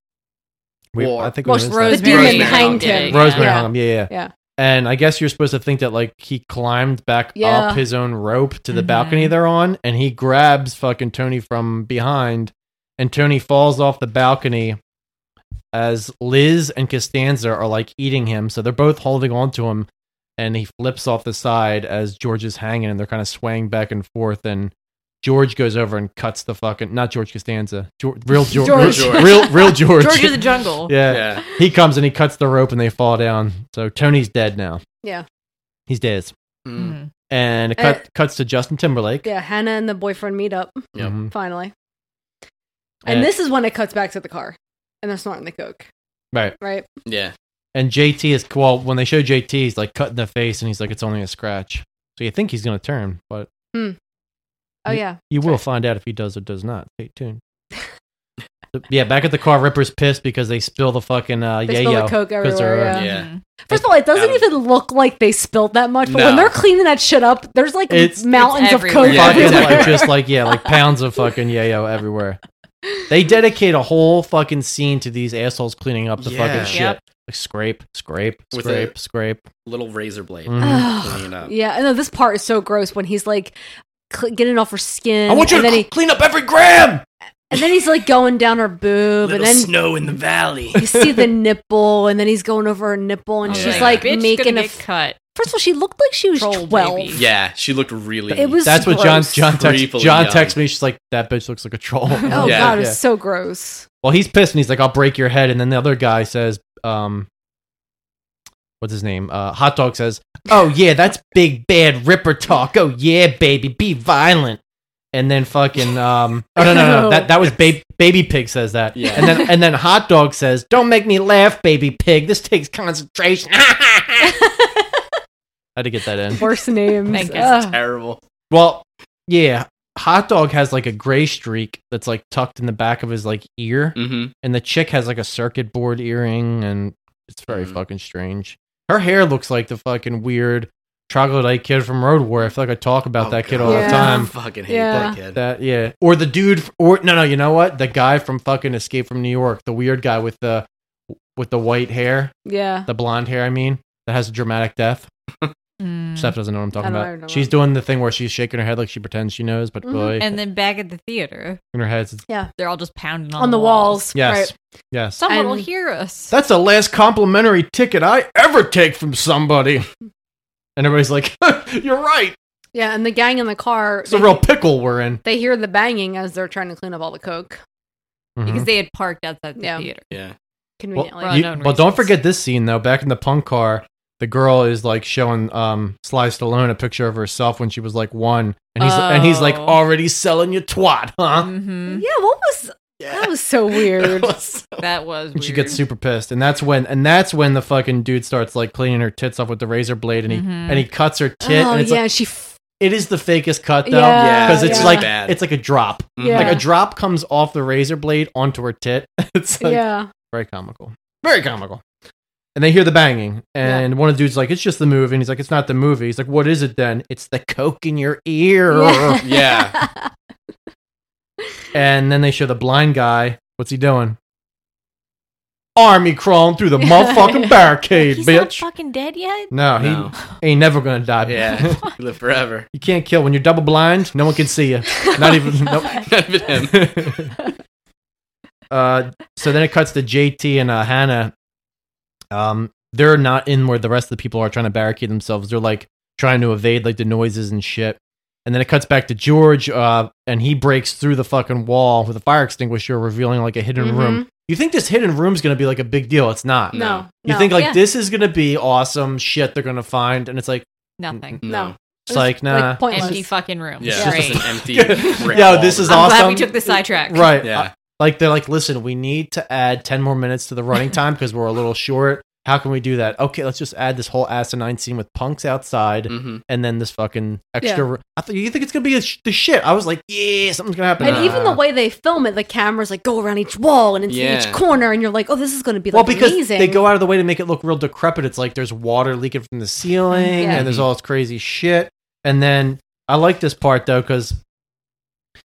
S11: War.
S5: I think we
S2: Well,
S5: missed that.
S2: Rosemary,
S9: demon
S2: Rosemary hanged
S9: hanged
S2: him.
S9: him.
S5: Rosemary
S2: Yeah.
S5: hung him. Yeah, yeah.
S2: Yeah.
S5: And I guess you're supposed to think that like he climbed back
S2: Yeah. Mm-hmm.
S5: up his own rope to the
S9: Mhm.
S5: balcony they're on, and he grabs fucking Tony from behind, and Tony falls off the balcony as Liz and Costanza are like eating him, so they're both holding on to him, and he flips off the side as George is hanging, and they're kind of swaying back and forth, and George goes over and cuts the fucking not George Costanza, George, real George,
S2: George.
S5: real real, real George,
S9: George of the Jungle.
S5: yeah.
S11: Yeah.
S5: He comes and he cuts the rope and they fall down. So Tony's dead now.
S2: Yeah.
S5: He's dead.
S9: Mm-hmm.
S2: Mm.
S5: And it cut, cuts to Justin Timberlake.
S2: Yeah, Hannah and the boyfriend meet up.
S5: Yep. Mhm.
S2: Finally. And
S5: And-
S2: this is when it cuts back to the car. And they're snorting the coke.
S5: Right.
S2: Right?
S11: Yeah.
S5: And JT is well. When they show JT, he's like cut in the face, and he's like, "It's only a scratch." So you think he's gonna turn, but
S2: Hmm. Oh,
S5: you-
S2: yeah.
S5: you will find out if he does or does not. Stay tuned. So, yeah, back at the car, Ripper's pissed because they spill the fucking uh,
S2: They
S5: yeah
S2: spill the
S5: yo,
S2: coke
S5: 'cause
S2: everywhere,
S5: they're, uh,
S2: yeah.
S9: Mm-hmm.
S2: First of all, it doesn't even look like they spilled that much, but when
S5: No.
S2: they're cleaning that shit up, there's like
S5: It's-
S2: mountains of coke
S5: Yeah, fucking
S2: everywhere.
S5: like just like yeah, like pounds of fucking yayo everywhere. They dedicate a whole fucking scene to these assholes cleaning up the
S11: Yeah.
S5: fucking shit.
S11: Yep.
S5: Like, scrape, scrape,
S11: With
S5: scrape,
S11: a-
S5: scrape.
S11: Little razor blade.
S5: Mhm.
S11: Clean it up.
S2: Yeah, I know this part is so gross when he's like cl- getting off her skin.
S11: I want you
S2: and
S11: to
S2: then
S11: cl-
S2: he,
S11: clean up every gram.
S2: and then he's like going down her boob,
S11: Little
S2: and then
S11: snow in the valley.
S2: you see the nipple, and then he's going over her nipple, and
S11: Oh,
S2: she's
S11: yeah.
S2: like
S9: Bitch
S2: making
S9: gonna
S2: a
S9: get
S2: f-
S9: cut.
S2: First of all, she looked like she was twelve.
S11: Yeah, she looked really.
S2: It was
S5: That's what John
S2: gross.
S5: John text,
S11: Creepily
S5: John
S11: young.
S5: texts me. She's like, "That bitch looks like a troll."
S2: Oh god, it was so gross.
S5: Well, he's pissed and he's like, "I'll break your head." And then the other guy says, "Um, what's his name? Uh, Hot Dog says, "Oh yeah, that's big bad Ripper talk. Oh yeah, baby, be violent." And then fucking um, oh no no no,
S11: No.
S5: that that was baby baby pig says that.
S11: Yeah.
S5: And then and then Hot Dog says, "Don't make me laugh, baby pig. This takes concentration." I had to get that in.
S2: Worst names.
S9: Thank you.
S2: Ugh.
S11: terrible.
S5: Well, yeah. Hot dog has like a gray streak that's like tucked in the back of his like ear,
S11: Mhm.
S5: and the chick has like a circuit board earring, and it's very fucking strange. Her hair looks like the fucking weird troglodyte kid from Road Warrior. I feel like I talk about that kid all
S2: God.
S5: the time.
S11: Fucking
S2: hate that Yeah.
S11: kid.
S5: That yeah, or the dude, f- or no, no, you know what? The guy from fucking Escape from New York, the weird guy with the with the white hair,
S2: Yeah.
S5: the blonde hair. I mean, that has a dramatic death.
S9: Mm.
S5: Steph doesn't know what I'm
S2: Mm. I
S5: talking
S2: don't
S5: about.
S2: even know
S5: she's
S2: what-
S5: doing the thing where she's shaking her head like she pretends she knows, but
S2: Mhm.
S5: boy,
S9: And then back at the theater,
S5: in her head, it's,
S2: Yeah.
S9: they're all just pounding on,
S2: On the walls.
S5: yes,
S2: Right.
S5: yes.
S9: Someone will
S2: And-
S9: hear us.
S5: That's the last complimentary ticket I ever take from somebody. And everybody's like, "You're right."
S2: Yeah, and the gang in the car
S5: It's a
S2: they-
S5: real pickle we're in.
S2: they hear the banging as they're trying to clean up all the coke.
S9: because they had parked outside the
S2: Yeah.
S9: theater.
S11: Yeah.
S5: Mm-hmm. Well,
S2: Conveniently.
S9: Well,
S5: you-
S9: known
S5: well, don't
S9: reasons.
S5: forget this scene though. Back in the punk car, the girl is like showing um, Sly Stallone a picture of herself when she was like one, and he's and he's like
S9: Oh.
S5: already selling you twat, huh?
S9: Mm-hmm.
S2: Yeah, what was that was so weird.
S9: That was
S5: And
S9: weird.
S5: she gets super pissed, and that's when and that's when the fucking dude starts like cleaning her tits off with the razor blade, and he
S9: Mhm.
S5: and he cuts her tit,
S2: oh
S5: and it's
S2: yeah,
S5: like
S2: she f-
S5: it is the fakest cut though,
S2: Yeah,
S5: because it's
S2: yeah.
S5: like
S11: Bad.
S5: it's like a drop,
S11: Mm-hmm.
S2: Yeah.
S5: like a drop comes off the razor blade onto her tit. It's like
S2: yeah.
S5: very comical, very comical. And they hear the banging, and one of the dudes like, "It's just the movie," and he's like, "It's not the movie." He's like, "What is it then?" It's the coke in your ear.
S11: Yeah.
S5: And then they show the blind guy. What's he doing? Army crawling through the motherfucking barricade,
S9: He's not
S5: bitch.
S9: fucking dead yet.
S5: No, he
S11: No.
S5: ain't never gonna die.
S11: Yeah. You live forever.
S5: you can't kill when you're double blind. No one can see you. Not even. nope.
S11: Not even him.
S5: uh, so then it cuts to JT and uh, Hannah. Um, they're not in where the rest of the people are trying to barricade themselves. They're like trying to evade like the noises and shit. And then it cuts back to George, uh, and he breaks through the fucking wall with a fire extinguisher, revealing like a hidden room. You think this hidden room's gonna be like a big deal? It's not.
S2: No.
S5: You
S2: no.
S5: think like
S2: Yeah.
S5: this is gonna be awesome shit they're gonna find, and it's like
S9: Nothing.
S2: No.
S5: it's like nah.
S2: pointless.
S9: Empty fucking room.
S11: Yeah. It's
S9: Great.
S11: just an empty. brick
S5: Yo,
S11: wall.
S5: this is
S9: I'm
S5: awesome.
S9: glad we took the sidetrack.
S5: Right.
S11: Yeah.
S5: Uh, like they're like, listen, we need to add 10 more minutes to the running time because we're a little short. How can we do that? Okay, let's just add this whole asinine scene with punks outside
S11: Mhm.
S5: and then this fucking extra. I thought you think it's gonna be the sh- the shit. I was like, yeah, something's gonna happen.
S2: And
S5: Nah.
S2: even the way they film it, the cameras like go around each wall and into
S11: Uh. Yeah.
S2: each corner, and you're like, "Oh, this is going to be
S5: well,
S2: like
S5: because
S2: amazing."
S5: they go out of the way to make it look real decrepit. It's like there's water leaking from the ceiling
S2: Mm-hmm. Yeah.
S5: and there's all this crazy shit. And then I like this part though because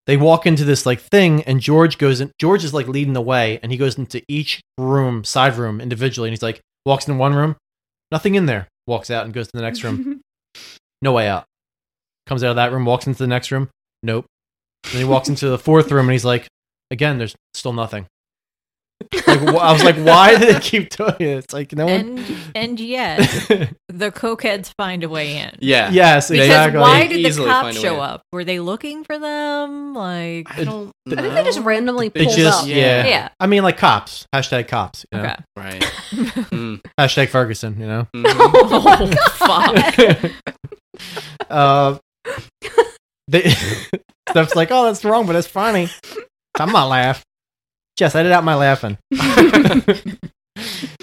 S5: they walk into this like thing and George goes in. George is like leading the way and he goes into each room, side room individually, and he's like walks in one room, nothing in there. Walks out and goes to the next room. no way out. Comes out of that room, walks into the next room. Nope. Then he walks into the fourth room and he's like, again, there's still nothing. Like, wh- I was like, why do they keep doing it? It's like no one.
S9: And and yet, the cokeheads find a way in.
S5: Yeah. Yes,
S9: Because
S5: exactly.
S9: Why
S5: They
S9: did the
S5: easily
S9: cops
S5: find a way
S9: show
S5: in.
S9: up? Were they looking for them? Like
S11: I don't.
S2: I think they just randomly
S5: They
S2: pulled
S5: just
S2: up.
S5: yeah.
S2: Yeah.
S5: I mean, like cops. Hashtag cops. You know?
S2: Okay.
S11: Right. Mm-hmm.
S5: Hashtag Ferguson. You know.
S2: Oh,
S5: uh, they stuff's like, oh, that's wrong, but it's funny. I'm not laugh. Jess, edit out my laughing.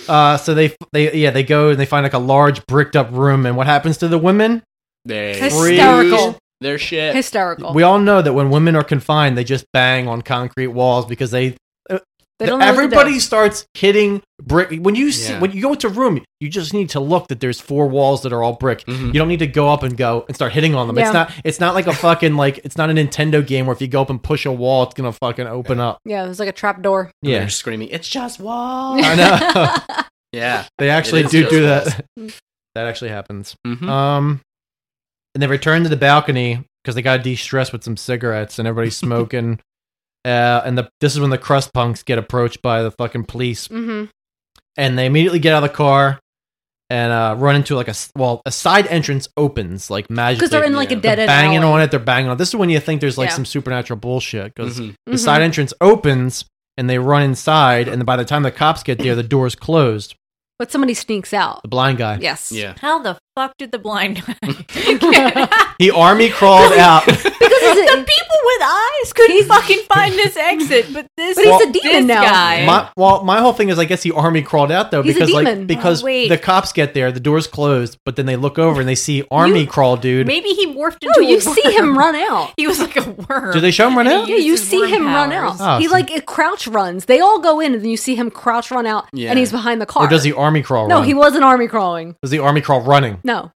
S5: uh, so they they yeah they go and they find like a large bricked up room, and what happens to the women?
S11: They
S2: Hysterical.
S11: freeze Their shit.
S2: Hysterical.
S5: We all know that when women are confined, they just bang on concrete walls because they. uh,
S2: They don't know what to
S5: everybody
S2: do.
S5: starts hitting brick. When you see
S11: Yeah.
S5: when you go into a room, you just need to look that there's four walls that are all brick. You don't need to go up and go and start hitting on them.
S2: Yeah.
S5: It's not it's not like a fucking like it's not a Nintendo game where if you go up and push a wall, it's gonna fucking open up.
S2: yeah, it was like a trap door.
S5: Yeah.
S11: They're screaming. It's just walls.
S5: I know.
S11: Yeah.
S5: They actually
S11: It is
S5: do
S11: just Mm-hmm.
S5: do
S11: walls.
S5: that.
S2: Mm-hmm.
S5: That actually happens. Um, and they return to the balcony because they got to de-stress with some cigarettes and everybody's smoking. uh, and the this is when the crust punks get approached by the fucking police,
S2: Mm-hmm.
S5: and they immediately get out of the car and uh, run into like a s- well a side entrance opens like magically
S2: they're in, like, a
S5: They're
S2: dead-end
S5: banging
S2: alley.
S5: on it. They're banging on. it. This is when you think there's like
S2: Yeah.
S5: some supernatural bullshit because
S11: Mhm.
S9: Mm-hmm.
S5: the side
S2: Mhm.
S5: entrance opens and they run inside, and by the time the cops get there, the door's closed.
S2: But somebody sneaks out.
S5: The blind guy.
S2: Yes.
S5: Yeah.
S9: How the fuck did the blind guy?
S5: He army crawled out.
S9: the people with eyes couldn't fucking find this exit, but this
S2: But he's a
S9: this
S2: demon now.
S9: guy.
S5: My, well, my whole thing is, I guess he army crawled out though
S9: He's a
S5: because
S9: demon.
S5: like because
S9: Oh, wait.
S5: the cops get there, the door's closed, but then they look over and they see army crawl dude.
S9: Maybe he morphed into.
S2: No,
S9: a
S2: Oh, you see him
S9: worm.
S2: run out.
S9: He was like a worm.
S5: Do they show him run out?
S2: Yeah, you see him run out.
S5: Oh,
S2: he
S5: so-
S2: like it crouch runs. They all go in, and then you see him crouch run out,
S5: Yeah.
S2: and he's behind the car.
S5: Or does he army crawl?
S2: No,
S5: run?
S2: he wasn't army crawling.
S5: Does he army crawl running?
S2: No,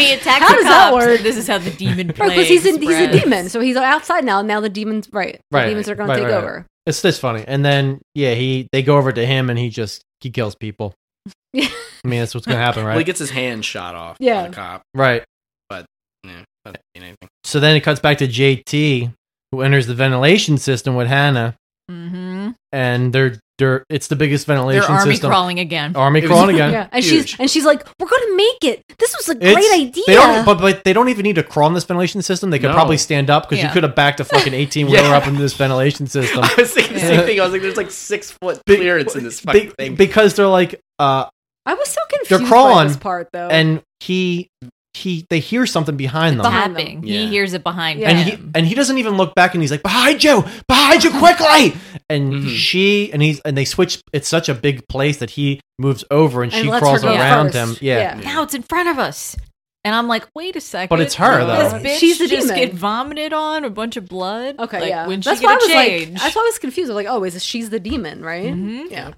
S9: he attacks.
S2: How
S9: the
S2: does that
S9: cops.
S2: work?
S9: This is how the demon
S2: right?
S9: plays.
S2: Because he's in, he's a
S9: spreads.
S2: demon, so he's outside now. Now the demons, right? The
S5: Right.
S2: demons are going
S5: right,
S2: to take
S5: right, right.
S2: over.
S5: It's this funny, and then yeah, he they go over to him and he just he kills people. I mean, that's what's gonna happen, right?
S11: Well, he gets his hand shot off. by
S2: Yeah.
S11: the cop.
S5: right.
S11: But no, doesn't mean anything.
S5: So then it cuts back to JT who enters the ventilation system with Hannah,
S9: Mm-hmm.
S5: and they're they're it's the biggest ventilation
S9: They're army
S5: system. Oh,
S9: crawling again.
S5: Army crawling again.
S2: Yeah, and she's and she's like, "We're going to make it. This was a
S5: It's-
S2: great idea."
S5: They don't, but, but they don't even need to crawl in this ventilation system. They could
S11: No.
S5: probably stand up because
S11: Yeah.
S5: you could have backed a fucking eighteen wheeler
S11: Yeah.
S5: up into this ventilation system.
S11: I was thinking the same thing. I was like, there's like six foot clearance in this fucking
S5: Be-
S11: thing.
S5: because they're like, uh,
S2: I was so confused.
S5: they're
S2: by
S5: crawling,
S2: this part though,
S5: and he he they hear something behind them.
S9: tapping. He hears it behind
S5: And
S9: him.
S5: he and he doesn't even look back, and he's like behind you, behind you, quickly! And
S11: Mm-hmm.
S5: she and he's and they switch. It's such a big place that he moves over, and,
S9: And
S5: she
S9: lets her
S5: crawls
S9: go
S5: around
S9: first.
S5: him. Yeah,
S9: Now it's in front of us. And I'm like, wait a second.
S5: But it's her,
S9: Does
S5: though.
S9: This bitch
S2: She's a
S9: just
S2: demon.
S9: get vomited on a bunch of blood.
S2: okay,
S9: Like,
S2: yeah.
S9: When she
S2: that's
S9: get
S2: why I
S9: a
S2: was
S9: change? Mm-hmm.
S2: like, that's why I was confused. I was like, "Oh, is she's the demon, right?" Yeah.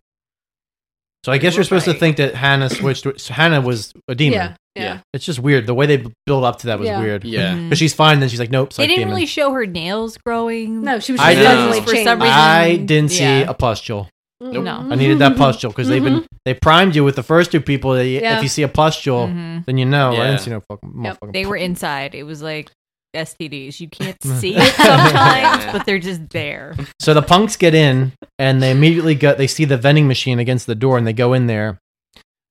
S5: So I guess you're supposed to think that Hannah switched. so Hannah was a demon.
S2: Yeah, yeah. Yeah.
S5: It's just weird. The way they b- build up to that was
S2: Yeah.
S5: weird.
S11: Yeah.
S5: Because she's fine, then she's like, nope,
S9: Mm-hmm. they
S5: psych
S9: didn't
S5: demon.
S9: really show her nails growing.
S2: No, she was
S5: I
S2: just
S5: didn't,
S2: suddenly changed.
S5: I didn't see
S9: Yeah.
S5: a pustule.
S9: Nope. No.
S5: I needed that pustule because they've been they primed you with the first two people. That you,
S9: Mm-hmm. Yeah. Mm-hmm.
S5: If you see a pustule, then you know. I
S11: Yeah.
S5: didn't see no Oh. fucking.
S9: Yep,
S5: motherfucking
S9: They
S5: pu-
S9: were inside. It was like STDs. You can't see it sometimes, but they're just there.
S5: So the punks get in and they immediately go. They see the vending machine against the door and they go in there,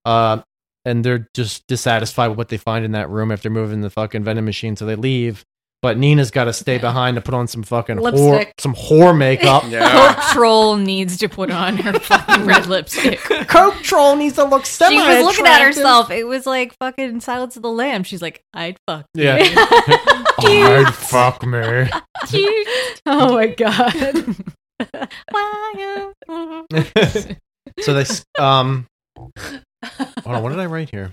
S5: uh, and they're just dissatisfied with what they find in that room after moving the fucking vending machine. So they leave. But Nina's got to stay behind to put on some fucking whore,
S9: Lipstick.
S5: some whore makeup.
S9: Coke Troll needs to put on her fucking red lipstick.
S5: Coke Troll needs to look
S9: She was looking at
S5: semi-attractive.
S9: herself. It was like fucking Silence of the Lamb. She's like, I'd fuck. you."
S5: Yeah. I'd fuck me.
S9: Cute.
S2: Oh my god.
S5: so they s- um hold on what did i write here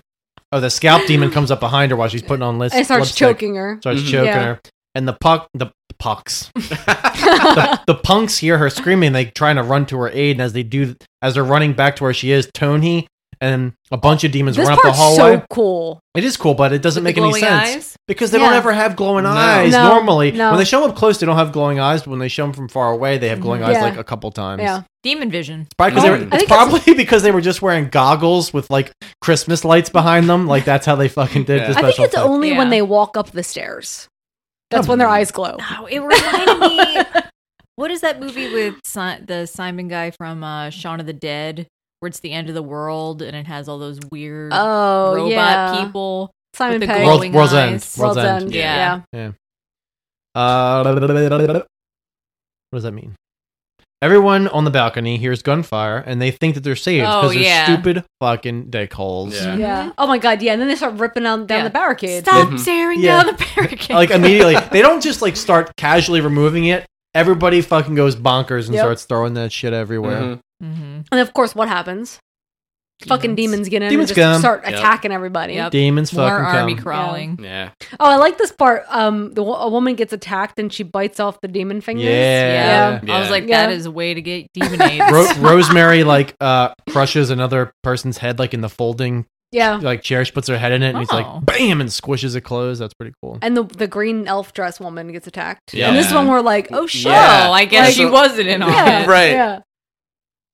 S5: oh the scalp demon comes up behind her while she's putting on list
S2: And starts
S5: lipstick.
S2: choking her.
S5: starts
S9: Mm-hmm.
S2: Mhm.
S5: choking
S2: Yeah.
S5: her and the puck the the pucks the, the punks hear her screaming they trying to run to her aid and as they do as they're running back to where she is tony and a bunch of demons
S2: This
S5: run up the
S2: part's
S5: hallway
S2: so cool.
S5: it is cool but it doesn't make
S2: With the
S5: any
S2: glowing
S5: sense
S2: eyes?
S5: because they don't
S2: Yeah.
S5: ever have glowing
S2: No.
S5: eyes
S2: No,
S5: normally
S2: no.
S5: when they show them up close they don't have glowing eyes but when they show them from far away they have glowing
S2: Mm-hmm.
S5: eyes
S9: Yeah.
S5: like a couple times
S9: Yeah. Demon vision.
S5: Probably 'cause they were-
S9: Oh, I
S5: it's
S9: think
S5: probably because they were just wearing goggles with like Christmas lights behind them. Like that's how they fucking did the
S2: I
S5: special
S2: think it's
S5: effect.
S2: only when they walk up the stairs. That's when their eyes glow.
S9: No, it reminded Oh, me What is that movie with si- the Simon guy from uh, Shaun of the Dead, where it's the end of the world and it has all those weird
S2: Oh,
S9: robot
S2: yeah.
S9: people?
S2: Simon
S9: with the
S2: Pegg.
S9: glowing
S5: World's End.
S9: eyes?
S5: World's End.
S9: Yeah.
S5: Yeah. Uh, what does that mean? Everyone on the balcony hears gunfire and they think that they're saved
S2: Oh,
S5: because they're
S2: yeah.
S5: stupid fucking dickholes.
S2: Yeah. Oh my god. Yeah. And then they start ripping down, down the barricade.
S5: Stop Mhm. staring Yeah. down
S2: the barricade.
S5: Like immediately, they don't just like start casually removing it. Everybody fucking goes bonkers and
S2: Yep.
S5: starts throwing that shit everywhere.
S11: Mhm.
S9: Mm-hmm.
S2: And of course, what happens? Fucking demons get in
S5: Demons
S2: and just
S5: come.
S2: start
S5: Yep.
S2: attacking everybody.
S5: Demons
S9: More
S5: fucking
S9: army
S5: come.
S9: crawling.
S11: Yeah.
S2: Oh, I like this part. Um, the, wo- a woman gets attacked and she bites off the demon fingers.
S5: Yeah. Yeah.
S9: I was like,
S2: Yeah.
S9: that is a way to get demonades.
S5: Ro- Rosemary like uh crushes another person's head like in the folding
S2: Yeah.
S5: like chair. She puts her head in it and he's
S2: Oh.
S5: like bam and squishes it closed. That's pretty cool.
S2: And the the green elf dress woman gets attacked.
S5: Yeah.
S2: And this
S5: Yeah.
S2: one we're like, oh shit.
S5: Yeah.
S9: Oh, I guess
S2: Like-
S9: she wasn't in on
S2: Yeah,
S9: it.
S2: Yeah.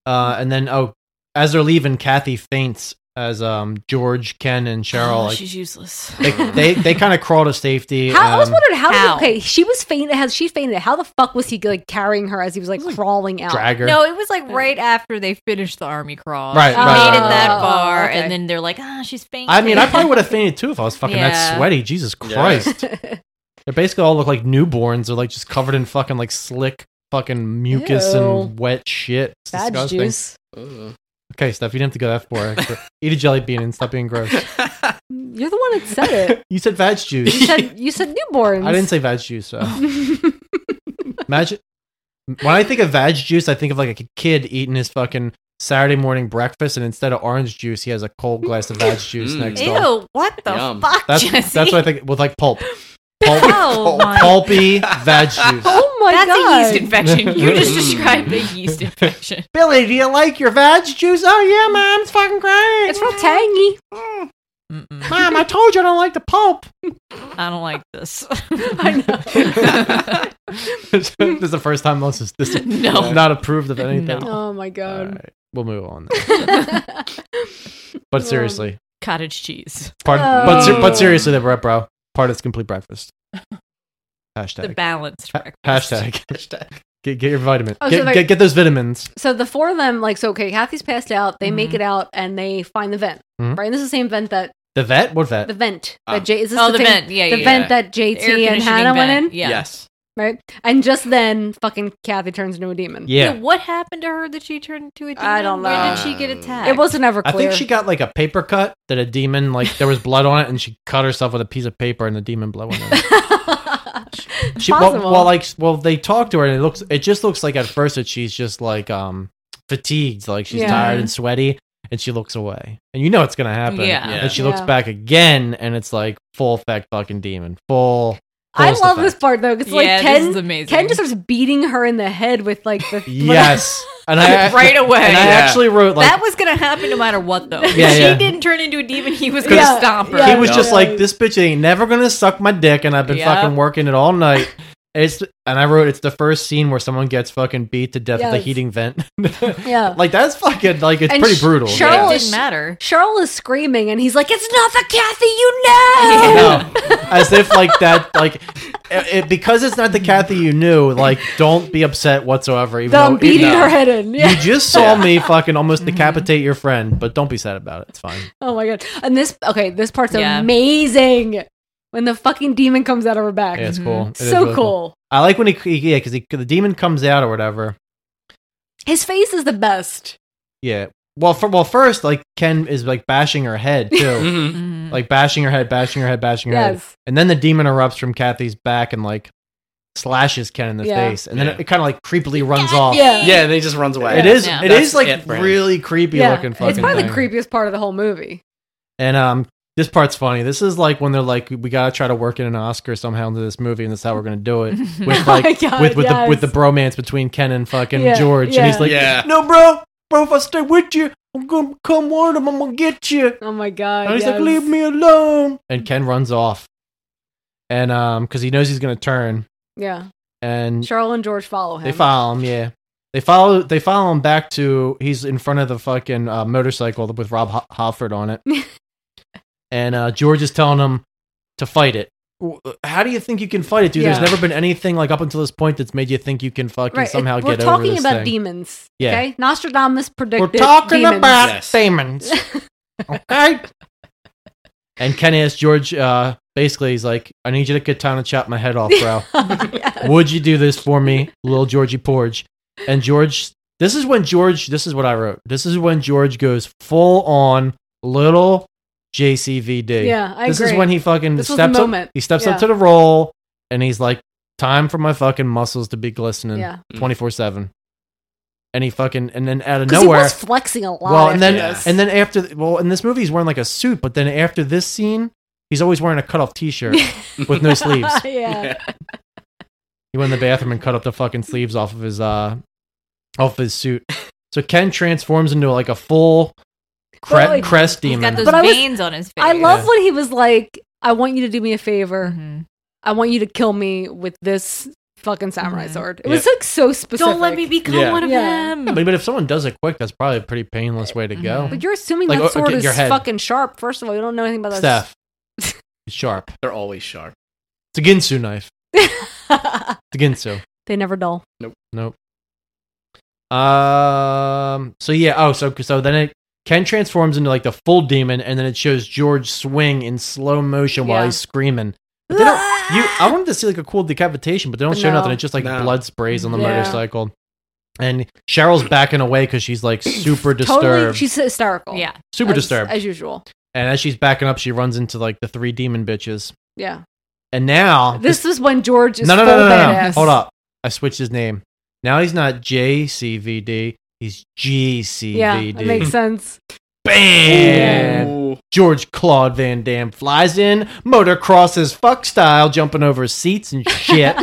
S5: Uh, and then oh, as they're leaving, Kathy faints as um George, Ken, and Cheryl.
S7: Oh,
S5: like,
S7: she's useless.
S5: They they, they kind of crawl to safety.
S2: How, I was
S5: um,
S2: wondering how,
S9: How?
S2: okay she was fainted has she fainted how the fuck was he like carrying her as he was like crawling out
S5: drag her.
S9: No, it was like right after they finished the army crawl.
S5: Right,
S9: she
S5: right,
S9: made
S5: right,
S9: it that
S5: right.
S9: far,
S2: Oh, okay.
S9: and then they're like, ah, she's fainting.
S5: I mean, I probably would have fainted too if I was fucking
S9: Yeah.
S5: that sweaty. Jesus
S11: Yeah.
S5: Christ! they basically all look like newborns. They're like just covered in fucking like slick fucking mucus
S2: Ew.
S5: and wet shit. It's
S2: Bad
S5: disgusting.
S2: juice.
S5: Okay, Steph, you didn't have to go that far. Eat a jelly bean and stop being gross.
S2: you're the one that said it
S5: You said veg
S2: you
S5: juice.
S2: said you said newborns
S5: I didn't say veg juice. So. Imagine when I think of veg juice, I think of like a kid eating his fucking Saturday morning breakfast, and instead of orange juice, he has a cold glass of veg juice next door.
S9: Ew, what the
S5: Yum.
S9: fuck,
S5: That's
S9: Jesse?
S5: that's what I think with like pulp, pulp,
S9: Oh my-
S5: pulpy veg juice.
S2: Oh my
S9: That's
S2: god.
S9: a yeast infection. You just described a yeast infection.
S5: Billy, do you like your veg juice? Oh yeah, mom, it's fucking great.
S2: It's real tangy.
S5: Mom, I told you I don't like the pulp.
S9: I don't like this.
S5: this is the first time this is this is
S9: No.
S5: not approved of anything.
S2: oh my god
S5: We'll move on. then. but seriously,
S9: Cottage cheese.
S5: Part, but ser- but seriously, the rep bro. Part is complete breakfast. Hashtag
S9: The balanced
S5: Ha- hashtag hashtag. Get, get your vitamin.
S2: Oh, so
S5: get,
S2: they're-
S5: get get those vitamins.
S2: so the four of them like so okay kathy's passed out they
S5: Mm-hmm.
S2: make it out and they find the vent
S5: Mhm.
S2: right and this is the same vent that
S5: The vet. What vet?
S2: the vent
S5: Ah.
S2: that J- is this
S9: Oh,
S2: the,
S9: the
S2: same-
S9: vent. Yeah,
S2: the
S9: yeah,
S2: vent
S9: yeah.
S2: that
S9: The air
S2: JT and
S9: conditioning
S2: Hannah went
S9: vent.
S2: in
S9: Yeah.
S11: Yes.
S2: right and just then fucking Kathy turns into a demon
S5: Yeah. Yeah,
S9: What happened to her that she turned into a demon?
S2: I don't
S9: Where
S2: know.
S9: did she get attacked?
S2: it wasn't ever
S5: I
S2: clear
S5: think she got like a paper cut that a demon like there was blood on it, and she cut herself with a piece of paper, and the demon blood went on. it. she well,
S2: Possible.
S5: well, like well, they talk to her, and it looks it just looks like at first that she's just like um fatigued, like she's
S2: Yeah.
S5: tired and sweaty, and she looks away, and you know it's gonna happen.
S11: Yeah.
S5: and she looks
S2: Yeah.
S5: back again, and it's like full effect fucking demon, full.
S2: I
S5: fullest
S2: love
S5: effect.
S2: this part though because like
S9: Yeah, this
S2: Ken,
S9: is amazing.
S2: Ken just starts beating her in the head with like the
S5: Yes, and I
S9: right away.
S5: And I actually wrote like
S9: that was gonna happen no matter what, though.
S5: Yeah,
S9: she
S5: yeah.
S9: didn't turn into a demon. He was gonna
S2: Yeah,
S9: stomp her.
S5: he was just like this bitch ain't never gonna suck my dick, and I've been
S9: Yeah.
S5: fucking working it all night. It's and I wrote it's the first scene where someone gets fucking beat to death with a
S2: Yes.
S5: heating vent.
S2: yeah.
S5: like that's fucking like it's
S2: And
S5: pretty
S2: Sh-
S5: brutal.
S2: Cheryl
S9: It
S2: is
S9: didn't matter.
S2: Cheryl is screaming and he's like, "It's not the Kathy you know."
S5: No, as if like that like it, it- because it's not the Kathy you knew. Like don't be upset whatsoever. Even
S2: Though I'm
S5: though
S2: beating
S5: even-
S2: her head in. Yeah.
S5: You just saw me fucking almost
S2: Mm-hmm.
S5: decapitate your friend, but don't be sad about it. It's fine.
S2: oh my god. And this okay, this part's
S9: Yeah.
S2: amazing. When the fucking demon comes out of her back.
S5: Yeah, it's cool. It is
S2: so
S5: really
S2: cool.
S5: I like when he, he yeah, because the demon comes out or whatever.
S2: His face is the best.
S5: Yeah. Well, for, well, first, like Ken is like bashing her head too, like bashing her head, bashing her head, bashing her head,
S2: Yes.
S5: and then the demon erupts from Kathy's back and like slashes Ken in the
S2: Yeah.
S5: face, and then it, kind of like creepily runs off.
S2: Yeah.
S11: Yeah, and then he just runs away.
S5: It is.
S2: Yeah.
S5: It
S11: That's
S5: is like
S11: it for him.
S5: really creepy
S2: yeah.
S5: looking fucking.
S2: it's probably
S5: thing.
S2: the creepiest part of the whole movie.
S5: And um, this part's funny. This is like when they're like, we gotta try to work in an Oscar somehow into this movie, and that's how we're gonna do it with
S2: Oh my
S5: like
S2: God,
S5: with with the with the
S2: yes.
S5: bromance between Ken and fucking
S2: Yeah,
S5: George, and he's
S2: yeah.
S5: like,
S11: Yeah.
S5: no, bro, bro, if I stay with you, I'm gonna come warn him, I'm gonna get you.
S2: Oh my god.
S5: And he's like,
S2: yes.
S5: leave me alone. And Ken runs off, and um, because he knows he's gonna turn,
S2: Yeah.
S5: and
S2: Cheryl and George follow him.
S5: Mm-hmm. they follow him. Yeah, they follow. They follow him back to. He's in front of the fucking uh, motorcycle with Rob Ho- Halford on it, and uh, George is telling him to fight it. w- how do you think you can fight it, dude?
S2: Yeah.
S5: There's never been anything like up until this point that's made you think you can fucking
S2: Right.
S5: somehow
S2: it- we're
S5: get over
S2: talking
S5: this
S2: about
S5: thing.
S2: demons.
S5: Yeah.
S2: Okay. Nostradamus
S5: We're
S2: predicted.
S5: talking
S2: demons.
S5: about demons. okay. And Kenny asked George, uh, basically, he's like, I need you to katana chop my head off, bro. Would you do this for me, little Georgie Porge? And George, this is when George, this is what I wrote. This is when George goes full on little JCVD.
S2: Yeah, I
S5: This is
S2: agree.
S5: when he fucking
S2: This was the
S5: steps
S2: moment.
S5: up. He steps
S2: Yeah.
S5: up to the roll and he's like, time for my fucking muscles to be glistening
S2: Yeah.
S5: 24 7. And he fucking, and then out of
S2: 'Cause he
S5: nowhere.
S2: was flexing a lot.
S5: Well, and then
S2: after this.
S5: and then after well, in this movie he's wearing like a suit, but then after this scene, he's always wearing a cut off t shirt with no sleeves.
S2: yeah.
S5: He went in the bathroom and cut up the fucking sleeves off of his uh off his suit. So Ken transforms into like a full cre-
S2: But, like,
S5: crest
S2: he's
S5: demon.
S9: got those
S2: But I was-
S9: veins on his face.
S2: I love
S5: Yeah. Mm-hmm.
S2: when he was like, "I want you to do me a favor. I want you to kill me with this fucking samurai sword." It was
S5: Mm-hmm. Yeah.
S2: like so specific.
S7: Don't let me become
S5: Yeah.
S7: one of
S2: Yeah.
S7: them.
S5: Yeah, but, but if someone does it quick, that's probably a pretty painless way to go.
S2: But you're assuming
S5: Like,
S2: that
S5: oh,
S2: sword
S5: okay,
S2: is
S5: your head.
S2: fucking sharp. First of all, Mm-hmm. you don't know anything about that.
S5: Staff. It's sharp.
S11: They're always sharp.
S5: It's a Ginsu knife. it's a Ginsu.
S2: They never dull.
S11: Nope.
S5: Nope. Um. So yeah. Oh. So so then it Ken transforms into like the full demon, and then it shows George swing in slow motion while
S2: Yeah.
S5: he's screaming. But they don't. You. I wanted to see like a cool decapitation, but they don't
S2: But
S5: show
S2: no.
S5: nothing. It's just like
S11: No.
S5: blood sprays on the
S2: Yeah.
S5: motorcycle, and Cheryl's backing away because she's like super disturbed.
S2: Totally, she's hysterical.
S9: Yeah.
S5: Super
S2: as,
S5: disturbed.
S2: as usual.
S5: and as she's backing up, she runs into like the three demon bitches.
S2: Yeah.
S5: And now
S2: This is when George is
S5: no, no,
S2: full
S5: no, no, no,
S2: badass.
S5: Hold up. I switched his name. Now he's not JCVD. He's GCVD.
S2: Yeah, that makes sense.
S5: Bam! George Claude Van Damme flies in, motocrosses fuck style, jumping over seats and shit.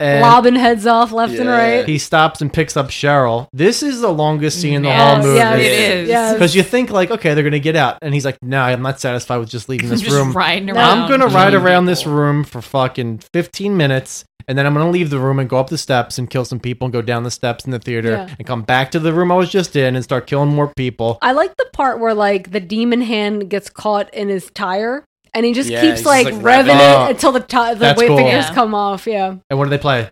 S5: And
S2: Lobbing heads off left and right.
S5: He stops and picks up Cheryl. This is the longest scene in the
S2: Yes,
S5: whole movie.
S2: yes, It is. yes.
S5: Because you think like, okay, they're gonna get out, and he's like, no, I'm not satisfied with just leaving this
S9: Just
S5: room.
S9: riding
S5: I'm
S9: around
S5: gonna
S9: killing
S5: ride around this room for fucking 15 minutes, and then I'm gonna leave the room and go up the steps and kill some people and go down the steps in the theater
S2: Yeah.
S5: and come back to the room I was just in and start killing more people.
S2: I like the part where like the demon hand gets caught in his tire, and he just
S5: Yeah,
S2: keeps
S5: he's just,
S2: like,
S5: like,
S2: revving
S5: revving
S2: it
S5: it.
S2: until the ti the
S5: That's
S2: weight
S5: cool.
S2: fingers
S5: Yeah.
S2: come off. Yeah,
S5: And what do they play?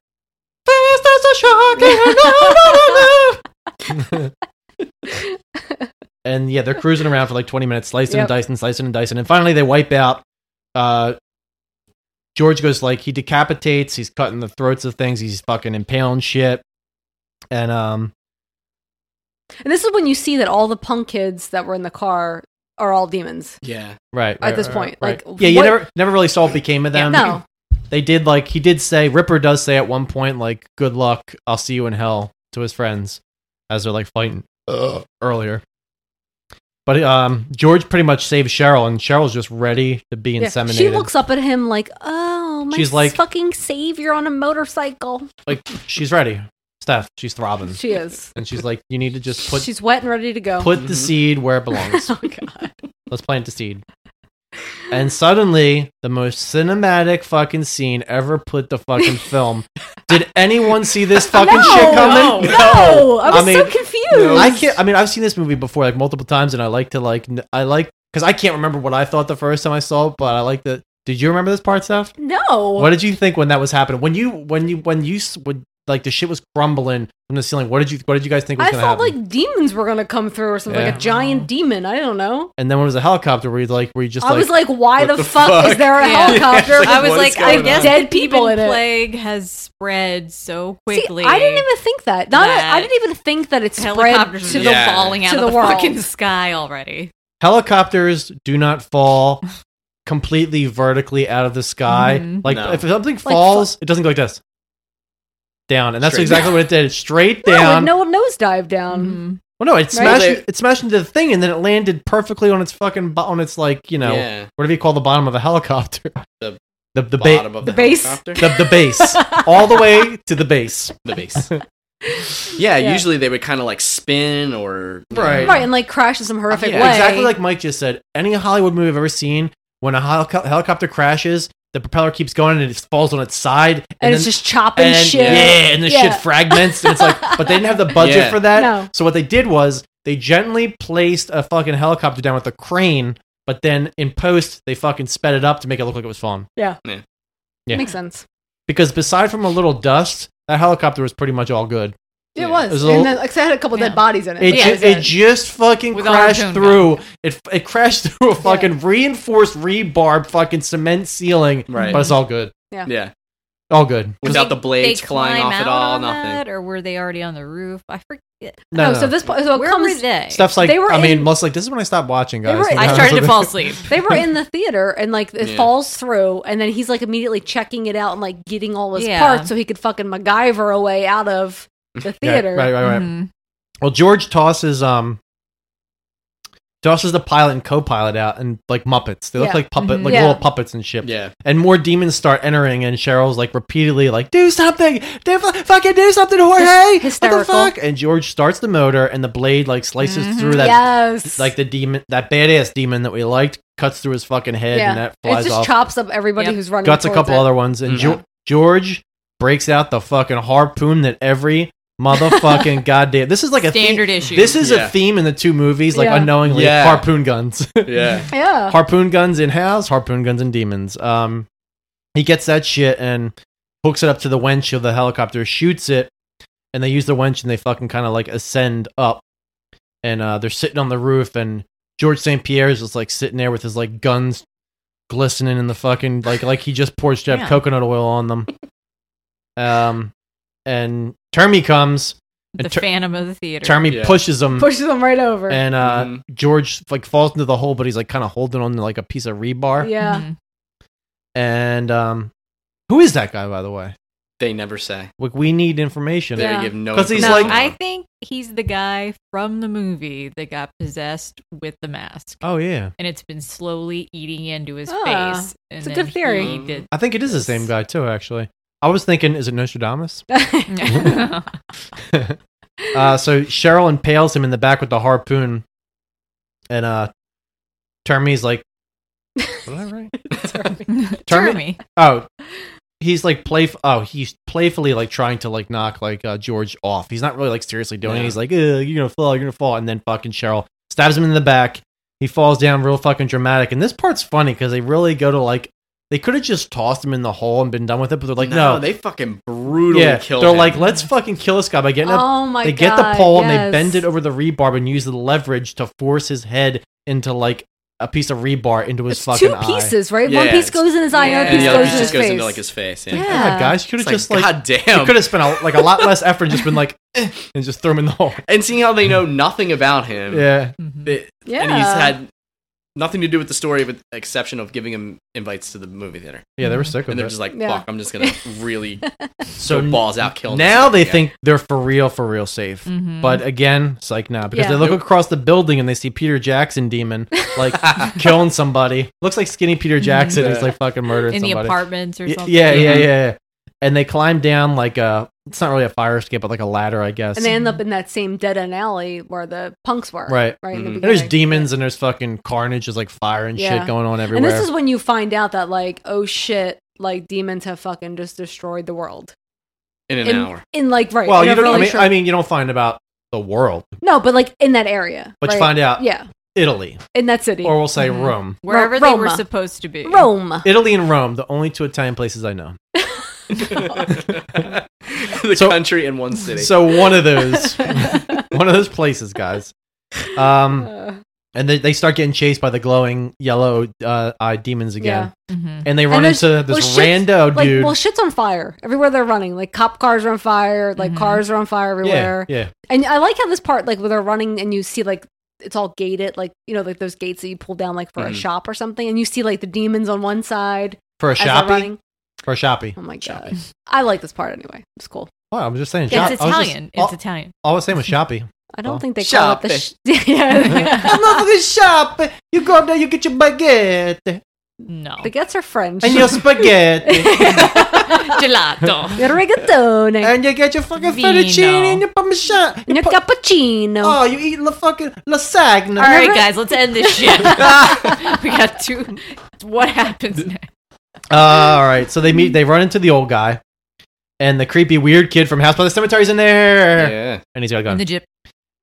S5: And yeah, they're cruising around for like 20 minutes, slicing
S2: Yep.
S5: and dicing, slicing and dicing. And finally, they wipe out. Uh, George goes like, he decapitates, he's cutting the throats of things, he's fucking impaling shit. And um,
S2: and this is when you see that all the punk kids that were in the car are all demons.
S11: yeah,
S5: right,
S2: At this point, like,
S5: yeah, you
S2: what-
S5: never never really saw what became of them.
S2: No.
S5: they did like he did say Ripper does say at one point like, "Good luck, I'll see you in hell" to his friends as they're like fighting uh, earlier. But um, George pretty much saves Cheryl, and Cheryl's just ready to be
S2: Yeah.
S5: inseminated.
S2: She looks up at him like, "Oh, my
S5: She's like-
S2: fucking savior on a motorcycle."
S5: like she's ready. Steph, she's throbbing.
S2: She is.
S5: and she's like, "You need to just put
S2: She's wet and ready to go.
S5: put the seed where it belongs.
S2: oh god.
S5: Let's plant the seed." And suddenly, the most cinematic fucking scene ever put the fucking film. Did anyone see this fucking
S2: No,
S5: shit coming?
S2: no, no. I was so
S5: confused. I
S2: confused.
S5: can't. I mean, I've seen this movie before, like multiple times, and I like to like. n- I like because I can't remember what I thought the first time I saw it, but I like that. Did you remember this part, Steph?
S2: No.
S5: What did you think when that was happening? When you when you when you s- when like the shit was crumbling from the ceiling. What did you what did you guys think was
S2: I
S5: going to
S2: thought
S5: happen?
S2: like demons were gonna come through or something,
S5: Yeah.
S2: like a giant demon. I don't know.
S5: and then when it was a helicopter, were you like were you just?
S2: I was like, why
S5: what
S2: the, fuck, is there a
S9: Yeah.
S2: helicopter?
S9: I was like, I guess
S2: dead people in
S9: demon
S2: it.
S9: plague has spread so
S2: See,
S9: quickly.
S2: I didn't even think that. Not I I
S9: that
S2: didn't even think that it's spread
S9: helicopters
S2: to
S9: are
S2: the
S9: just
S5: Yeah.
S9: falling out
S2: to
S9: of
S2: the
S9: the,
S2: world.
S9: fucking sky already.
S5: helicopters do not fall completely vertically out of the sky.
S9: Mhm.
S5: Like
S11: No.
S5: if something
S2: Mm-hmm. fu-
S5: falls, it doesn't go like this. Down, and that's
S11: Straight
S5: exactly
S11: down.
S5: what it did. It's straight
S2: No,
S5: down.
S2: no one nose dive
S9: Um,
S2: down.
S9: Mm-hmm.
S5: Well, no, it
S2: Right?
S5: smashed. It smashed into the thing, and then it landed perfectly on its fucking bo- on its like you know
S11: Yeah.
S5: whatever you call the bottom of a helicopter.
S11: The
S5: the the ba-
S11: bottom of
S2: the
S11: the,
S2: base.
S11: helicopter.
S5: the, the base all the way to the base.
S11: The base. Yeah,
S2: Yeah.
S11: usually they would kind of like spin or you know,
S5: Right.
S2: Right, and like crash in some horrific
S11: Yeah.
S2: way.
S5: Exactly like Mike just said. Any Hollywood movie I've ever seen, when a helico- helicopter crashes, the propeller keeps going and it just falls on its side, and,
S2: and it's
S5: then-
S2: just chopping
S5: and-
S2: shit.
S5: Yeah, and the
S2: Yeah.
S5: shit fragments. And it's like, but they didn't have the budget
S11: Yeah.
S5: for that.
S2: No.
S5: So what they did was they gently placed a fucking helicopter down with a crane but then in post they fucking sped it up to make it look like it was falling.
S2: Yeah.
S11: Yeah.
S5: Yeah.
S2: Makes sense.
S5: Because beside from a little dust, that helicopter was pretty much all good.
S2: It was.
S5: It was a
S2: and
S5: little-
S2: then, like, I had a couple dead bodies in it.
S5: It,
S2: Yeah,
S5: ju- it just fucking
S2: With
S5: crashed
S2: auto-tune
S5: through. It f- it crashed through a fucking reinforced rebar fucking cement ceiling.
S11: Right.
S5: But it's all good.
S2: Yeah.
S11: Yeah.
S5: All good.
S11: Without the blades
S9: they
S11: flying
S9: climb
S11: off at
S9: out
S11: all,
S9: on
S11: nothing.
S9: that, or were they already on the roof? I forget.
S5: No, Oh, no, so no.
S2: this po- so it
S9: where
S2: comes-
S9: were they?
S5: Stuff's like
S2: They were
S5: I mean,
S2: in-
S5: most like this is when I stopped watching,
S2: They
S5: guys.
S2: were in-
S9: I started to fall asleep.
S2: they were in the theater and like it
S5: Yeah.
S2: falls through and then he's like immediately checking it out and like getting all his
S9: Yeah.
S2: parts so he could fucking MacGyver away out of the
S5: Yeah,
S2: theater.
S5: right, right, right.
S9: Mm-hmm.
S5: Well, George tosses um tosses the pilot and co-pilot out and like Muppets. They look
S2: Yeah.
S5: like puppet,
S2: Mhm.
S5: like
S2: Yeah.
S5: little puppets and shit.
S11: Yeah.
S5: And more demons start entering, and Cheryl's like repeatedly like, "Do something! Do fu- fucking do something, Jorge!
S2: hysterical. Mm-hmm.
S5: What the fuck?" And George starts the motor, and the blade like slices through that,
S2: Yes.
S5: like the demon, that badass demon that we liked, cuts through his fucking head, and that
S2: it
S5: flies
S2: just
S5: off.
S2: chops up everybody who's running.
S5: Guts a
S2: towards
S5: couple
S2: it.
S5: other ones, and Geo- George breaks out the fucking harpoon that every motherfucking goddamn. This is like a theme-
S9: Standard issue.
S5: This is
S9: Yeah.
S5: a theme in the two movies, like
S9: Yeah.
S5: unknowingly
S11: Yeah.
S5: harpoon guns.
S11: Yeah.
S2: Yeah.
S5: harpoon guns in house, harpoon guns and demons. Um, he gets that shit and hooks it up to the winch of the helicopter, shoots it, and they use the winch and they fucking kind of like ascend up. And uh, they're sitting on the roof, and George St. Pierre is just like sitting there with his like guns glistening in the fucking like like he just poured straight up
S11: Yeah.
S5: coconut oil on them. Um, and Termy comes.
S9: The
S5: and Ter-
S9: Phantom of the Theater.
S5: Termy pushes him.
S2: Pushes them right over.
S5: And uh,
S11: Mm-hmm.
S5: George like falls into the hole, but he's like kind of holding on to like a piece of rebar.
S2: yeah.
S9: Mm-hmm.
S5: And um, who is that guy, by the way?
S11: They never say.
S5: Like we need information.
S11: They Yeah. give no
S5: because he's like,
S9: I think he's the guy from the movie that got possessed with the mask.
S5: oh yeah,
S9: And it's been slowly eating into his
S2: Ah,
S9: face. And
S2: it's a
S9: then
S2: good theory.
S9: he did-
S5: I think it is the same guy too. Actually, I was thinking, is it Nostradamus? uh, so Cheryl impales him in the back with the harpoon, and uh, Termy's like, was that right?
S9: Termy.
S5: Oh, he's like play. Oh, he's playfully like trying to like knock like uh, George off. He's not really like seriously doing it.
S11: Yeah.
S5: He's like, Ugh, you're gonna fall, you're gonna fall, and then fucking Cheryl stabs him in the back. He falls down, real fucking dramatic. And this part's funny because they really go to like they could have just tossed him in the hole and been done with it, but they're like, no,
S11: they fucking brutally
S5: yeah,
S11: killed
S5: they're
S11: him.
S5: like, let's fucking kill this guy by getting
S2: Oh
S5: up.
S2: my
S5: they get the
S2: God,
S5: pole and they
S2: yes.
S5: bend it over the rebar and use the leverage to force his head into like a piece of rebar into his fucking
S2: Two
S5: eye.
S2: pieces, right? One piece
S5: it's-
S2: goes in his eye, another
S11: and
S2: piece
S11: the other
S2: goes
S11: piece
S2: in his
S11: just goes
S2: face.
S11: into like his face. Yeah.
S5: Yeah, guys, you could have
S11: It's
S5: just like,
S11: God damn.
S5: You could have spent a, like a lot less effort and just been like, eh, and just throw him in the hole.
S11: and seeing how they know nothing about him.
S5: Yeah.
S11: they-
S2: Yeah.
S11: And he's had nothing to do with the story, with the exception of giving him invites to the movie theater.
S5: Yeah, they were sick of
S11: And they're
S5: it.
S11: just like,
S2: Yeah.
S11: fuck, I'm just going to really
S5: So
S11: so balls out kill this
S5: Now
S11: fucking
S5: they
S11: guy.
S5: think they're for real, for real safe.
S11: Mhm.
S9: Mm-hmm.
S5: But again, it's like nah, because
S11: Yeah.
S5: they look
S11: Nope.
S5: across the building and they see Peter Jackson demon like killing somebody. Looks like skinny Peter Jackson who's
S9: Yeah.
S5: like fucking murdering
S9: In the
S5: somebody.
S9: apartments or
S5: Y-
S9: something.
S5: Yeah, yeah, yeah,
S11: Mm-hmm.
S9: Mhm.
S5: yeah. And they climb down like a it's not really a fire escape, but like a ladder, I guess.
S2: and they end up in that same dead end alley where the punks were.
S5: right, Mhm.
S2: Right. In the
S5: And
S2: beginning.
S5: there's demons and there's fucking carnage, there's like fire and shit going on everywhere.
S2: And this is when you find out that, like, oh shit, like demons have fucking just destroyed the world.
S11: in
S5: an
S2: in, In like right.
S5: Well,
S2: in
S5: you
S2: a
S5: don't. I
S2: really
S5: mean,
S2: short-
S5: I mean, you don't find about the world,
S2: no, but like in that area.
S5: but you
S2: right?
S5: find out
S2: Yeah. Mm-hmm.
S5: Italy,
S2: In that city.
S5: or we'll say Rome.
S9: Wherever they were
S2: Roma.
S9: supposed to be.
S2: Rome.
S5: Italy and Rome, the only two Italian places I know.
S11: the country in one city.
S5: So one of those, one of those places, guys.
S2: Uh,
S5: Um, and they, they start getting chased by the glowing yellow uh, eyed demons again,
S2: Yeah.
S9: Mm-hmm.
S2: Mhm.
S5: and they run
S2: there's-
S5: into
S2: well,
S5: this
S2: shit's-
S5: rando
S2: like,
S5: dude.
S2: Well, shit's on fire everywhere they're running. Like cop cars are on fire.
S5: Mm-hmm.
S2: Like cars are on fire everywhere.
S5: yeah.
S2: And I like how this part, like where they're running and you see like it's all gated, like you know, like those gates that you pull down, like for a
S5: Mhm.
S2: shop or something, and you see like the demons on one side
S5: for a
S2: as they're
S5: shoppy,
S2: running.
S5: for a shoppy.
S2: Oh my god, I like this part anyway. It's cool.
S5: Wow, I'm just saying.
S2: It's
S5: shop- I was just-
S2: Italian. It's
S5: all-
S2: Italian.
S5: All I was saying was shoppy.
S2: I don't
S5: Well.
S2: think they call it the sh-
S5: I'm not fucking shop. You go there, you get your baguette.
S9: No.
S2: Baguettes are French.
S5: And your spaghetti.
S9: Gelato.
S2: Your rigatoni.
S5: And you get your fucking fettuccine and your parmesan.
S2: And your cappuccino.
S5: Oh, you eat the fucking lasagna.
S9: All right, guys, let's end this shit. we got two. What happens next?
S5: Uh, all right, so they meet. They run into the old guy, and the creepy weird kid from House by the Cemetery's in there.
S11: Yeah,
S5: and he's got a gun.
S9: In the jeep.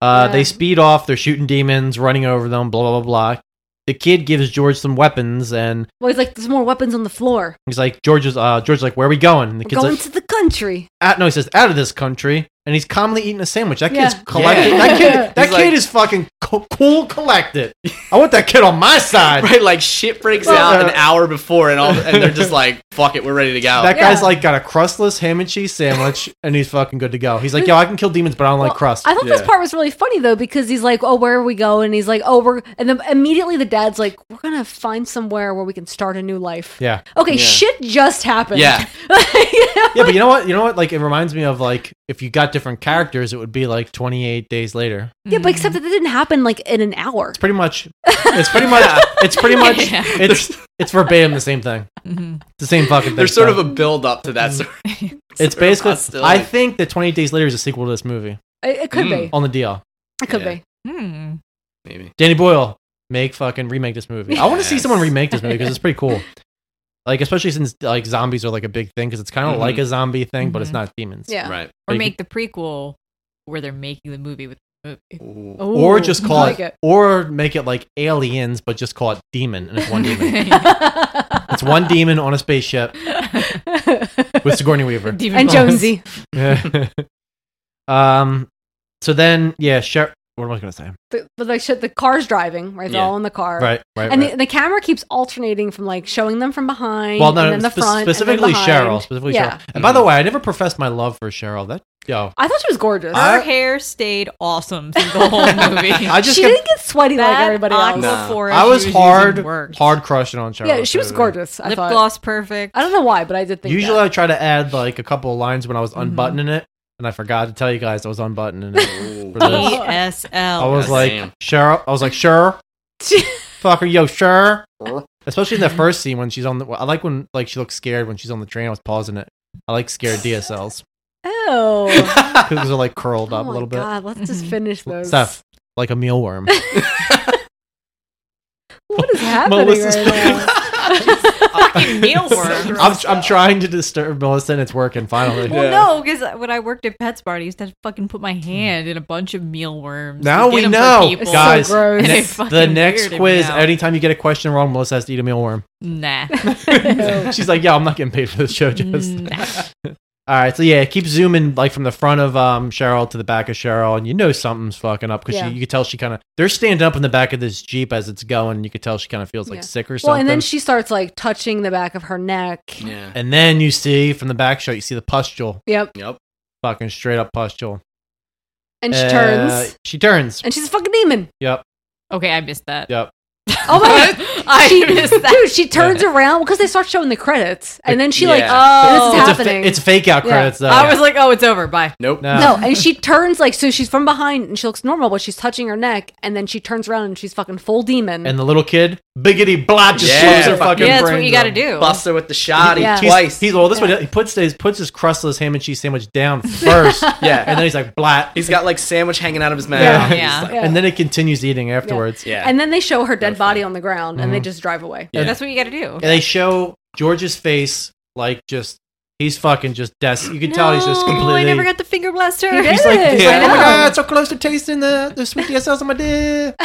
S5: Uh,
S9: Yeah.
S5: They speed off. They're shooting demons, running over them. Blah blah blah blah. the kid gives George some weapons, and
S2: Well, he's like, there's more weapons on the floor.
S5: he's like, George is, uh, George's like, where are we going? And the
S2: We're
S5: kid's
S2: going
S5: like,
S2: to the country.
S5: out, no, he says, out of this country. And he's calmly eating a sandwich. That kid's
S2: Yeah.
S5: collected.
S2: Yeah.
S5: That
S2: He's
S5: kid, that
S2: like-
S5: kid is fucking co- cool collected. I want that kid on my side.
S11: Right, like shit breaks
S5: Well,
S11: out an
S5: uh,
S11: hour before, and all, and they're just like, "Fuck it, we're ready to go."
S5: That guy's like got a crustless ham and cheese sandwich, and he's fucking good to go. He's like, yo, I can kill demons, but I don't like crust.
S2: I thought this part was really funny though because he's like, "Oh, where are we going?" And he's like, "Oh, we're," and then immediately the dad's like, "We're gonna find somewhere where we can start a new life."
S5: Yeah.
S2: Okay,
S5: Yeah.
S2: shit just happened.
S5: Yeah. yeah, but you know what? You know what? Like, it reminds me of like if you got different characters, it would be like 28 days later.
S2: Yeah, but except that it didn't happen like in an hour.
S5: It's pretty much. It's pretty much. It's pretty much.
S2: Yeah.
S5: It's it's verbatim the same thing.
S9: Mm-hmm.
S2: Mhm.
S5: It's the same fucking thing.
S11: There's sort of
S5: so.
S11: a build up to
S5: Mm-hmm.
S11: that story.
S5: It's
S11: sort of
S5: basically.
S11: hostility.
S5: I think that 28 days later is a sequel to this movie.
S2: It, it could be.
S5: on the DL.
S2: It could
S11: Yeah.
S2: be.
S9: Hmm.
S11: Maybe.
S5: Danny Boyle, make fucking remake this movie. I want to see
S11: Yes.
S5: someone remake this movie because it's pretty cool. Like especially since like zombies are like a big thing because it's kind of
S11: Mhm.
S5: like a zombie thing, but
S2: Mm-hmm.
S5: it's
S9: Mhm.
S5: not demons.
S9: Or
S5: But you
S9: make the prequel where they're making the movie with the movie.
S5: could- or just call it, or make it like aliens, but just call it demon and it's one demon. it's one demon on a spaceship with Sigourney Weaver
S2: Demon And balls. Jonesy.
S5: Yeah. um. So then, yeah. Sher- what am I going to say?
S2: The, but like shit, the car's driving right. They're
S5: Yeah.
S2: all in the car.
S5: Right, right,
S2: And
S5: right.
S2: The, the camera keeps alternating from like showing them from behind.
S5: Well, no,
S2: and then the
S5: spe-
S2: front, and then
S5: specifically
S2: behind.
S5: Cheryl. Specifically
S2: yeah.
S5: Cheryl. And by the way, I never professed my love for Cheryl. That yo.
S2: I thought she was gorgeous.
S9: Her hair stayed awesome through the whole movie.
S5: I just
S2: she
S5: kept-
S2: didn't get sweaty like
S9: That
S2: everybody else.
S9: Nah. Sephora,
S5: I
S9: she
S5: was
S9: was
S5: hard,
S9: using words.
S5: hard crushing on Cheryl.
S2: Yeah, she was
S5: Absolutely.
S2: gorgeous. I
S9: Lip
S2: thought.
S9: gloss perfect.
S2: I don't know why, but I did think.
S5: Usually,
S2: that.
S5: I try to add like a couple of lines when I was
S2: Mm-hmm.
S5: unbuttoning it, and I forgot to tell you guys I was unbuttoning it. for this.
S2: Oh,
S9: ESL.
S5: I was like, Cheryl. I was like, sure. Fuck her, yo, sure. Especially in the first scene when she's on the. I like when like she looks scared when she's on the train. I was pausing it. I like scared DSLs
S2: oh,
S5: because they're like curled up
S2: oh
S5: a
S2: my
S5: little bit.
S2: God, let's just finish those.
S5: Stuff like a mealworm.
S2: What is happening
S5: Melissa's-
S2: right
S9: fucking mealworm.
S5: I'm, I'm trying to disturb Melissa and it's working finally.
S9: Well, no, because when I worked at PetSmart, I used to fucking put my hand in a bunch of mealworms. to
S5: Now
S9: get
S5: we
S9: 'em for
S5: know,
S9: people.
S5: guys.
S9: And
S5: ne-
S9: they fucking
S5: the next
S9: weirded me
S5: quiz,
S9: out.
S5: anytime you get a question wrong, Melissa has to eat a mealworm.
S9: Nah.
S5: She's like, "Yeah, I'm not getting paid for this show, Jess."
S2: Mm.
S5: All right, so yeah, keep zooming like from the front of um, Cheryl to the back of Cheryl, and you know something's fucking up because
S2: Yeah.
S5: you could tell she kind of they're standing up in the back of this jeep as it's going. And you could tell she kind of feels like
S2: Yeah.
S5: sick or
S2: Well,
S5: something.
S2: and then she starts like touching the back of her neck.
S11: yeah,
S5: and then you see from the back shot, you see the pustule.
S2: Yep.
S11: Yep.
S5: Fucking straight up pustule.
S2: And she
S5: Uh,
S2: turns,
S5: She turns.
S2: and she's a fucking demon.
S5: Yep.
S9: Okay, I missed that.
S5: Yep.
S2: Oh my god,
S9: I
S2: she,
S9: missed that.
S2: dude. She turns around because they start showing the credits, and then she like,
S5: Yeah.
S2: oh, this is
S5: it's A
S2: happening.
S5: fa- it's fake out
S2: Yeah.
S5: credits. Though.
S9: I was like, oh, it's over. Bye.
S11: Nope.
S2: uh, no, and she turns like so. She's from behind, and she looks normal, but she's touching her neck, and then she turns around, and she's fucking full demon.
S5: And the little kid, biggity blot, just
S11: Yeah.
S5: blows her
S11: Yeah,
S5: fucking
S9: that's what
S5: brains
S9: you gotta
S5: out.
S9: do.
S11: Bust her with the shoddy
S2: Yeah.
S5: He's-
S11: twice.
S5: He's well. This one he puts his puts his crustless ham and cheese sandwich down first.
S11: Yeah.
S5: and then he's like blat.
S11: He's got like sandwich hanging out of his mouth.
S5: Yeah.
S11: He's
S9: Yeah.
S11: like-
S5: and then it continues eating
S2: Yeah.
S5: afterwards.
S2: And then they show her dead body on the ground, and they
S5: Mhm.
S2: just drive away.
S5: Yeah.
S9: That's what you got to do.
S5: and they show George's face like just he's fucking just des. You can tell he's just
S9: No,
S5: completely.
S9: I never got the finger blaster.
S5: he's like, he's
S9: I
S5: like, oh my
S9: know.
S5: god, so close to tasting the the sweet DSLs on my dick.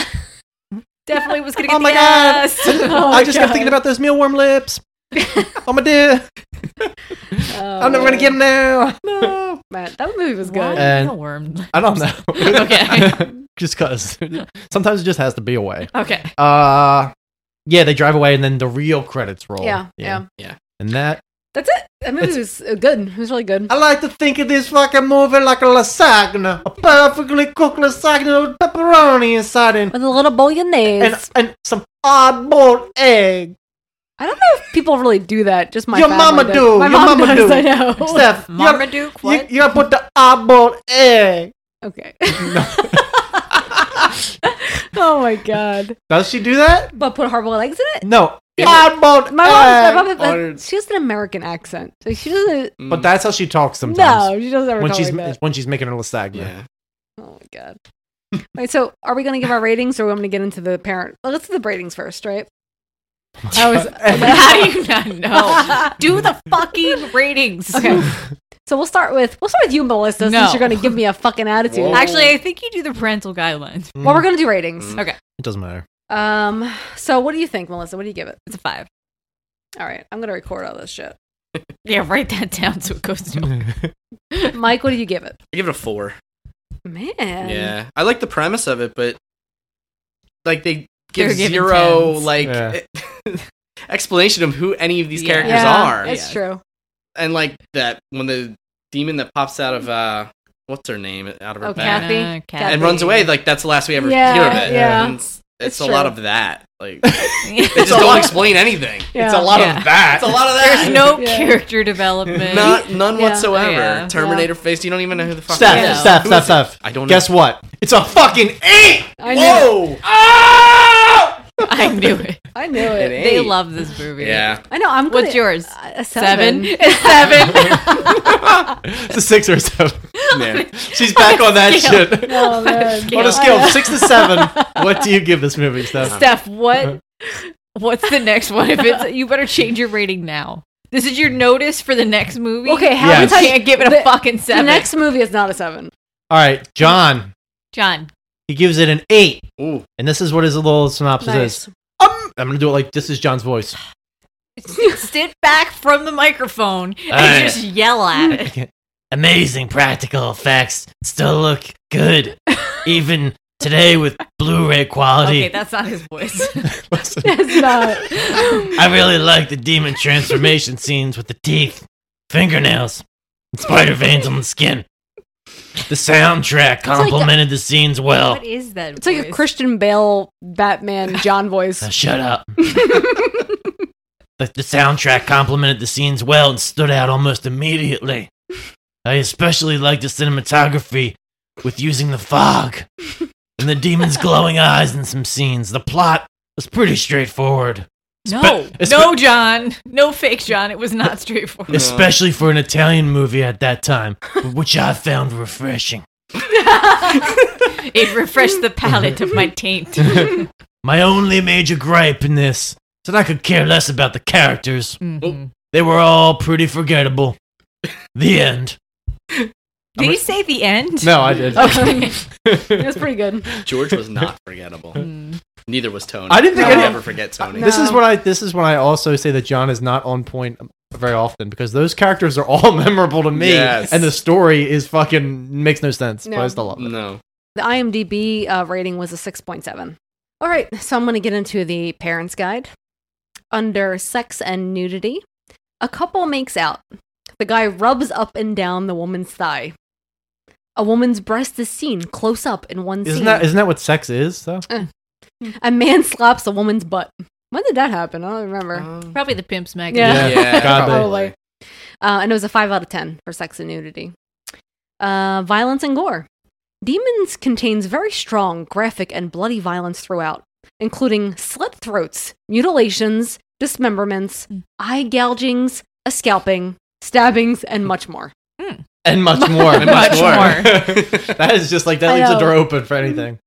S9: Definitely was gonna get
S5: Oh my
S9: the
S5: god,
S9: ass.
S2: Oh
S5: I just kept thinking about those mealworm lips. oh my dick, I'm never gonna get them now. No.
S2: Oh, Man, that movie was good.
S9: Why
S5: And-
S9: mealworm?
S5: I don't know.
S9: Okay.
S5: just cause. Sometimes it just has to be a way.
S9: Okay.
S5: Uh, yeah, they drive away and then the real credits roll.
S2: Yeah, yeah.
S11: Yeah.
S5: And that
S2: That's it. That movie was uh, good. It was really good.
S5: I like to think of this fucking movie like a lasagna, a perfectly cooked lasagna with pepperoni inside and
S2: With a little bolognese.
S5: and, and some hard-boiled egg.
S2: I don't know if people really do that. Just my
S5: your
S2: family
S5: mama
S2: does.
S5: do,
S2: My
S5: your
S2: mom
S5: mama
S2: does,
S5: do.
S2: I know.
S5: Steph, you gotta-
S9: Marmaduke,
S5: you,
S9: what?
S5: you gotta put the hard-boiled egg.
S2: Okay. oh my god.
S5: Does she do that?
S2: But put hard-boiled eggs in it.
S5: No,
S2: Yeah.
S5: hard-boiled
S2: My mom,
S5: egg.
S2: my mom- my-
S11: Ordered-
S2: she has an American accent. So she doesn't.
S5: but that's how she talks sometimes.
S2: No, she doesn't ever
S5: when
S2: talk
S5: she's
S2: like that.
S5: when she's making her lasagna.
S11: Yeah.
S2: Oh my god. Wait, so are we gonna give our ratings, or are we gonna get into the parent? Well, let's do the ratings first, right? I was.
S9: How do you not know? Do the fucking ratings.
S2: Okay. So we'll start with we'll start with you, Melissa,
S9: No.
S2: since you're going to give me a fucking attitude.
S11: Whoa.
S2: Actually,
S9: Actually, I think you do the parental guidelines.
S2: well, we're going to do ratings.
S11: Mm.
S9: Okay.
S5: Mm. It doesn't matter.
S2: Um. So, what do you think, Melissa? What do you give it?
S9: It's a five.
S2: All right, I'm gonna record all this shit.
S9: Yeah, write that down so it goes
S2: Mike, what do you give it?
S11: I give it a four.
S2: Man.
S11: yeah, I like the premise of it, but like they give
S2: They're giving
S11: zero
S2: tens.
S11: like explanation of who any of these
S2: Yeah.
S11: characters
S2: Yeah,
S11: are.
S2: It's true.
S11: and like that when the demon that pops out of uh what's her name out of her
S2: Oh,
S11: back
S2: Kathy?
S9: Uh,
S11: and
S9: Kathy.
S11: runs away like that's the last we ever
S2: Yeah,
S11: hear of it
S2: yeah.
S11: And it's, it's
S2: It's
S11: a lot
S2: true.
S11: of that like they
S9: It's
S11: just
S9: a
S11: don't
S9: lot-
S11: explain anything
S2: Yeah. It's a lot of
S11: that it's a lot of that
S9: There's no character development.
S11: Not, none
S9: Yeah.
S11: whatsoever.
S9: Yeah.
S11: Terminator face. You don't even know who the fuck.
S5: Steph,
S11: it is.
S5: Steph,
S11: Who
S5: Steph,
S11: is it?
S5: Steph.
S11: I don't.
S5: Guess
S11: know.
S5: what? It's a fucking eight.
S2: I
S11: Whoa!
S9: I knew it.
S2: I knew it.
S9: They love this movie.
S11: Yeah.
S2: I know. I'm.
S9: What's
S2: gonna-
S9: yours?
S2: A seven.
S9: It's seven.
S5: It's a six or a seven.
S11: Man.
S5: She's back on that
S9: scale.
S5: shit.
S2: Oh, man.
S5: On a scale of six to seven, what do you give this movie, Steph?
S9: Steph, what? What's the next one? If it's you, better change your rating now. This is your notice for the next movie.
S2: Okay, how
S5: Yes.
S9: you
S5: many times-
S9: can't give it a
S2: the-
S9: fucking seven?
S2: The next movie is not a seven.
S5: All right, John.
S9: John,
S5: He gives it an eight.
S11: Ooh.
S5: And this is what his little synopsis
S2: Nice.
S5: is. Um, I'm gonna do it like this is John's voice.
S9: sit back from the microphone and
S5: Alright.
S9: just yell at it.
S5: Amazing practical effects still look good, even today with Blu-ray
S9: Okay,
S5: quality.
S9: that's not his voice.
S2: It's not.
S5: I really like the demon transformation scenes with the teeth, fingernails, and spider veins on the skin. The soundtrack complemented the scenes well.
S9: What is that?
S2: It's like a Christian Bale Batman John voice.
S5: Now shut up. the, the soundtrack complemented the scenes well and stood out almost immediately. I especially liked the cinematography with using the fog and the demon's glowing eyes in some scenes. The plot was pretty straightforward,
S9: no,
S5: Espe-
S9: no, John, no fake John. It was not
S5: Uh,
S9: straightforward.
S5: especially for an Italian movie at that time, which I found refreshing.
S9: it refreshed the palate of my taint.
S5: Oh. My only major gripe in this is that I could care less about the characters.
S9: Mhm.
S5: They were all pretty forgettable. The end.
S9: Did you say the end?
S5: No, I did.
S9: Okay.
S2: It was pretty good.
S11: George was not forgettable. Neither was Tony.
S5: I didn't think
S11: I
S5: any-
S11: ever forget Tony.
S5: This is
S2: No.
S5: what I. This is when I also say that John is not on point very often because those characters are all memorable to me,
S11: Yes.
S5: and the story is fucking makes no sense. But I
S2: No.
S5: still love it.
S11: no. Mm.
S2: The IMDb uh, rating was a 6.7. All right, so I'm going to get into the parents' guide. Under sex and nudity, a couple makes out. The guy rubs up and down the woman's thigh. A woman's breast is seen close up in one
S5: Isn't
S2: scene.
S5: that isn't that what sex is though?
S2: a man slaps a woman's butt. When did that happen? I don't remember.
S5: Oh,
S9: Probably the Pimps magazine.
S2: Yeah.
S11: Yeah,
S5: God,
S11: probably.
S2: Probably. Uh, and it was a 5 out of 10 for sex and nudity. Uh, violence and gore. Demons contains very strong, graphic, and bloody violence throughout, including slit throats, mutilations, dismemberments, eye gougings, a scalping, stabbings, and much more.
S5: And much more.
S11: And much
S9: Much
S11: more.
S5: that is just like that
S2: I
S5: leaves the
S2: know.
S5: door open for anything.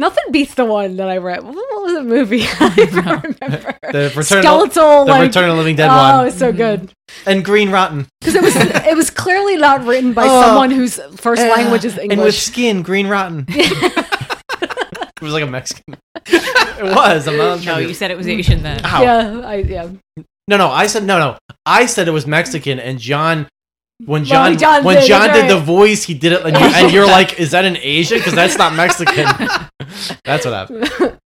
S2: Nothing beats the one that I read. What was the movie? I don't remember.
S5: The Return of,
S2: Skeletal,
S5: the
S2: like
S5: Return of the Living Dead
S2: oh,
S5: one
S2: it's so good
S5: and Green Rotten
S2: because it was it was clearly not written by
S5: Oh.
S2: someone whose first language is
S5: and with
S2: English.
S5: skin Green Rotten. it was like a Mexican. it was. I'm not
S9: No, you said it was Asian then.
S5: Ow.
S2: Yeah, I, yeah.
S5: No, no, I said no, no. I said it was Mexican, and John, when John,
S2: John
S5: when
S2: did,
S5: John
S2: that's
S5: did the
S2: right.
S5: voice, he did it, and, you, and you're like, "Is that an Asian? Because that's not Mexican." that's what happened.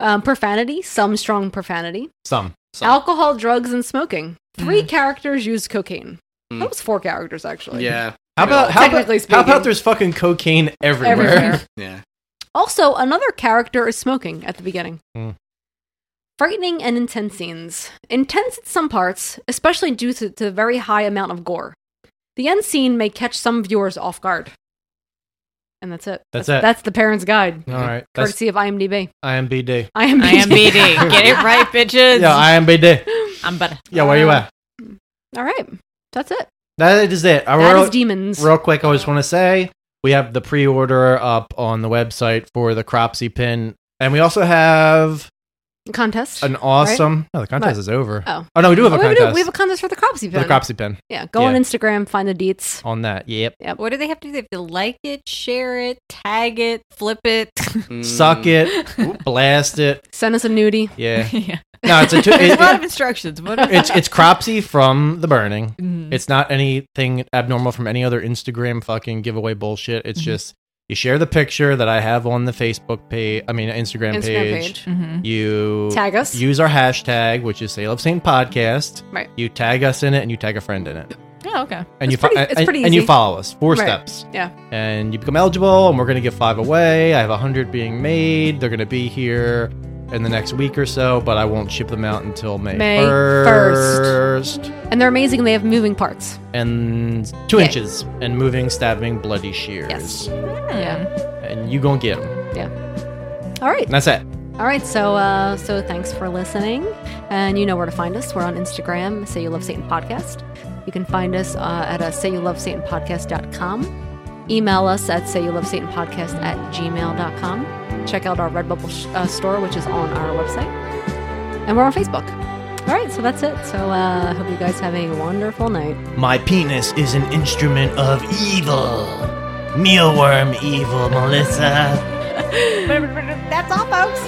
S2: um, profanity, some strong profanity,
S5: Some. Mm.
S2: alcohol, drugs, and smoking. Three characters used cocaine.
S11: Mm.
S2: That was four characters actually.
S11: Yeah.
S5: How about how about,
S2: Technically
S5: how about
S2: speaking.
S5: there's fucking cocaine everywhere?
S2: everywhere.
S11: Yeah.
S2: also, another character is smoking at the beginning.
S5: Mm.
S2: Frightening and intense scenes. Intense at some parts, especially due to, to the very high amount of gore. The end scene may catch some viewers off guard. And that's it.
S5: That's it.
S2: That's the parent's guide,
S5: All right, that's
S2: courtesy of IMDb.
S5: IMBD.
S2: IMDb.
S9: I am BD. Get it right, bitches.
S5: Yeah, IMBD.
S9: I'm better.
S5: Yeah, where you at?
S2: All right. That's it.
S5: That is it. I
S2: That
S5: wrote-
S2: is demons.
S5: Real quick, I just want to say we have the pre-order up on the website for the Cropsy pin, and we also have
S2: contest.
S5: An
S2: right?
S5: awesome. No, the contest
S2: Right.
S5: is over.
S2: Oh.
S5: Oh, no, we do have a
S2: Oh,
S5: contest.
S2: We have a contest for the Cropsy
S5: For
S2: pin.
S5: the Cropsy pin.
S2: Yeah. Go on
S5: Yeah.
S2: Instagram, find the deets.
S5: on that. Yep.
S2: Yep.
S9: What do they have to do? They have to like it, share it, tag it, flip it.
S11: Mm.
S5: Suck it, blast it.
S2: Send us a nudie.
S5: Yeah.
S9: Yeah.
S5: No, it's a two,
S9: There's
S5: it-
S9: a lot of instructions. What
S5: it's it's Cropsy from the burning.
S2: Mm-hmm.
S9: Mhm.
S5: It's not anything abnormal from any other Instagram fucking giveaway bullshit. It's
S2: Mm-hmm.
S9: Mhm.
S5: just you share the picture that I have on the Facebook page. I mean Instagram,
S2: Instagram
S5: page.
S2: page. Mhm.
S5: You
S2: Tag us.
S5: Use our hashtag, which is Say Love Saint Podcast.
S2: Right.
S5: You tag us in it, and you tag a friend in it,
S9: Oh, okay.
S5: and
S2: It's
S5: you fo-
S2: pretty-
S5: and,
S2: it's pretty
S5: and you
S2: easy.
S5: follow us. Four
S2: Right.
S5: steps.
S2: Yeah.
S5: And you become eligible, and we're gonna give five away. I have a hundred being made. They're gonna be here. In the next week or so, but I won't ship them out until May,
S2: May 1st.
S5: 1st
S2: And they're amazing. They have moving parts.
S5: and two
S2: Yeah.
S5: inches and moving, stabbing, bloody shears.
S2: Yeah.
S5: And you gonna get them.
S2: Yeah. All right.
S5: And that's it.
S2: All right, so uh, so thanks for listening, and you know where to find us. We're on Instagram, Say You Love Satan Podcast. You can find us uh, at uh, Say You Love Satan Podcast.com. Email us at Say You Love Satan Podcast at gmail.com. Check out our Redbubble sh- uh, store, which is on our website, and we're on Facebook. All right, so that's it. So uh, hope you guys have a wonderful night.
S5: My penis is an instrument of evil. Mealworm evil, Melissa.
S9: That's all, folks.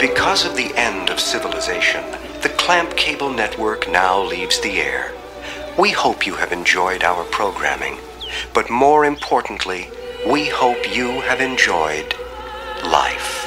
S12: Because of the end of civilization, the Clamp Cable Network now leaves the air. We hope you have enjoyed our programming, but more importantly, we hope you have enjoyed life.